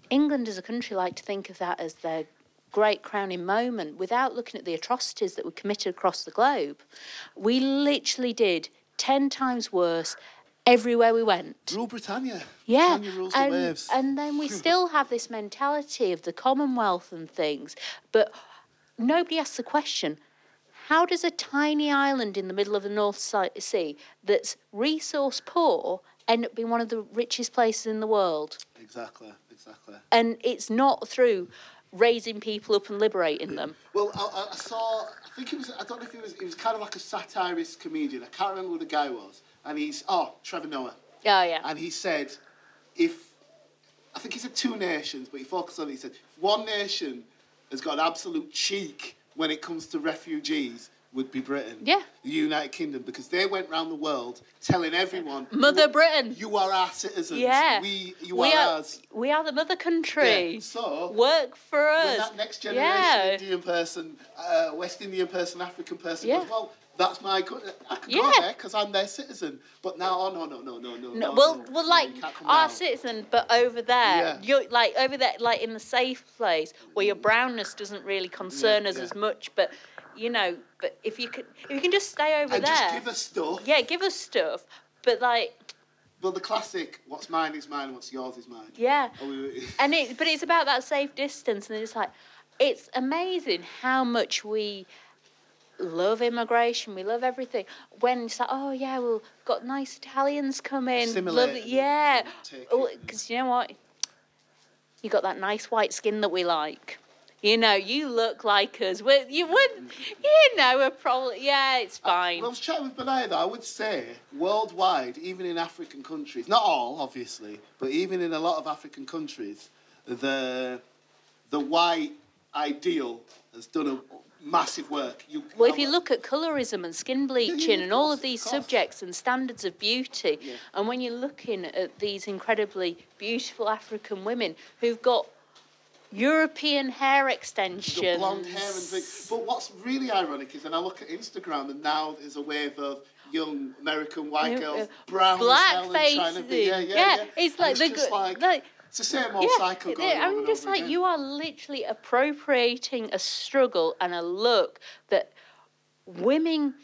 S3: England as a country like to think of that as their great crowning moment without looking at the atrocities that were committed across the globe. We literally did 10 times worse everywhere we went.
S2: Rule Britannia.
S3: Yeah.
S2: Britannia rules the
S3: And,
S2: waves.
S3: and then we still have this mentality of the Commonwealth and things, but nobody asks the question. How does a tiny island in the middle of the North Si- Sea that's resource poor end up being one of the richest places in the world?
S2: exactly, exactly.
S3: and it's not through raising people up and liberating them.
S2: Well, I, I- I saw. I think it was. I don't know if it was. It was kind of like a satirist comedian. I can't remember who the guy was. And he's oh Trevor Noah.
S3: Yeah, yeah,
S2: And he said, if I think he said two nations, but he focused on it. He said if one nation has got an absolute cheek when it comes to refugees. Would be Britain,
S3: Yeah.
S2: the United Kingdom, because they went round the world telling everyone,
S3: Mother
S2: "You-
S3: Britain."
S2: you are our citizens,
S3: yeah.
S2: we, you
S3: we
S2: are,
S3: are
S2: ours."
S3: we are the mother country.
S2: Yeah, so-
S3: work for
S2: when
S3: us.
S2: that next generation
S3: Yeah.
S2: Indian person, uh, West Indian person, African person
S3: Yeah.
S2: goes, well, that's my country. I can go
S3: Yeah.
S2: there because I'm their citizen. But now, oh, no, no, no, no, no.
S3: No,
S2: no,
S3: well,
S2: no,
S3: well,
S2: no,
S3: like
S2: you can't come
S3: our
S2: now.
S3: citizen, but over there,
S2: Yeah. Mm.
S3: you're like over there, like in the safe place where your brownness doesn't really concern
S2: Yeah,
S3: us
S2: yeah.
S3: as much. But you know, but if you could, if you can just stay over
S2: And
S3: there,
S2: just give us stuff.
S3: yeah, give us stuff. But like,
S2: Well, the classic, what's mine is mine, what's yours is mine.
S3: yeah,
S2: Oh, we-
S3: and it but it's about that safe distance and it's like it's amazing how much we love immigration we love everything when it's like oh yeah well got nice italians coming
S2: Assimilate
S3: love
S2: and
S3: yeah
S2: take it.
S3: because you know what you got that nice white skin that we like you know you look like us we you would you know we're probably yeah it's fine
S2: Uh, Well, I was chatting with Benaya though. I would say worldwide, even in African countries, not all obviously, but even in a lot of African countries, the the white ideal has done a massive work. You,
S3: Well, if you look at colorism and skin bleaching
S2: of
S3: and all
S2: course,
S3: of these
S2: of course.
S3: subjects and standards of beauty,
S2: Yeah.
S3: and when you're looking at these incredibly beautiful African women who've got European hair
S2: the
S3: extensions,
S2: blonde hair and things. But what's really ironic is, and I look at Instagram, and now there's a wave of young American white
S3: Yeah,
S2: girls,
S3: uh,
S2: brown
S3: black
S2: as hell and trying to be, yeah,
S3: faces.
S2: yeah,
S3: Yeah,
S2: yeah.
S3: it's
S2: And
S3: like
S2: it's
S3: the
S2: just
S3: good-
S2: like,
S3: like-
S2: it's the same old cycle
S3: it-
S2: going on
S3: I'm
S2: and
S3: just
S2: over
S3: like
S2: again.
S3: you are literally appropriating a struggle and a look that women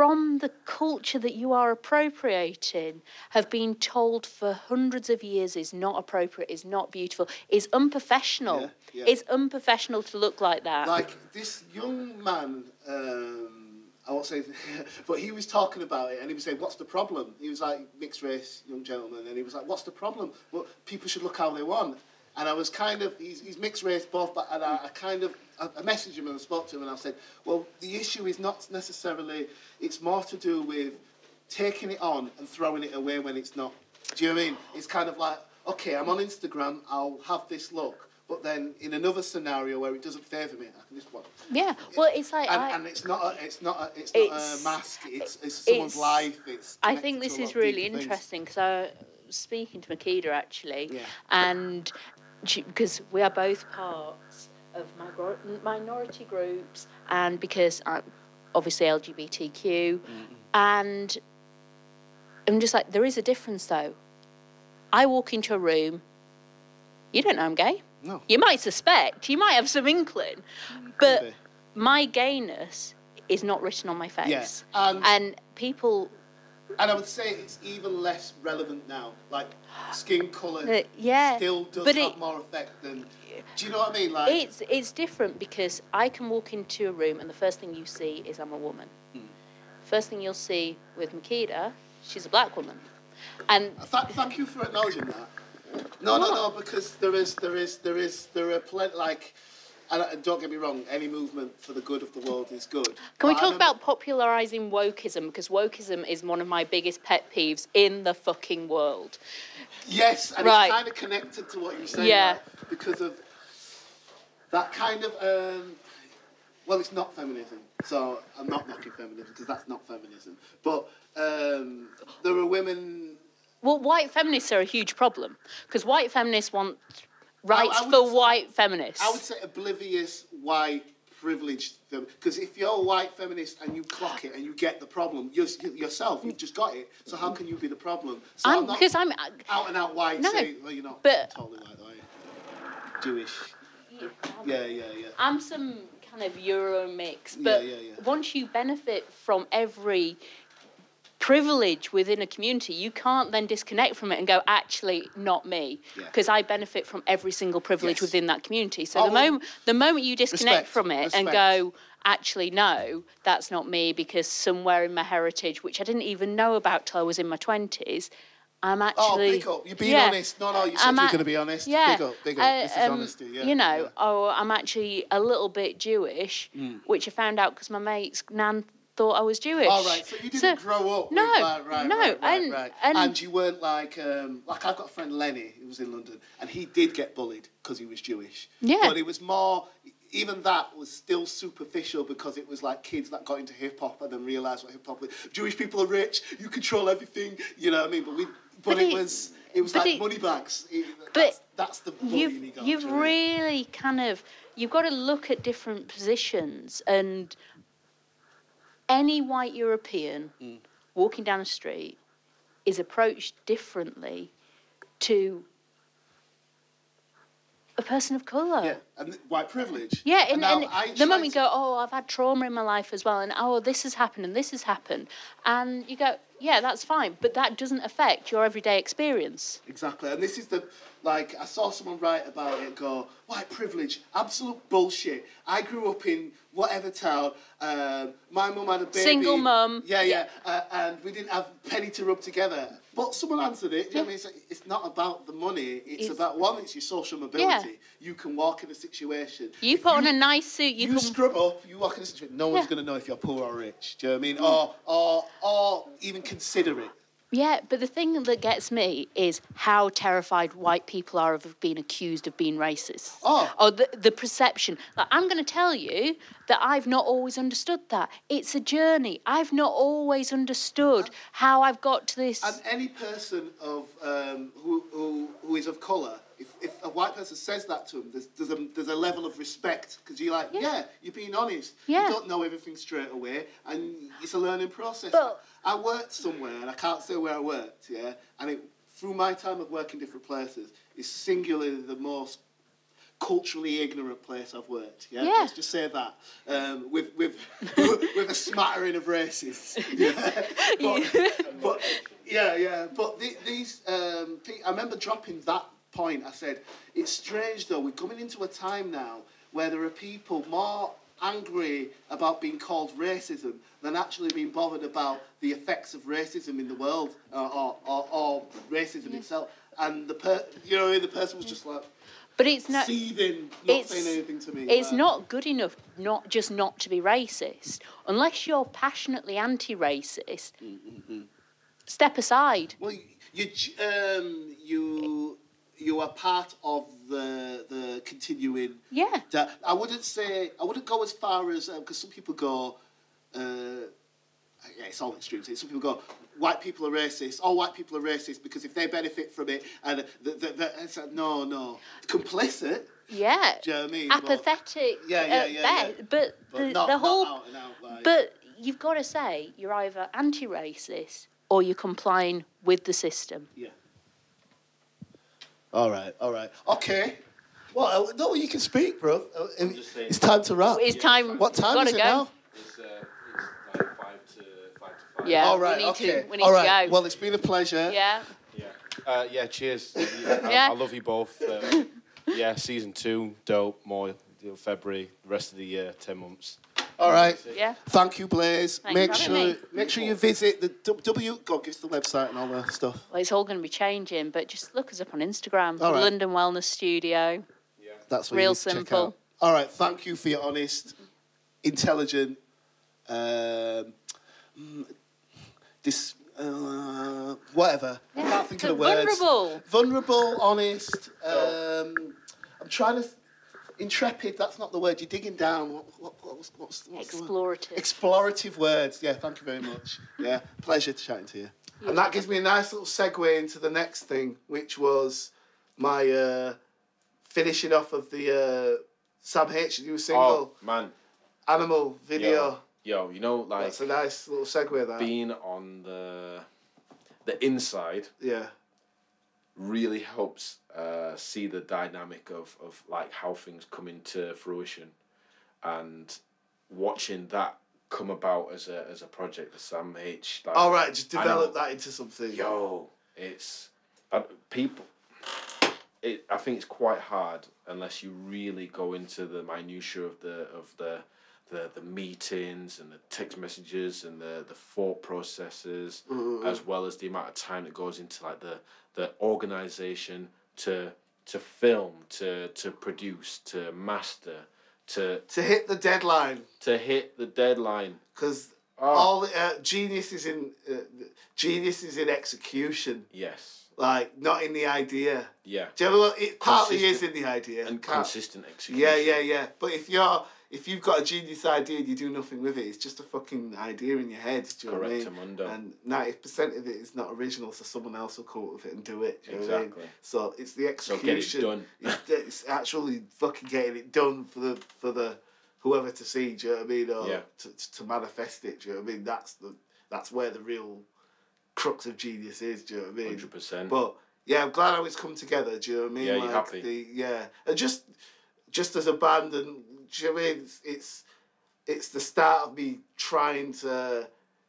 S3: from the culture that you are appropriating have been told for hundreds of years is not appropriate, is not beautiful, is unprofessional.
S2: Yeah, yeah.
S3: It's unprofessional to look like that.
S2: Like this young man, um, I won't say, but he was talking about it, and he was saying, "What's the problem?" He was like mixed race young gentleman, and he was like, "What's the problem? Well, people should look how they want." And I was kind of, he's, he's mixed race both, but and I, I kind of, I, I messaged him and I spoke to him, and I said, "Well, the issue is not necessarily, it's more to do with taking it on and throwing it away when it's not." Do you know what I mean? It's kind of like, okay, I'm on Instagram, I'll have this look, but then in another scenario where it doesn't favour me, I can just watch.
S3: yeah. Well, it's like
S2: And,
S3: I,
S2: and it's not a, it's not a, it's not
S3: It's-
S2: a mask. It's, it's someone's
S3: it's-
S2: life. It's.
S3: I
S2: connected
S3: think
S2: to a
S3: this
S2: lot
S3: is
S2: of
S3: really
S2: deeper things.
S3: interesting because I was speaking to Makeda actually,
S2: Yeah.
S3: and because we are both parts of migro- minority groups, and because I'm obviously LGBTQ,
S2: Mm-hmm.
S3: and I'm just like, there is a difference though. I walk into a room, you don't know I'm gay.
S2: No.
S3: You might suspect, you might have some inkling, but
S2: be.
S3: my gayness is not written on my face.
S2: Yeah, Um, and-
S3: and people
S2: And I would say it's even less relevant now. Like skin colour.
S3: Uh, yeah,
S2: Still does
S3: but
S2: have
S3: it-
S2: more effect than. Do you know what I mean? Like.
S3: It's it's different because I can walk into a room and the first thing you see is I'm a woman.
S2: Hmm.
S3: First thing you'll see with Makeda, she's a black woman, and
S2: Th- thank you for acknowledging that. No, no, no, because there is, there is, there is, there are plenty. Like, and uh, don't get me wrong, any movement for the good of the world is good.
S3: Can we
S2: But I
S3: talk
S2: remember-
S3: about popularizing wokeism? Because wokeism is one of my biggest pet peeves in the fucking world.
S2: Yes, and
S3: Right.
S2: it's kind of connected to what you were saying.
S3: Yeah.
S2: right, because of that kind of. Um, well, it's not feminism, so I'm not knocking feminism because that's not feminism. But um, there are women.
S3: Well, white feminists are a huge problem because white feminists want rights
S2: would-
S3: for white feminists.
S2: I would say oblivious, white, privileged. Because if you're a white feminist and you clock it and you get the problem you yourself, you've just got it. So how can you be the problem? So
S3: I'm-
S2: I'm not
S3: because I'm, uh,
S2: out and out white.
S3: No,
S2: saying, well, you're not
S3: but-
S2: totally white, though, are you? Jewish.
S3: deep down.
S2: Yeah, yeah, yeah.
S3: I'm some kind of Euro mix, but
S2: yeah, yeah.
S3: once you benefit from every privilege within a community, you can't then disconnect from it and go, actually, not me,
S2: Yeah.
S3: because I benefit from every single privilege
S2: Yes.
S3: within that community. So
S2: Oh,
S3: the
S2: well,
S3: moment the moment you disconnect
S2: respect,
S3: from it and
S2: respect.
S3: go. Actually, no, that's not me because somewhere in my heritage, which I didn't even know about till I was in my 20s, I'm
S2: Oh,
S3: actually.
S2: big up. You're being
S3: Yeah.
S2: honest. No, no, you said
S3: I'm
S2: you were
S3: at-
S2: going to be honest.
S3: Yeah.
S2: Big up, big up.
S3: uh,
S2: this is
S3: um,
S2: honesty. Yeah.
S3: You know,
S2: yeah.
S3: oh, I'm actually a little bit Jewish,
S2: Mm.
S3: which I found out because my mate's nan thought I was Jewish.
S2: All right, so you didn't grow up. with-
S3: no,
S2: right, right,
S3: no,
S2: right, right,
S3: and-
S2: right.
S3: and-
S2: you weren't like um, like I've got a friend Lenny who was in London, and he did get bullied because he was Jewish.
S3: Yeah.
S2: but it was more. Even that was still superficial because it was like kids that got into hip hop and then realised what hip hop was. Jewish people are rich. You control everything. You know what I mean? But we, but,
S3: But
S2: it,
S3: it-
S2: was it was
S3: but
S2: like
S3: it-
S2: money bags. It-
S3: but
S2: that's, that's the bullying he
S3: you've
S2: got.
S3: you've
S2: do you know what I mean?
S3: really kind of you've got to look at different positions and any white European
S2: Mm.
S3: walking down the street is approached differently to a person of colour.
S2: Yeah, and th- white privilege.
S3: Yeah, and,
S2: now
S3: and
S2: I
S3: the moment
S2: tried
S3: you
S2: to-
S3: go, oh, I've had trauma in my life as well, and oh, this has happened, and this has happened, and you go, yeah, that's fine, but that doesn't affect your everyday experience.
S2: Exactly, and this is the like I saw someone write about it. Go white privilege, absolute bullshit. I grew up in whatever town. Um, my mum had a baby.
S3: Single mum.
S2: Yeah, yeah, uh, and we didn't have a penny to rub together. But someone answered it. do you know what I mean, it's, like, it's not about the money. It's,
S3: It's-
S2: about one. It's your social mobility. You can walk in a situation.
S3: You
S2: If
S3: put on a nice suit, you,
S2: you
S3: can.
S2: scrub up, you walk in the street, no one's
S3: Yeah.
S2: going to know if you're poor or rich. Do you know what I mean? Or, or, or even consider it.
S3: Yeah, but the thing that gets me is how terrified white people are of being accused of being racist.
S2: Oh.
S3: Or the, the perception. Like, I'm going to tell you that I've not always understood that. It's a journey. I've not always understood how I've got to this.
S2: And any person of um, who, who, who is of colour, if, if a white person says that to him, there's, there's, a, there's a level of respect because you're like, yeah.
S3: Yeah.
S2: you're being honest.
S3: Yeah.
S2: You don't know everything straight away, and it's a learning process.
S3: But-
S2: I worked somewhere, and I can't say where I worked, yeah, and it, through my time of working different places, is singularly the most culturally ignorant place I've worked. Yeah,
S3: Yeah.
S2: let's just say that um, with with with a smattering of racists. Yeah. But, but yeah, yeah. But the, these, um, pe- I remember dropping that point. I said it's strange though. We're coming into a time now where there are people more angry about being called racism than actually being bothered about the effects of racism in the world uh, or, or, or racism itself. And the per- you know the person was just like
S3: but it's not.
S2: seething, not
S3: it's,
S2: saying anything to me. Uh,
S3: It's
S2: like-
S3: not good enough not just not to be racist. Unless you're passionately anti racist, step aside.
S2: Well, you j- um, you you are part of the the continuing.
S3: Yeah.
S2: Da- I wouldn't say I wouldn't go as far as because some people go. Uh, yeah, it's all extremes. Some people go, white people are racist. All white people are racist because if they benefit from it, and uh, the, the, the, it's like, no, no, complicit.
S3: Yeah.
S2: Do you know what I mean? But-
S3: Apathetic.
S2: Yeah, yeah,
S3: at
S2: yeah,
S3: best,
S2: yeah.
S3: But,
S2: but
S3: the,
S2: not,
S3: the
S2: not
S3: whole.
S2: out and out, like-
S3: But you've got to say you're either anti racist or you're complying with the system.
S2: Yeah. All right, all right. Okay. Well, uh, no, you can speak, bro. Uh, it-
S1: just saying-
S2: It's time to wrap.
S3: It's time.
S2: What time
S3: gotta
S2: is it
S3: go.
S2: now?
S1: It's, uh, it's like five to five to five.
S3: Yeah.
S2: all
S3: we
S2: right,
S3: need to-
S2: okay.
S3: we need
S2: all
S3: to
S2: right.
S3: go.
S2: Well, it's been a pleasure.
S3: Yeah.
S1: Yeah. Uh, yeah. Cheers. I,
S3: Yeah.
S1: I love you both. Uh, yeah. Season two, dope. More you know, February. The rest of the year, ten months.
S2: All right.
S3: Yeah.
S2: Thank you, Blaze.
S3: Thanks
S2: make
S3: for
S2: sure
S3: having me.
S2: make sure you visit the w- W. Go give us the website and all that stuff.
S3: Well, it's all going to be changing, but just look us up on Instagram.
S2: All right.
S3: London Wellness Studio.
S2: That's what you
S3: Real
S2: need to check
S3: simple.
S2: out. All right. Thank you for your honest, intelligent, um, mm, dis, uh, whatever. I can't think of the words.
S3: Vulnerable.
S2: Vulnerable, honest. Um, I'm trying to. Intrepid. That's not the word. You're digging down. What, what, what, what's, what's, what's the word?
S3: Explorative.
S2: Explorative words. Yeah, thank you very much. Yeah, pleasure to chatting to you. And that gives me a nice little segue into the next thing, which was my uh, finishing off of the uh, Sam H new
S1: Oh
S2: single
S1: man.
S2: Animal video.
S1: Yo, you know, like
S2: That's a nice little segue. That
S1: being on the the inside
S2: yeah,
S1: really helps uh, see the dynamic of, of like how things come into fruition and watching that come about as a as a project the Sam H like,
S2: All Oh, right, just
S1: I
S2: develop
S1: know.
S2: that into something.
S1: yo it's I, people it I think it's quite hard unless you really go into the minutiae of the of the the, the meetings and the text messages and the, the thought processes
S2: Mm-hmm.
S1: as well as the amount of time that goes into like the the organization to to film to to produce to master to
S2: To hit the deadline,
S1: to hit the deadline
S2: because
S1: Oh.
S2: all the uh, genius is in uh, genius is in execution,
S1: yes
S2: like not in the idea.
S1: yeah
S2: Do you ever look? It partly is in
S1: Consistent.
S2: the idea.
S1: and
S2: Can't-
S1: consistent execution
S2: yeah, yeah, yeah. But if you're if you've got a genius idea and you do nothing with it, it's just a fucking idea in your head. Do you know what I mean?
S1: Correctamundo.
S2: And ninety percent of it is not original, so someone else will come up with it and do it. do you know what I mean?
S1: Exactly.
S2: So it's the
S1: So get
S2: execution.
S1: it done.
S2: it's, it's actually fucking getting it done for the for the whoever to see. Do you know what I mean? Or
S1: Yeah.
S2: to, to manifest it. Do you know what I mean? That's the that's where the real crux of genius is. Do you know what I mean?
S1: Hundred percent.
S2: But yeah, I'm glad how it's come together. Do you know what I mean?
S1: Yeah, you're
S2: like
S1: happy.
S2: The, yeah, and just just as a band, and do you know what I mean? It's it's, it's the start of me trying to,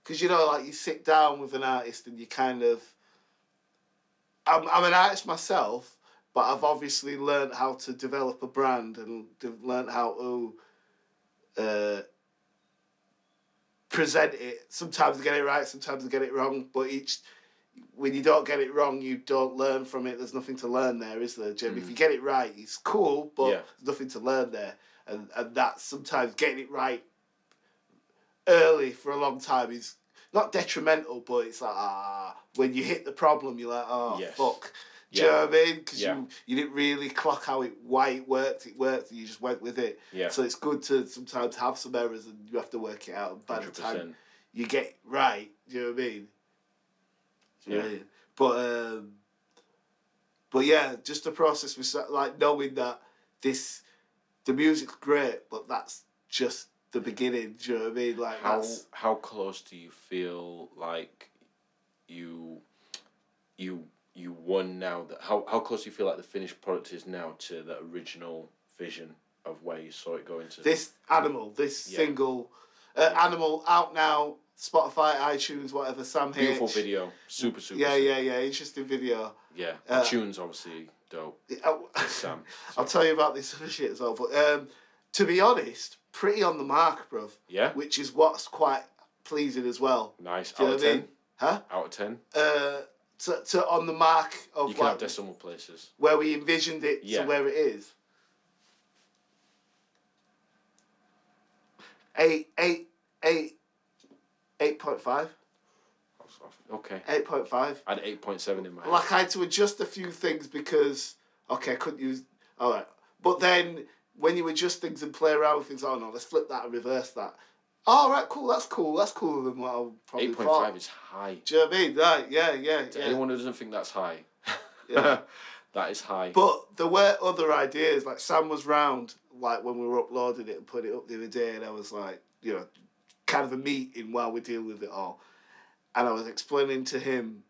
S2: because you know, like you sit down with an artist and you kind of. I'm I'm an artist myself, but I've obviously learned how to develop a brand and de- learned how to. Uh, present it sometimes I get it right sometimes I get it wrong but each when you don't get it wrong, you don't learn from it. There's nothing to learn there, is there, Jim? If you get it right, it's cool, but
S1: Mm. Yeah.
S2: there's nothing to learn there. And and that's sometimes getting it right early for a long time is not detrimental, but it's like ah, when you hit the problem, you're like oh
S1: Yes.
S2: fuck. Do
S1: Yeah.
S2: you know what I mean? Because
S1: Yeah.
S2: you, you didn't really clock how it why it worked. It worked, and you just went with it.
S1: Yeah.
S2: So it's good to sometimes have some errors, and you have to work it out. By the
S1: Hundred
S2: time
S1: percent.
S2: you get it right, do you know what I mean? Do you know what I mean? But um, but yeah, just the process was so- like knowing that this the music's great, but that's just the beginning. Do you know what I mean? Like
S1: How
S2: that's
S1: how close do you feel like you you you won now that how how close do you feel like the finished product is now to the original vision of where you saw it going to?
S2: this animal, this
S1: Yeah.
S2: single uh, animal out now. Spotify, iTunes, whatever. Sam H.
S1: Beautiful video. Super super
S2: Yeah,
S1: super-
S2: yeah, yeah. Interesting video.
S1: Yeah.
S2: Uh,
S1: tunes obviously dope.
S2: I-
S1: Sam.
S2: I'll tell you about this other shit as well. But um, to be honest, pretty on the mark, bruv.
S1: Yeah?
S2: Which is what's quite pleasing as well.
S1: Nice.
S2: Do you
S1: Out
S2: know
S1: of
S2: what I
S1: ten.
S2: mean? Huh?
S1: Out of ten.
S2: Uh, to, to on the mark of
S1: You can have
S2: like
S1: decimal places.
S2: where we envisioned it
S1: Yeah.
S2: to where it is. Eight, eight, eight, eight point five,
S1: Okay.
S2: eight point five.
S1: I had eight point seven in my head.
S2: Like I had to adjust a few things because okay, I couldn't use all right. But then when you adjust things and play around with things, oh no, let's flip that and reverse that. All right, cool. That's cool. That's cooler than what I probably
S1: Eight point
S2: thought.
S1: five is high.
S2: Do you know what I mean? Right? Yeah, yeah,
S1: To
S2: yeah.
S1: anyone who doesn't think that's high,
S2: Yeah.
S1: that is high.
S2: But there were other ideas. Like Sam was round, like when we were uploading it and putting it up the other day, and I was like, you know, kind of a meeting while we deal with it all, and I was explaining to him.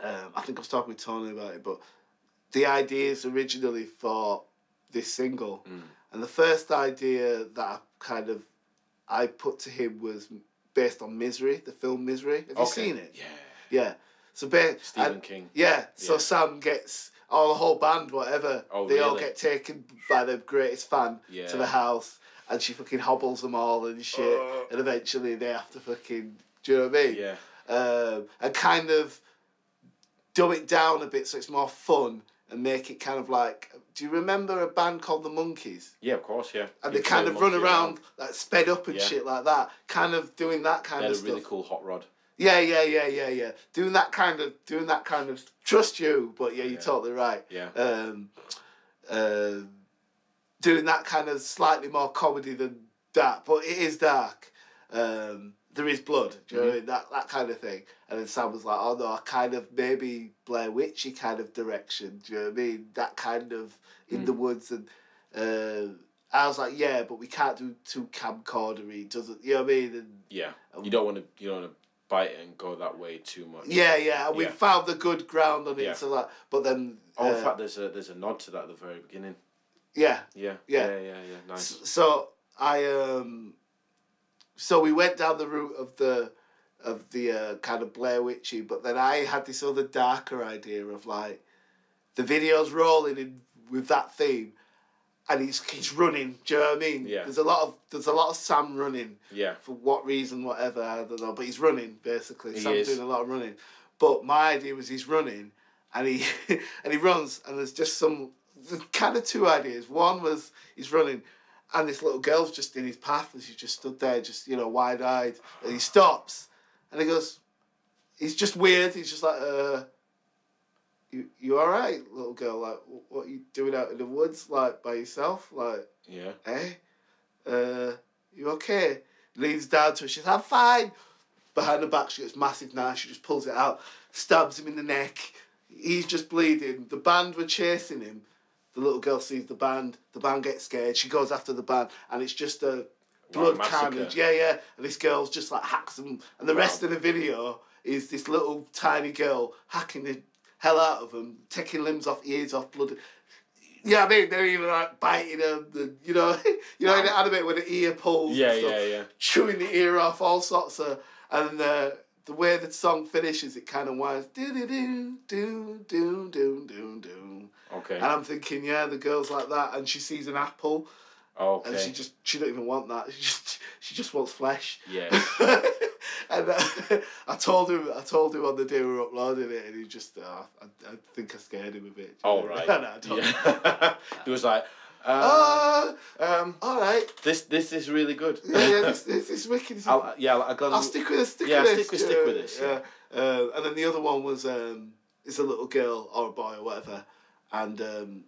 S2: Um, I think I was talking with Tony about it, but the ideas originally for this single, and the first idea that I kind of I put to him was based on Misery, the film Misery. Have you
S1: Okay.
S2: seen it?
S1: Yeah.
S2: Yeah. So ba-
S1: Stephen
S2: and-
S1: King.
S2: yeah, so
S1: Yeah.
S2: Sam gets all the whole band, whatever.
S1: Oh,
S2: they all
S1: really?
S2: get taken by the greatest fan
S1: Yeah. Oh.
S2: to the house, and she fucking hobbles them all and shit. and eventually they have to fucking, do you know what I mean?
S1: Yeah.
S2: Um, and kind of dumb it down a bit so it's more fun and make it kind of like. Do you remember a band called the Monkeys?
S1: Yeah, of course, yeah.
S2: And they
S1: You
S2: kind
S1: throw
S2: of
S1: a
S2: run
S1: monkey
S2: around like sped up and
S1: Yeah.
S2: shit like that. Kind of doing that kind
S1: They had
S2: of
S1: a
S2: stuff.
S1: really cool hot rod.
S2: Yeah, yeah, yeah, yeah, yeah. Doing that kind of, doing that kind of. Trust you, but yeah, you're
S1: Yeah.
S2: totally right.
S1: Yeah.
S2: Um, um, doing that kind of slightly more comedy than that, but it is dark. Um, there is blood, do you know what I mean? That that kind of thing. And then Sam was like, "Oh no, I kind of maybe Blair Witchy kind of direction." Do you know what I mean? That kind of in the woods and. Uh, I was like, yeah, but we can't do too camcordery. Doesn't you know what I mean? And um,
S1: Yeah. You don't want to. You don't want to bite it and go that way too much.
S2: Yeah, yeah. We
S1: Yeah.
S2: found the good ground on it
S1: Yeah.
S2: to that, but then
S1: Oh,
S2: uh,
S1: in fact, there's a there's a nod to that at the very beginning.
S2: yeah.
S1: Yeah.
S2: Yeah.
S1: Yeah. Yeah. Yeah. Nice.
S2: S- So I um, so we went down the route of the of the uh, kind of Blair Witchy, but then I had this other darker idea of like the video's rolling in with that theme, and he's he's running. Do you know what I mean?
S1: Yeah.
S2: There's a lot of there's a lot of Sam running
S1: Yeah.
S2: for what reason, whatever, I don't know. But he's running basically.
S1: He
S2: Sam's
S1: is.
S2: doing a lot of running. But my idea was he's running, and he and he runs, and there's just some there's kind of two ideas. One was he's running, and this little girl's just in his path, and she's just stood there, just you know, wide eyed, and he stops, and he goes, he's just weird. He's just like, uh, you you all right, little girl? Like, wh- what you doing out in the woods, like by yourself, like?
S1: Yeah.
S2: eh? Uh, you okay? Leans down to her. She's, I'm fine. Behind her back, she gets massive knife. She just pulls it out, stabs him in the neck. He's just bleeding. The band were chasing him. The little girl sees the band. The band gets scared. She goes after the band, and it's just a blood
S1: massacre.
S2: carnage. Yeah, yeah. And this girl's just like hacks him. And the rest
S1: Wow.
S2: of the video is this little tiny girl hacking the hell out of him, taking limbs off, ears off, blood. Yeah, I mean, they're even like biting him. The, you know, you know, in the anime where the ear pulls.
S1: Yeah.
S2: and stuff,
S1: Yeah. Yeah.
S2: Chewing the ear off, all sorts of, and the the way the song finishes, it kind of winds do do do do do do do do,
S1: Okay.
S2: and I'm thinking, yeah, the girl's like that, and she sees an apple,
S1: Okay.
S2: and she just she don't even want that. She just she just wants flesh.
S1: yeah.
S2: and uh, I told him, I told him on the day we were uploading it, and he just, uh, I, I think I scared him a bit.
S1: All Oh, right.
S2: no, no, I don't.
S1: Yeah. it was like, uh,
S2: Uh,
S1: um,
S2: all right.
S1: this this is really good.
S2: Yeah, yeah this, this is wicked. This is-
S1: I'll, yeah, I'll, I'll,
S2: I'll stick with this. Stick
S1: Yeah,
S2: with
S1: stick
S2: this.
S1: with- stick with this,
S2: Yeah. Uh, and then the other one was um, it's a little girl or a boy or whatever, and um,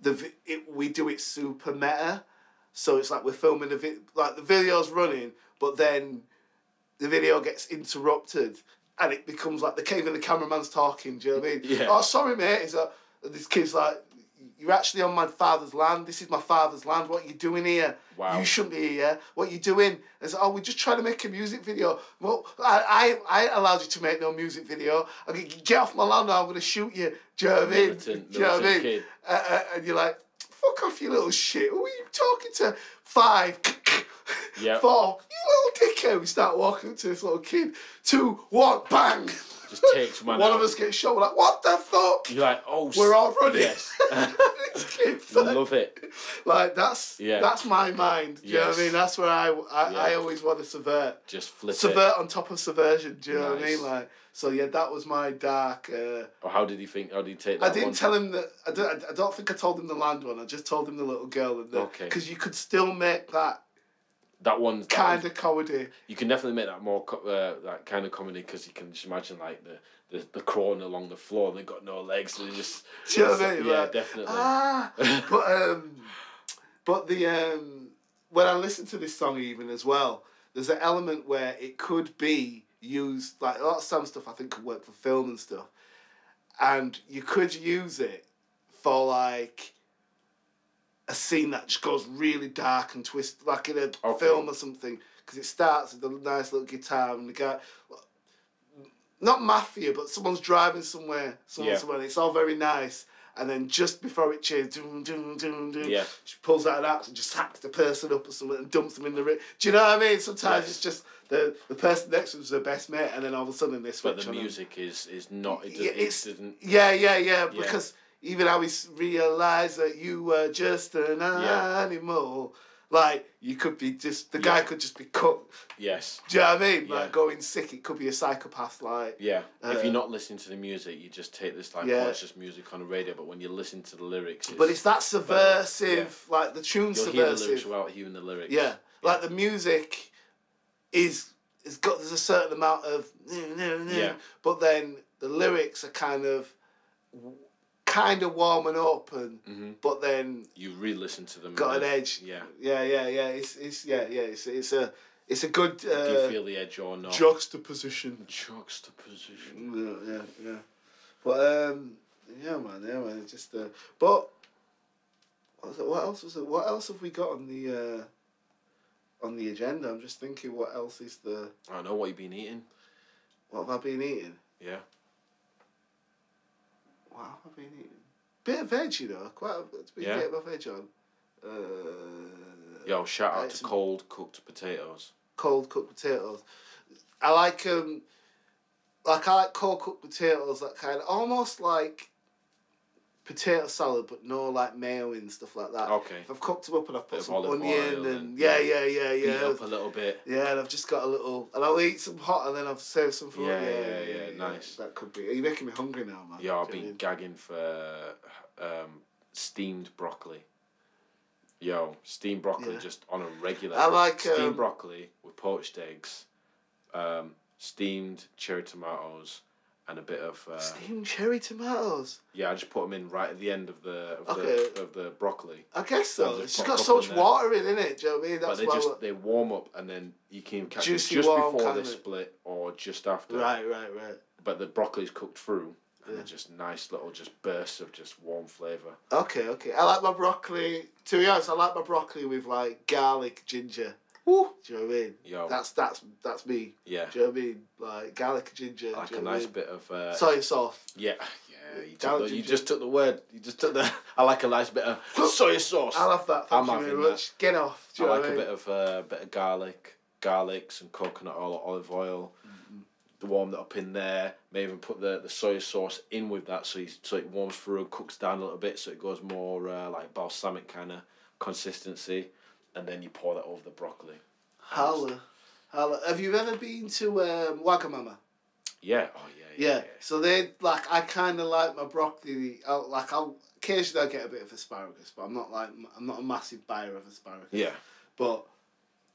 S2: the vi- it, we do it super meta, so it's like we're filming the vi- like the video's running, but then the video gets interrupted, and it becomes like the cave and the cameraman's talking. Do you know what I mean?
S1: Yeah.
S2: Oh, sorry, mate. It's like, and this kid's like. You're actually on my father's land. This is my father's land. What are you doing here?
S1: Wow.
S2: You shouldn't be here. What you doing? I said, oh, we're just trying to make a music video. Well, I, I, I allowed you to make no music video. I mean, get off my land or I'm going to shoot you. Do you know what I mean?
S1: Militant-
S2: Do you know what I
S1: militant
S2: mean?
S1: kid.
S2: Uh, uh, and you're like, fuck off, you little shit. Who are you talking to? Five.
S1: Yeah.
S2: Four. You little dickhead. We start walking up to this little kid. Two. One. Bang.
S1: Just takes man
S2: One
S1: out.
S2: of us gets shot. We're like, what the fuck?
S1: You're like, oh, s-
S2: We're all running.
S1: Yes.
S2: This kid's like-
S1: Love it.
S2: like that's
S1: Yeah.
S2: that's my mind. Do you know what
S1: Yes.
S2: I mean? That's where I I, I
S1: Yeah.
S2: always want to subvert.
S1: Just flip it.
S2: Subvert on top of subversion. Do you know what I
S1: Nice.
S2: mean? Like so, yeah. That was my dark. Uh,
S1: Or how did he think? How did he take
S2: I
S1: that
S2: didn't
S1: one?
S2: tell him that. I don't, I don't think I told him the land one. I just told him the little girl and the
S1: Okay.
S2: because you could still make that
S1: that one's that
S2: kind
S1: one's-
S2: of comedy.
S1: You can definitely make that more co- uh, that kind of comedy because you can just imagine like the, the the crawling along the floor and they've got no legs and they just
S2: Do you know what I mean?
S1: yeah
S2: Like,
S1: definitely
S2: Ah, but um, but the um, when I listen to this song even as well, there's an element where it could be used like a lot of some stuff I think could work for film and stuff, and you could use it for like a scene that just goes really dark and twist like in a
S1: Okay.
S2: film or something because it starts with a nice little guitar and the guy not mafia, but someone's driving somewhere, someone
S1: Yeah.
S2: somewhere, and it's all very nice. And then just before it cheers, doom, doom, doom, doom,
S1: Yeah.
S2: she pulls out an axe and just hacks the person up or something and dumps them in the river. Do you know what I mean? Sometimes
S1: Yes.
S2: it's just the, the person next to them's their best mate, and then all of a sudden they switch
S1: but the
S2: on them.
S1: music is is not it, does,
S2: Yeah, it's-
S1: it didn't
S2: Yeah, yeah, yeah,
S1: Yeah.
S2: Because even I was realised that you were just an
S1: Yeah.
S2: animal. Like you could be just the guy
S1: Yeah.
S2: could just be cut.
S1: yes
S2: Do you know what I mean?
S1: Yeah.
S2: Like going sick, it could be a psychopath. Like
S1: Yeah. if
S2: Uh,
S1: you're not listening to the music, you just take this like
S2: Yeah.
S1: oh, it's just music on the radio. But when you listen to the lyrics, it's,
S2: But it's that subversive, like the tune's
S1: you'll hear the lyrics
S2: subversive.
S1: without hearing the lyrics.
S2: yeah, like the music is has got there's a certain amount of
S1: Yeah.
S2: but then the lyrics are kind of kind of warming up and but then
S1: You re-listen to them.
S2: got an
S1: and
S2: edge.
S1: Mm-hmm. Yeah.
S2: yeah, yeah, yeah. It's it's yeah, yeah. It's it's a it's a good uh,
S1: Do you feel the edge or not?
S2: juxtaposition.
S1: Juxtaposition.
S2: Yeah, yeah, yeah. But um, yeah, man, yeah, man. It's just uh, but what, was it, what else was it? What else have we got on the uh, on the agenda? I'm just thinking, what else is the
S1: I don't know what you've been eating.
S2: What have I been eating?
S1: Yeah.
S2: What have I been eating? Bit of veg, you know. Quite. A, it's been
S1: Yeah.
S2: getting my veg on. Uh,
S1: Yo, shout
S2: Uh,
S1: out
S2: it's-
S1: to cold cooked potatoes.
S2: cold cooked potatoes. I like um, like I like cold cooked potatoes. That kind of almost like potato salad, but no like mayo and stuff like that.
S1: Okay.
S2: If I've cooked them up and I've put
S1: Bit of
S2: some
S1: olive
S2: onion and
S1: oil and-
S2: yeah, yeah, yeah,
S1: Heat
S2: yeah.
S1: up a little bit.
S2: Yeah, and I've just got a little, and I'll eat some hot, and then I've saved some for.
S1: Yeah, yeah, yeah, nice.
S2: That could be. Are you making me hungry now, man?
S1: Yeah, I've
S2: Do you know
S1: been gagging for um, steamed broccoli. Yo, steamed broccoli
S2: Yeah.
S1: just on a regular.
S2: I like,
S1: steamed
S2: um,
S1: broccoli with poached eggs, um, steamed cherry tomatoes, and a bit of uh,
S2: what I mean? steamed cherry tomatoes.
S1: yeah. I just put them in right at the end of the of,
S2: Okay.
S1: the, of the broccoli.
S2: I guess so.
S1: I'll just
S2: It's
S1: pop
S2: got
S1: a
S2: so
S1: couple
S2: much
S1: in there.
S2: water in it. Do you know what I mean? That's
S1: but they
S2: why.
S1: just
S2: I-
S1: they warm up and then you can catch them
S2: Juicy
S1: just
S2: warm
S1: before they
S2: kinda-
S1: split or just after.
S2: Right, right, right.
S1: But the broccoli's cooked through and
S2: Yeah.
S1: they're just nice little just bursts of just warm flavour.
S2: Okay, okay. I like my broccoli. To be honest, I like my broccoli with like garlic, ginger. Do you know what I mean?
S1: Yo,
S2: That's that's that's me.
S1: yeah.
S2: Do you know what I mean? Like garlic, ginger.
S1: like
S2: do
S1: a
S2: you know what I
S1: nice
S2: mean?
S1: bit of uh,
S2: soy sauce.
S1: yeah yeah you,
S2: Garlic
S1: took the, you
S2: ginger.
S1: just took the word you just took the I like a nice bit of soy sauce
S2: I
S1: I
S2: love that. Thank
S1: I'm
S2: you very
S1: having that.
S2: much. Get off. Do you know
S1: like
S2: what
S1: a
S2: I mean?
S1: bit of uh, bit of garlic garlic some coconut oil or olive oil warm that up in there may even put the, the soy sauce in with that so you, so it warms through and cooks down a little bit so it goes more uh, like balsamic kind of consistency and then you pour that over the broccoli
S2: Holla. Holla. Have you ever been to um, Wagamama?
S1: yeah oh yeah
S2: Yeah.
S1: yeah,
S2: So they like I kind of like my broccoli. I, like I'll occasionally I get a bit of asparagus, but I'm not like I'm not a massive buyer of asparagus.
S1: yeah.
S2: But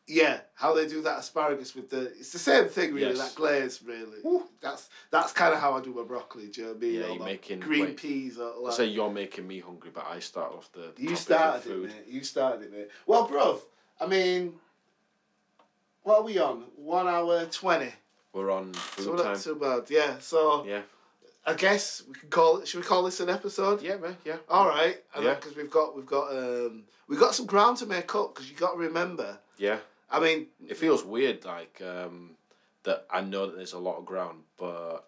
S2: yeah, how they do that asparagus with the it's the same thing really,
S1: Yes.
S2: that glaze really. That's that's kind of how I do my broccoli. Do you know what I mean?
S1: Yeah,
S2: Or
S1: you're
S2: my
S1: making-
S2: green
S1: wait.
S2: peas or
S1: I
S2: like.
S1: say you're making me hungry but I start off the topic
S2: you
S1: of
S2: started it,
S1: food.
S2: mate. You started it, mate. Well, bruv, I mean, what are we on? One hour twenty.
S1: we're on
S2: So
S1: food
S2: not
S1: time
S2: too bad. Yeah. So
S1: yeah
S2: I guess we can call. it. Should we call this an episode?
S1: Yeah, man. Yeah.
S2: All right.
S1: Yeah.
S2: Because we've got we've got um we've got some ground to make up because you got to remember.
S1: Yeah.
S2: I mean,
S1: It feels weird, like um, that. I know that there's a lot of ground, but uh,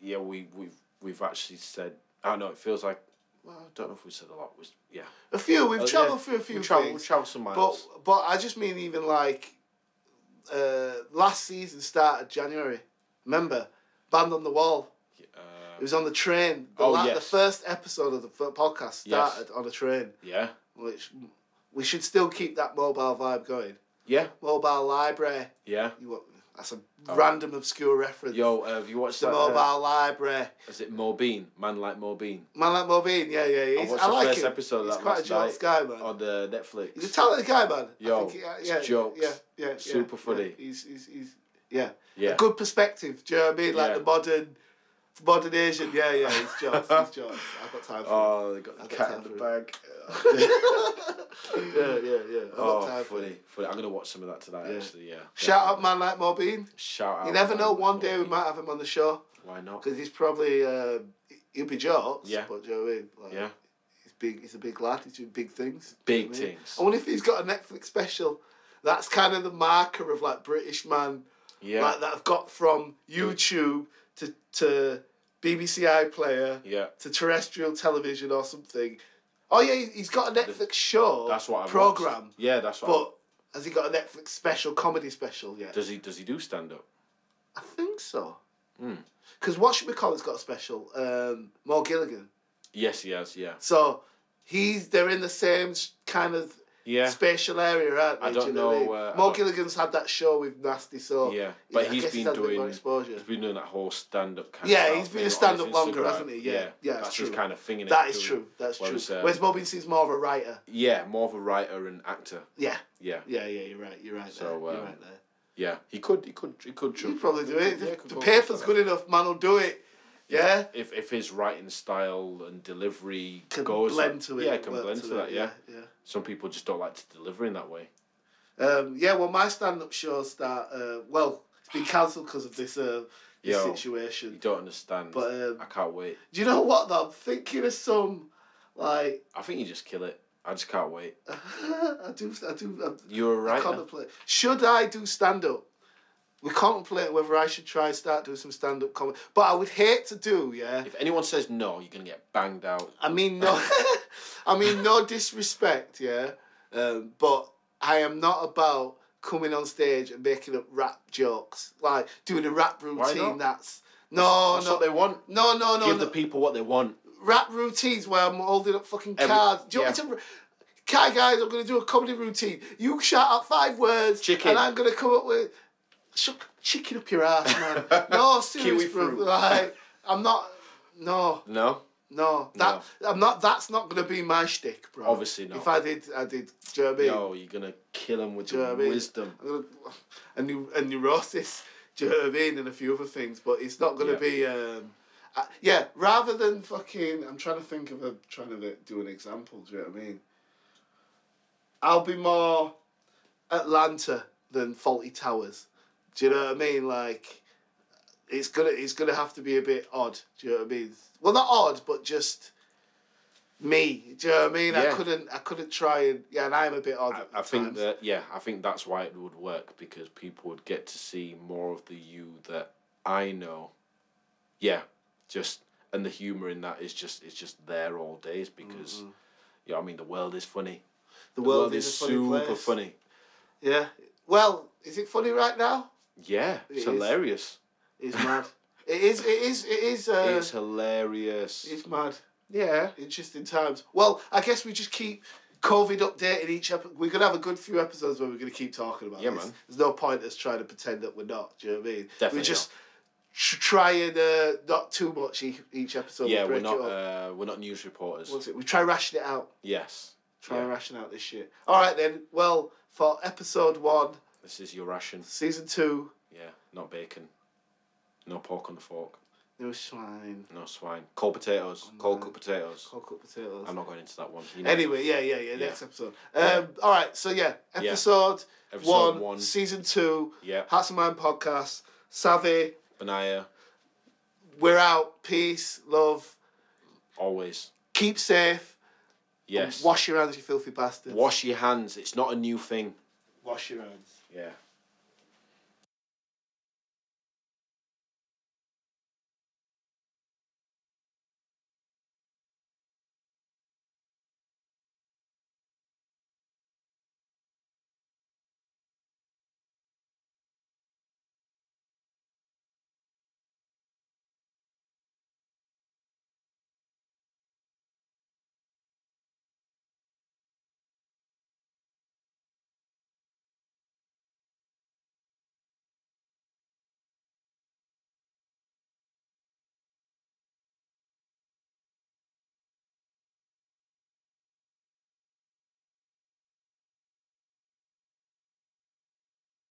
S1: yeah, we we've we've actually said. I don't know. It feels like. Well, I don't know if we said a lot. Was yeah.
S2: a few. We've
S1: Oh, yeah.
S2: travelled through a few
S1: We travel. We
S2: things.
S1: travel some
S2: But
S1: miles.
S2: but I just mean even like uh, last season started January. Remember, band on the wall. It
S1: uh,
S2: was on the train. The,
S1: Oh,
S2: la- the
S1: yes.
S2: first episode of the f- podcast
S1: Yes.
S2: started on a train,
S1: yeah.
S2: which we should still keep that mobile vibe going.
S1: Yeah.
S2: Mobile library.
S1: Yeah.
S2: You want, that's a
S1: Oh.
S2: random obscure reference.
S1: Yo, uh, have you watched
S2: the
S1: that?
S2: mobile
S1: Uh,
S2: library.
S1: is it Morbean? Man like Morbean.
S2: Man like Mobeen, yeah, yeah, yeah.
S1: I
S2: He's,
S1: watched
S2: I,
S1: the
S2: like
S1: first
S2: him.
S1: episode of
S2: He's
S1: that
S2: quite a
S1: last
S2: jealous
S1: night Oh,
S2: guy, man.
S1: on the Netflix.
S2: He's a talented guy, man.
S1: Yo,
S2: I think, yeah,
S1: it's
S2: yeah,
S1: jokes.
S2: yeah, yeah, yeah,
S1: Super funny.
S2: Yeah. He's, he's, he's, yeah.
S1: yeah.
S2: A good perspective. Do you know what I mean? Like
S1: Yeah.
S2: the modern, modern Asian. Yeah, yeah. He's jokes. he's jokes. I've got time for. him.
S1: Oh, they got
S2: I've
S1: the
S2: got
S1: cat
S2: time
S1: in the
S2: for
S1: bag.
S2: yeah, yeah, yeah. I've got
S1: oh,
S2: time for
S1: funny,
S2: him.
S1: funny. I'm gonna watch some of that tonight.
S2: Yeah.
S1: Actually, yeah.
S2: Shout out,
S1: definitely.
S2: man, like Mobeen.
S1: Shout out.
S2: You never
S1: Oh, man
S2: know.
S1: like
S2: One day we
S1: Morbean.
S2: might have him on the show
S1: Why not?
S2: because he's probably uh, he'll be jokes.
S1: Yeah.
S2: But do you know what I mean? Like,
S1: Yeah.
S2: He's big. He's a big lad. He's doing big things. Do you know
S1: Big
S2: what I mean?
S1: things.
S2: I wonder if he's got a Netflix special. That's kind of the marker of like British man,
S1: Yeah.
S2: like that I've got from YouTube to to BBC iPlayer
S1: yeah.
S2: to terrestrial television or something. Oh yeah, he- he's got a Netflix show.
S1: That's what I
S2: program.
S1: watched. Yeah, that's what. I-
S2: But has he got a Netflix special comedy special yet?
S1: does he does he do stand up?
S2: I think so.
S1: Hmm.
S2: Because what should we call has got a special? Um, More Gilligan.
S1: Yes, he has. Yeah.
S2: So he's they're in the same s- kind of
S1: Yeah.
S2: spatial area, aren't they?
S1: I
S2: Do
S1: don't
S2: you know. what I
S1: know,
S2: mean?
S1: uh, I
S2: More
S1: don't-
S2: Gilligan's had that show with Nasty, so
S1: yeah. But
S2: I guess
S1: he's
S2: he's
S1: been
S2: had a bit more
S1: doing.
S2: exposure.
S1: He's been doing that whole stand up kind of.
S2: Yeah,
S1: style
S2: he's been
S1: thing
S2: a
S1: on
S2: stand-up
S1: his
S2: longer,
S1: Instagram.
S2: hasn't he? Yeah. Yeah,
S1: that's
S2: it's
S1: his
S2: true.
S1: kind of thing. innit,
S2: That is
S1: doing-
S2: true. That's
S1: Whereas,
S2: true.
S1: um,
S2: Whereas Mobin seems more of a writer.
S1: Yeah, more of a writer and actor.
S2: Yeah,
S1: Yeah,
S2: yeah, yeah. You're right. You're right.
S1: So,
S2: there.
S1: um,
S2: you're right there.
S1: yeah. He could, he could, he could.
S2: You
S1: jump-
S2: probably do it.
S1: yeah,
S2: If
S1: could
S2: the
S1: go for
S2: paper's
S1: something.
S2: good enough, man. will do it. Yeah.
S1: If if his writing style and delivery
S2: Can
S1: goes,
S2: blend to it.
S1: Yeah, can
S2: work
S1: blend
S2: to
S1: to, that.
S2: it,
S1: Yeah.
S2: yeah.
S1: Some people just don't like to deliver in that way.
S2: Um, yeah, well, my stand-up shows that uh, well, it's been cancelled because of this, uh, this
S1: Yo. You
S2: situation.
S1: don't understand.
S2: But um,
S1: I can't wait.
S2: do you know what though? I'm thinking of some, like
S1: I think you just kill it. I just can't wait.
S2: I do, I do, I,
S1: You're
S2: I
S1: right.
S2: contemplate. Should I do stand-up? we contemplate whether I should try and start doing some stand up comedy. But I would hate to do, yeah.
S1: If anyone says no, you're gonna get banged out.
S2: I mean no I mean no disrespect, yeah. Um, but I am not about coming on stage and making up rap jokes. Like doing a rap routine
S1: not?
S2: that's no
S1: That's
S2: oh, no
S1: what they want.
S2: no no no,
S1: Give
S2: no.
S1: the people what they want.
S2: rap routines where I'm holding up fucking
S1: Every-
S2: cards. Do you want me to? Okay, guys, I'm gonna do a comedy routine. You shout out five words,
S1: Chicken.
S2: and I'm gonna come up with Shuck, chicken up your ass, man. no, seriously,
S1: Kiwi fruit.
S2: like I'm not. No,
S1: No.
S2: no, that I'm not. That's not gonna be my shtick, bro.
S1: Obviously not.
S2: If I did, I did. Do you know what I mean?
S1: Yo, you're gonna kill them with
S2: Do you know
S1: your
S2: what I mean?
S1: wisdom.
S2: I'm gonna, a new a neurosis. Do you know what I mean? And a few other things, but it's not gonna
S1: Yeah.
S2: be. Um, uh, yeah, rather than fucking, I'm trying to think of a trying to do an example. Do you know what I mean? I'll be more Atlanta than Faulty Towers. Do you know what I mean? Like, it's gonna it's gonna have to be a bit odd. Do you know what I mean? Well, not odd, but just me. Do you know what I mean? I
S1: Yeah.
S2: couldn't I couldn't try and yeah, and I'm a bit odd.
S1: I,
S2: at
S1: I think
S2: times.
S1: that yeah, I think that's why it would work because people would get to see more of the you that I know. Yeah, just and the humor in that is just it's just there all days because, you know, I mean the world is funny.
S2: the
S1: The
S2: world,
S1: world,
S2: is,
S1: is,
S2: a funny
S1: super
S2: place.
S1: funny.
S2: Yeah. Well, is it funny right now?
S1: Yeah,
S2: It
S1: it's
S2: is.
S1: hilarious.
S2: It's mad. it is. It is. It is. Uh,
S1: it's hilarious.
S2: it's mad.
S1: yeah.
S2: Interesting times. Well, I guess we just keep COVID updating each episode. We're gonna have a good few episodes where we're gonna keep talking about
S1: Yeah,
S2: this.
S1: man.
S2: There's no point us trying to pretend that we're not. Do you know what I mean?
S1: Definitely
S2: We're just tr- trying uh, not too much e- each episode. We
S1: yeah, we're
S2: break
S1: not
S2: It up.
S1: uh, we're not news reporters.
S2: What's it? We try ration it out.
S1: Yes.
S2: Try
S1: Yeah.
S2: and ration out this shit. All right then. Well, for episode one,
S1: This is your ration.
S2: season two,
S1: Yeah, not bacon. No pork on the fork.
S2: no swine,
S1: No swine. Cold potatoes. Cold
S2: no.
S1: cooked potatoes.
S2: cold cut potatoes.
S1: I'm not going into that one. You know.
S2: Anyway, yeah, yeah, yeah.
S1: Yeah.
S2: Next episode. Um,
S1: Yeah.
S2: All right. So yeah,
S1: Yeah.
S2: episode,
S1: Episode
S2: one,
S1: one.
S2: season two,
S1: Yeah.
S2: Hats and Mind podcast. Savvy,
S1: Benaya,
S2: we're out. Peace, love.
S1: always.
S2: Keep safe.
S1: Yes.
S2: Wash your hands, you filthy bastards.
S1: Wash your hands. It's not a new thing.
S2: Wash your hands.
S1: Yeah.